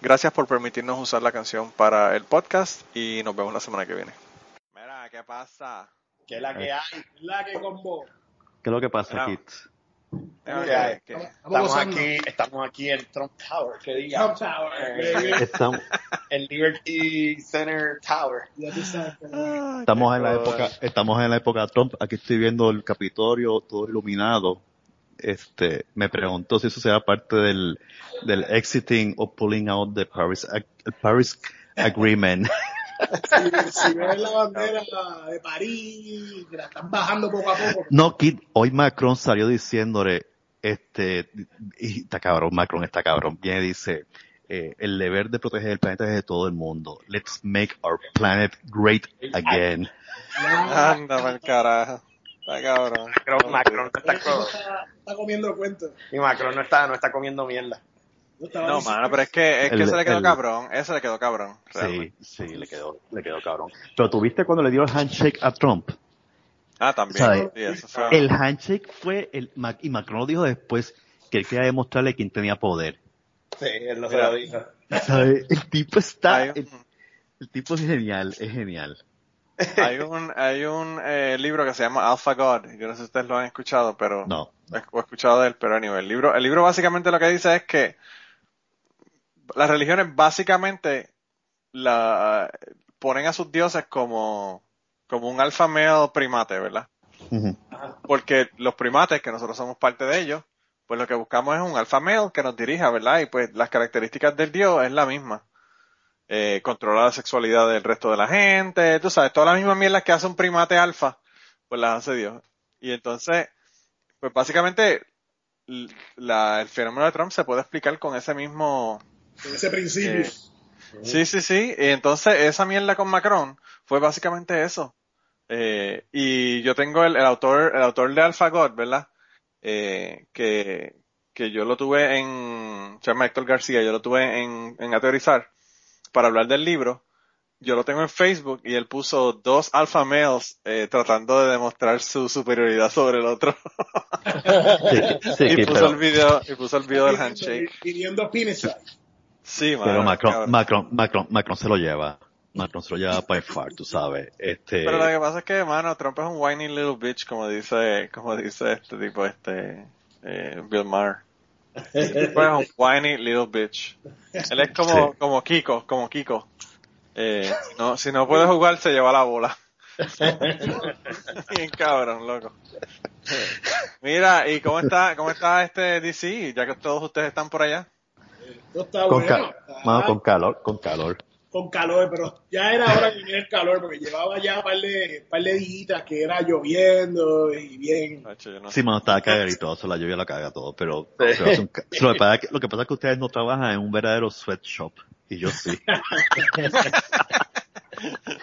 Gracias por permitirnos usar la canción para el podcast y nos vemos la semana que viene. Mira, ¿qué pasa?
Eh.
Que es la que hay.
La que con vos.
¿Qué es lo que pasa,
Bravo.
Kit?
Déjame
¿Qué hay?
ver, que-
Estamos
gozando.
aquí, estamos aquí en Trump Tower, que diga.
Trump Tower.
Eh,
Estamos,
en Liberty Center Tower.
Ya tú sabes. pero-
estamos en la
Qué cosa.
época, estamos en la época de Trump. Aquí estoy viendo el Capitolio todo iluminado. Este, me preguntó si eso será parte del, del exiting o pulling out de Paris, Ag- el Paris Agreement.
Si, si ves la bandera de París, que la están bajando poco a poco.
No, Kid, hoy Macron salió diciéndole, este, y está cabrón, Macron está cabrón, viene y dice, eh, el deber de proteger el planeta es de todo el mundo. Let's make our planet great again.
Anda, mal carajo. Está cabrón.
Macron, Macron no está,
Eso
co-
está, está comiendo cuentos.
y Macron no está, no está comiendo mierda.
Yo estaba
No,
diciendo-
mano, pero es que, es que
El-
se le quedó
el-
cabrón. Eso le quedó cabrón. realmente.
Sí, sí, le quedó, le quedó cabrón. Pero tuviste cuando le dio el handshake a Trump.
Ah,
¿Sabe?
también. Sí, eso fue.
El handshake fue el, Mac- y Macron lo dijo después que él quería demostrarle quién tenía poder.
Sí, él no se
Mira.
lo dijo.
¿Sabe? El tipo está,
Hay
el,
un,
el tipo es genial, es genial.
hay un, hay un, eh, libro que se llama Alpha God. Yo no sé si ustedes lo han escuchado, pero.
No.
o he escuchado de él, pero anyway, el libro, el libro básicamente lo que dice es que las religiones básicamente la ponen a sus dioses como, como un alfa male primate, ¿verdad?
Ujú.
Porque los primates, que nosotros somos parte de ellos, pues lo que buscamos es un alfa male que nos dirija, ¿verdad? Y pues las características del dios es la misma. Eh, controlar la sexualidad del resto de la gente, tú sabes, todas las mismas mierdas que hace un primate alfa, pues las hace Dios. Y entonces, pues básicamente l- la- el fenómeno de Trump se puede explicar con ese mismo...
con ese principio.
Eh, Sí, sí, sí. Y entonces esa mierda con Macron fue básicamente eso. Eh, y yo tengo el, el autor el autor de AlphaGod, ¿verdad? Eh, que, que yo lo tuve en... Se llama Héctor García, yo lo tuve en, en Ateorizar para hablar del libro. Yo lo tengo en Facebook y él puso dos alfa males eh, tratando de demostrar su superioridad sobre el otro.
Sí, sí,
y, pues
Kid,
puso
pero-
el video, y puso el video del handshake.
Pidiendo pizza.
Sí, mano,
Pero Macron,
cabrón.
Macron, Macron, Macron se lo lleva. Macron se lo lleva by far, tú sabes. Este,
Pero lo que pasa es que, mano, Trump es un whiny little bitch, como dice, como dice este tipo, este, eh, Bill Maher. Trump es un whiny little bitch. Él es como,
Sí.
como Kiko, como Kiko. Eh, no, si no puede jugar, se lleva la bola. Bien cabrón, loco. Mira, ¿y cómo está, cómo está este DC? Ya que todos ustedes están por allá.
No está
con,
bueno.
ca-
está
Ah.
mano, con calor, con calor.
con calor, pero ya era hora que viniera el calor, porque llevaba ya un par de, par de días que era lloviendo y bien.
Nacho, yo no
Sí,
sé.
mano, estaba cagadito, la lluvia la caga todo, pero, pero hace un ca- lo, que pasa es que, lo que pasa es que ustedes no trabajan en un verdadero sweatshop, y yo sí.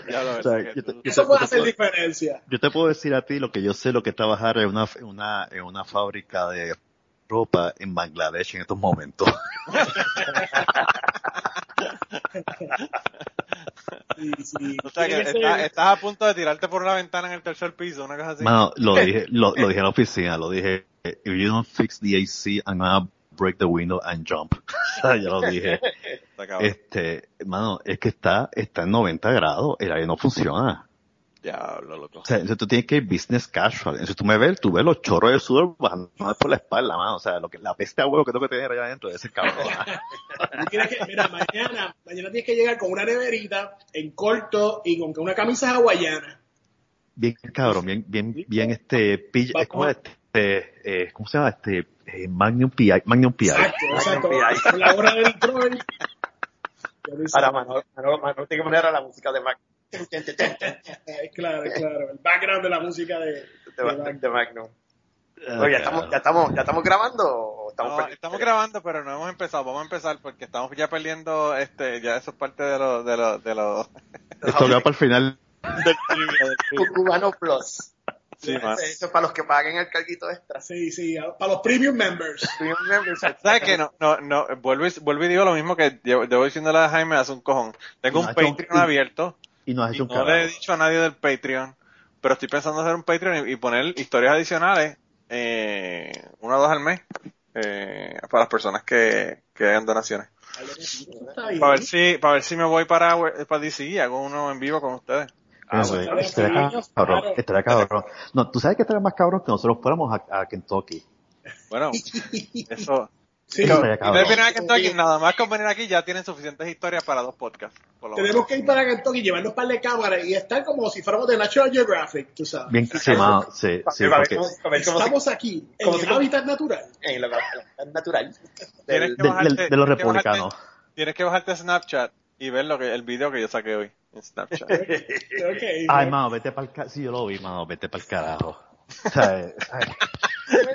Ya lo
O sea,
ves, que
yo,
tú-
te, yo te-
Eso puede
yo te
hacer
puedo,
diferencia.
yo te puedo decir a ti lo que yo sé, lo que es trabajar en una, en una, en una fábrica de ropa en Bangladesh en estos momentos.
Y si
O sea, que
quieres
está-
ser-
estás a punto de tirarte por una ventana en el tercer piso, una cosa así.
Mano, lo dije, lo, lo dije en la oficina, lo dije, if you don't fix the AC, I'm gonna break the window and jump. ya lo dije.
Está cabrón.
Este, mano, es que está, está en 90 grados, el aire no funciona.
Diablo, loco.
O sea, entonces tú tienes que ir business casual. Entonces tú me ves, tú ves los chorros de sudor bajando por la espalda, mano. O sea, lo que, la peste a huevo que tengo que tener allá adentro de ese cabrón.
tú quieres que- mira, mañana, mañana tienes que llegar con una neverita en corto y con que una camisa hawaiana.
Bien cabrón, bien, bien, bien este, pilla, es como este, eh, ¿cómo se llama? Este, eh, Magnum PI, Magnum PI.
Exacto, exacto.
Ay,
Con la hora de Detroit. Ya lo hice.
Ahora, Manolo, Manolo, Manolo tiene que poner a la música de Mac.
Eh, Claro, claro. El background de la música de,
De,
de-
Ma- de Magnum. Oye, ya estamos, ya estamos, ya estamos grabando o estamos
No,
perdiendo?
Ah, estamos grabando, pero no hemos empezado. Vamos a empezar porque estamos ya perdiendo, este, ya eso es parte de los, de los, de los.
Esto va para el final.
Cubano Plus.
Sí, man.
Ese- Eso es para los que paguen el carguito extra. pues,
Sí, sí, a- para los premium members.
Premium members.
¿Sabes qué? No, no, no, vuelvo y, vuelvo y digo lo mismo que llevo, llevo diciéndole a Jaime hace un cojón. Tengo un
Nacho,
Patreon
y-
abierto
Y nos has
y
hecho un
no le he
carajo.
dicho a nadie del Patreon, pero estoy pensando hacer un Patreon y, y poner historias adicionales, eh, una o dos al mes, eh, para las personas que, que hagan donaciones.
Eso está bien.
Para ver si, para ver si me voy para, para DC y hago uno en vivo con ustedes.
Ah,
Eso,
bueno.
estaría
Claro.
este cabrón, estaría cabrón. No, tú sabes que estaría más cabrón que nosotros fuéramos a, a Kentucky.
Bueno, eso.
Sí.
Eso estaría
Y no
cabrón.
vienen a Kentucky, nada más con venir aquí ya tienen suficientes historias para dos podcasts. por lo
Tenemos
menos.
que ir para Kentucky, llevarnos un par de cámaras y estar como si fuéramos de National Geographic, tú sabes.
Bien quemado, sí,
Para
sí,
ver
porque
cómo- para ver cómo se- eh,
Estamos aquí, en
como
el
si-
hábitat natural.
en la, la- la natural.
Tienes
de,
que
de-
bajarte-
de- de los
tienes que bajarte-
republicanos.
Tienes que bajarte a Snapchat y ver lo que, el video que yo saqué hoy en Snapchat.
Ok.
Ay, mano, vete para el carajo. Sí, yo lo vi, mano, vete para el carajo. O sea, eh,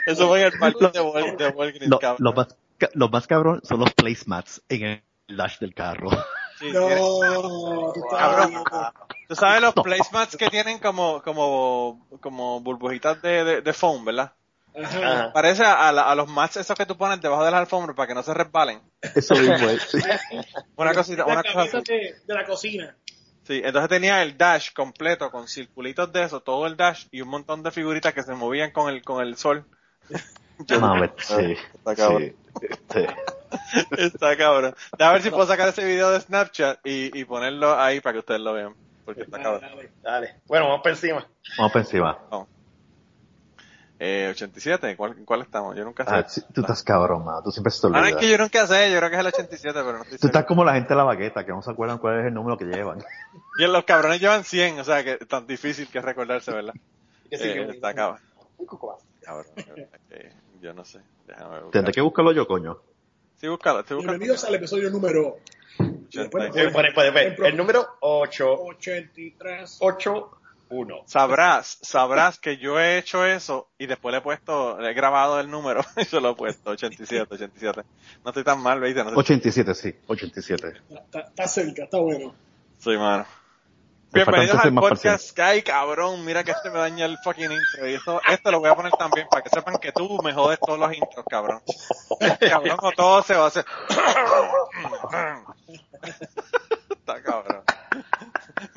Eso fue en el parque de, Wal- de Walgreens,
lo,
cabrón.
lo más, ca- lo más cabrón son los placemats en el dash del carro.
Sí, tienes-
no, tú estás
Cabrón.
loco.
Tú sabes los placemats que tienen como, como, como burbujitas de, de, de foam, ¿verdad?
Ajá.
Parece a, la- a los mats esos que tú pones debajo de las alfombras para que no se resbalen.
Eso mismo es. sí.
Una cosita,
La
una cosa
cabeza
así.
de, de la cocina.
Sí, entonces tenía el dash completo con circulitos de eso, todo el dash y un montón de figuritas que se movían con el, con el sol.
Mano, vete- sí,
Está cabrón.
sí, este, sí.
Está cabrón. A ver si puedo sacar ese video de Snapchat y, y ponerlo ahí para que ustedes lo vean. Porque está
Dale,
cabrón.
dale.
Dale. Bueno, vamos para encima.
Vamos para encima.
Eh, 87, ¿cuál, en ¿cuál estamos? Yo nunca sé.
Ah, sí, tú estás cabrón, mano. Tú siempre se te
Ah, no, es
olvidas.
que yo nunca sé, yo creo que es el 87, pero no estoy
Tú estás
seguro.
como la gente de la bagueta, que no se acuerdan cuál es el número que llevan.
Y los cabrones llevan 100, o sea, que es tan difícil que es recordarse, ¿verdad?
Que sí,
Eh,
que-
está cabrón.
Un cuco más.
Cabrón, eh, yo no sé. Déjame buscar.
Tendré que buscarlo yo, coño.
Sí, búscalo, estoy buscando.
Bienvenidos al episodio número Bueno,
Sí, puede- puede ver. El número 8.
83.
8. 1.
Sabrás, sabrás que yo he hecho eso y después le he puesto, le he grabado el número y se lo he puesto, 87, 87. No estoy tan mal, ¿viste? No sé.
87, sí, 87.
Está, está cerca, está bueno.
Soy mano.
Me faltan
Bienvenidos
que soy
al
más
podcast Sky, cabrón. Mira que este me daña el fucking intro. Y eso, esto lo voy a poner también para que sepan que tú me jodes todos los intros, cabrón. Cabrón, o todo se va a hacer. Está cabrón.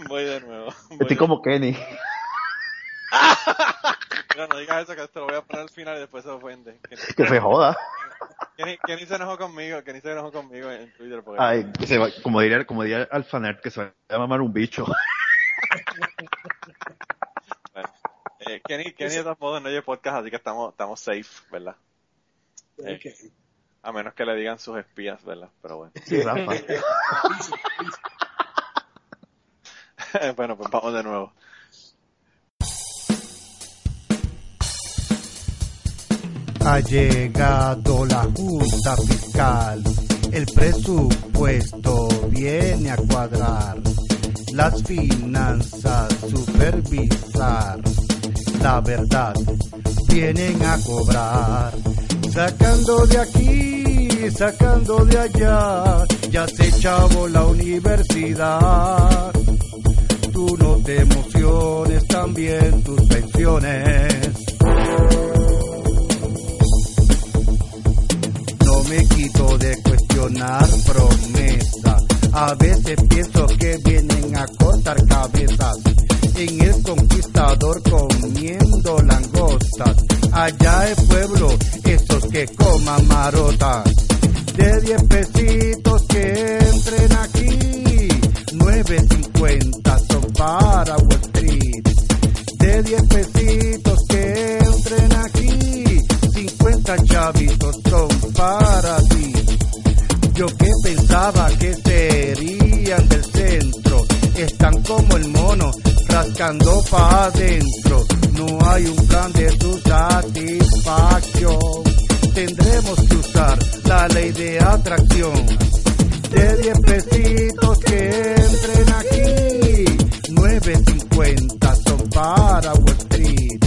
Voy de nuevo. voy de
Estoy como Kenny.
Mira, no digas eso que esto lo voy a poner al final y después se ofende. Kenny-
Que se joda.
Kenny Kenny se enojó conmigo, Kenny se enojó conmigo en Twitter. Porque...
Ay, que se va, como diría, como diría Alfanet, que se va a mamar un bicho.
Bueno, eh, Kenny, Kenny de todos modos no oye podcast, así que estamos, estamos safe, ¿verdad? Eh,
Ok.
A menos que le digan sus espías, ¿verdad? Pero bueno.
Sí, Rafa.
bueno, pues vamos de nuevo.
Ha llegado la junta fiscal, el presupuesto viene a cuadrar, las finanzas supervisar, la verdad vienen a cobrar, sacando de aquí, sacando de allá, ya se chavo la universidad. Tú no te emociones, también tus pensiones. No me quito de cuestionar promesa. A veces pienso que vienen a cortar cabezas. En el conquistador comiendo langostas. Allá el pueblo, esos que coman marotas. De 10 pesitos que entren aquí. 9.50 son para Wall Street. De 10 pesitos que entren aquí, 50 chavitos son para ti. Yo que pensaba que serían del centro, están como el mono, rascando para adentro. No hay un plan de su satisfacción. Tendremos que usar la ley de atracción de 10 pesitos que entren aquí. 9.50 son para Wall Street.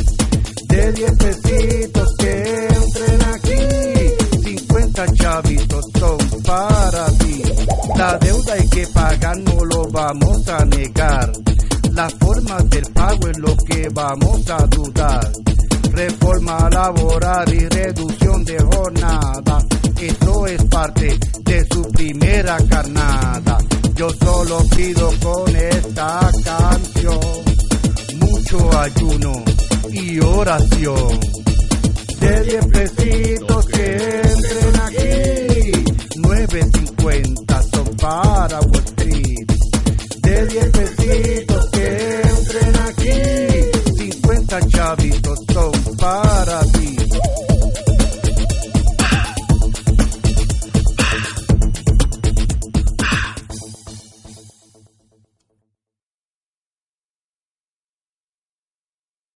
De 10 pesitos que entren aquí. 50 chavitos son para ti. La deuda hay que pagar, no lo vamos a negar. La forma del pago es lo que vamos a dudar. Reforma laboral y reducción de jornada. Esto es parte de su primera carnada. Yo solo pido con esta canción mucho ayuno y oración. De 10 pesitos que entren aquí, 9.50 son para Wall Street. De 10 pesitos